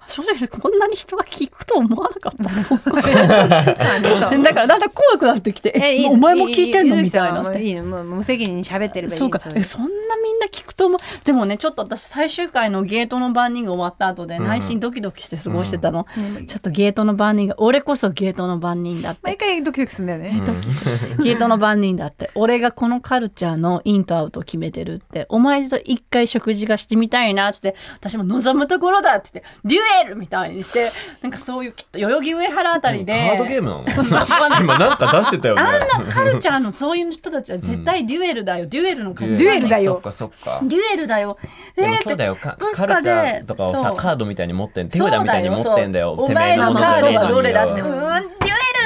[SPEAKER 1] 正直こんなに人が聞くと思わなか
[SPEAKER 3] [LAUGHS]
[SPEAKER 1] ったの [LAUGHS] だからだんだん怖くなってきて「えお前も聞いてんの?」みたいな。
[SPEAKER 3] いいの、もう無責任に喋ってればいい。
[SPEAKER 1] そうかえそんなみんな聞くと思うでもねちょっと私最終回のゲートのバーニング終わった後で内心ドキドキして過ごしてたの、ちょっとゲートのバーニング俺こそゲートのバーニング
[SPEAKER 3] [LAUGHS]
[SPEAKER 1] だって
[SPEAKER 3] 毎回ドキドキするんだよね。
[SPEAKER 1] ゲートの番人だって俺がこのカルチャーのインとアウトを決めてるってお前と一回食事がしてみたいなっつって私も望むところだって言ってデュエルみたいにしてなんかそういうきっと代々木上原あたりで
[SPEAKER 2] カードゲーム [LAUGHS] なの今なんか出してたよね。
[SPEAKER 1] あんなカルチャーのそういう人たちは絶対デュエルだよ、デュエルの勝ち
[SPEAKER 3] デュエルだよ
[SPEAKER 2] そっかそっか。
[SPEAKER 1] デュエルだよえ
[SPEAKER 2] で
[SPEAKER 1] ー
[SPEAKER 2] も
[SPEAKER 1] って
[SPEAKER 2] そうだよ、か
[SPEAKER 1] 文化で
[SPEAKER 2] カルチャーとかを
[SPEAKER 1] そ
[SPEAKER 2] さ
[SPEAKER 1] う
[SPEAKER 2] カードみたいに持ってん手札みたいに持ってんだよ
[SPEAKER 1] そう
[SPEAKER 2] て
[SPEAKER 1] お
[SPEAKER 2] め
[SPEAKER 1] 前
[SPEAKER 2] えの
[SPEAKER 1] の
[SPEAKER 2] もの
[SPEAKER 1] カ
[SPEAKER 2] じゃ
[SPEAKER 1] ー
[SPEAKER 2] ねえ
[SPEAKER 1] ドは
[SPEAKER 2] のに
[SPEAKER 1] どれだっ
[SPEAKER 2] よ
[SPEAKER 1] て、うん、デュ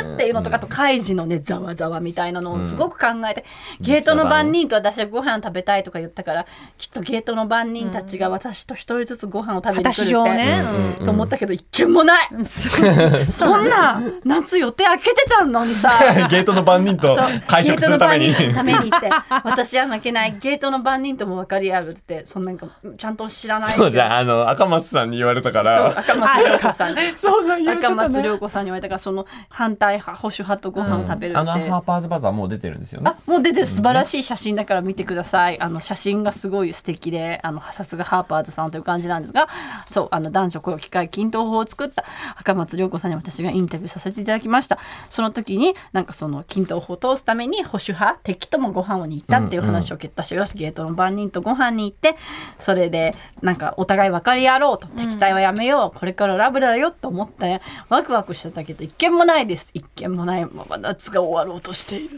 [SPEAKER 1] エルっていうのとかあと、開示のね、ざわざわみたいなのをすごく考えて、ゲートの番人と私はご飯食べたいとか言ったから、きっとゲートの番人たちが私と一人ずつご飯を食べに来るっ
[SPEAKER 3] 私
[SPEAKER 1] て、
[SPEAKER 3] 上ね。うん
[SPEAKER 1] と思ったけど、一件もない、
[SPEAKER 3] [LAUGHS]
[SPEAKER 1] そんな、夏予定開けてたのに
[SPEAKER 2] [LAUGHS]
[SPEAKER 1] さ。
[SPEAKER 2] ゲートの番人と会食するために
[SPEAKER 1] ゲートの番人のために
[SPEAKER 2] [LAUGHS]
[SPEAKER 1] って私は負けないゲートの番人とも分かり合うってそんなんかちゃんと知らない
[SPEAKER 2] そうじゃんあの赤松さんに言われたか
[SPEAKER 1] そう
[SPEAKER 2] ら
[SPEAKER 1] 赤松涼子さんに
[SPEAKER 2] [LAUGHS] そうじゃん言
[SPEAKER 1] 赤
[SPEAKER 2] われてた
[SPEAKER 1] 松
[SPEAKER 2] ね
[SPEAKER 1] 涼子さんに言われたからその反対派保守派とご飯を食べるって、
[SPEAKER 2] あのハーパーズバザーもう出てるんですよね
[SPEAKER 1] あもう出てる素晴らしい写真だから見てください。あの写真がすごい素敵で、あのさすがハーパーズさんという感じなんですが、そうあの男女雇用機会均等法を作った赤松涼子さんに私がインタビューさせていただきました。その時になんかその均等法を通すために保守派敵ともご飯をに行ったっていう話を蹴ったし、よしゲートの番人とご飯に行って、それでなんかお互い分かり合ろうと敵対はやめよう、これからラブだよと思ってワクワクしてたけど一件もないです。一件もないまま夏が終わろうとしている。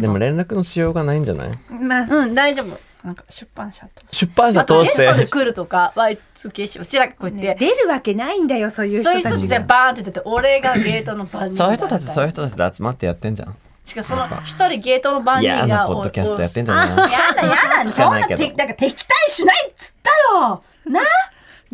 [SPEAKER 4] でも連絡のしようがないんじゃない
[SPEAKER 3] まあ、
[SPEAKER 1] うん、大丈夫。なんか出版社と。
[SPEAKER 4] 出版
[SPEAKER 1] あ
[SPEAKER 4] 社通
[SPEAKER 1] とゲ
[SPEAKER 4] し
[SPEAKER 1] ストで
[SPEAKER 4] て
[SPEAKER 1] 来るとか、Y2K し、うちらこうやって、
[SPEAKER 3] 出るわけないんだよ、そういう
[SPEAKER 1] そういう
[SPEAKER 3] 人
[SPEAKER 1] 人
[SPEAKER 3] た
[SPEAKER 1] たち
[SPEAKER 3] ち
[SPEAKER 1] で
[SPEAKER 3] が。
[SPEAKER 1] バーンって出て、俺がゲートの番人
[SPEAKER 4] そういう人たちそういう
[SPEAKER 1] う。
[SPEAKER 4] 人たちで集まってやってんじゃん
[SPEAKER 1] しかもその一人ゲートの番人が。
[SPEAKER 4] 嫌なポッドキャストやってんじゃない
[SPEAKER 1] おやだやだ、そんな
[SPEAKER 4] けど
[SPEAKER 1] 敵、なんか敵対しないっつったろな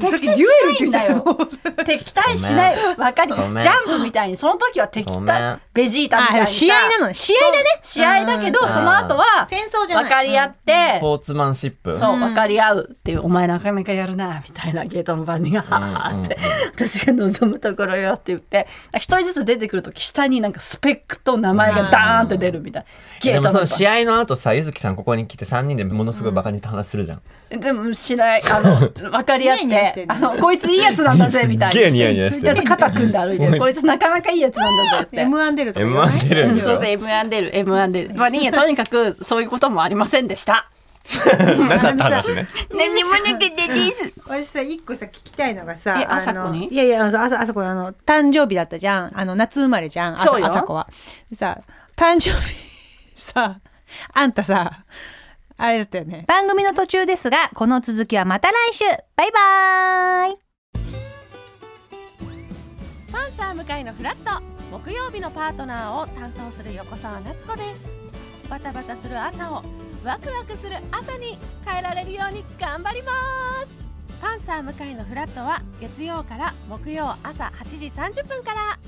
[SPEAKER 3] さっ
[SPEAKER 1] 敵
[SPEAKER 3] き
[SPEAKER 1] 対しない
[SPEAKER 3] デュエ
[SPEAKER 1] んだ
[SPEAKER 3] ルって言
[SPEAKER 1] よ。敵対しない。わかる。ジ
[SPEAKER 4] ごめん
[SPEAKER 1] ャンプみたいに、その時は敵
[SPEAKER 4] ごめ
[SPEAKER 1] 対
[SPEAKER 4] ん、
[SPEAKER 1] ベジータみたい
[SPEAKER 3] あ、
[SPEAKER 1] にさ。
[SPEAKER 3] 試合なのね。試合だね。
[SPEAKER 1] 試合だけど、
[SPEAKER 4] ん
[SPEAKER 1] その後は、
[SPEAKER 3] 戦争じゃない
[SPEAKER 1] 分かり合って
[SPEAKER 4] ス、ポーツマンシップ
[SPEAKER 1] そう、分かり合うっていう、お前なかなかやるな、みたいなゲートの番人が、ははって、私が望むところよって言って、一人ずつ出てくるとき、下になんかスペックと名前がダーンって出るみたいな。ゲー
[SPEAKER 4] でも
[SPEAKER 1] トの
[SPEAKER 4] そ
[SPEAKER 1] 番
[SPEAKER 4] の
[SPEAKER 1] 人
[SPEAKER 4] 試。合の後さゆずきさんここに来て3人でものすごいバカにした話するじゃん
[SPEAKER 1] でもしない、あ
[SPEAKER 4] [LAUGHS]
[SPEAKER 1] の、分かり合っ
[SPEAKER 3] ニヤニヤしてて、んの
[SPEAKER 1] あの、こいついいやつなんだぜ、みたいな。
[SPEAKER 4] すっげえニヤニヤしてる
[SPEAKER 1] いや肩組んで歩いてる。こいつなかなかいいやつなんだぜって。
[SPEAKER 3] M1 出るとか言わない
[SPEAKER 4] M1 出る
[SPEAKER 1] うんん
[SPEAKER 4] でし
[SPEAKER 1] そう
[SPEAKER 4] ょ
[SPEAKER 1] そう、M1 出る、M1 出る。まあ、いいや、とにかく、そういうこともありませんでした。
[SPEAKER 4] なかった話ね
[SPEAKER 1] 何もなくてです。
[SPEAKER 3] 私さ一個さ聞きたいのがさ
[SPEAKER 1] え
[SPEAKER 3] あ
[SPEAKER 1] 朝子
[SPEAKER 3] の
[SPEAKER 1] に
[SPEAKER 3] いやいやあの朝朝子あの誕生日だったじゃんあの夏生まれじゃんあさ
[SPEAKER 1] そうよ
[SPEAKER 3] 朝子はでさ誕生日さあんたさあれだったよね番組の途中ですがこの続きはまた来週バイバーイ
[SPEAKER 5] パンサー向かいのフラット木曜日のパートナーを担当する横澤夏子ですバタバタする朝をワクワクする朝に変えられるように頑張りますパンサー向かいのフラットは月曜から木曜朝8時30分から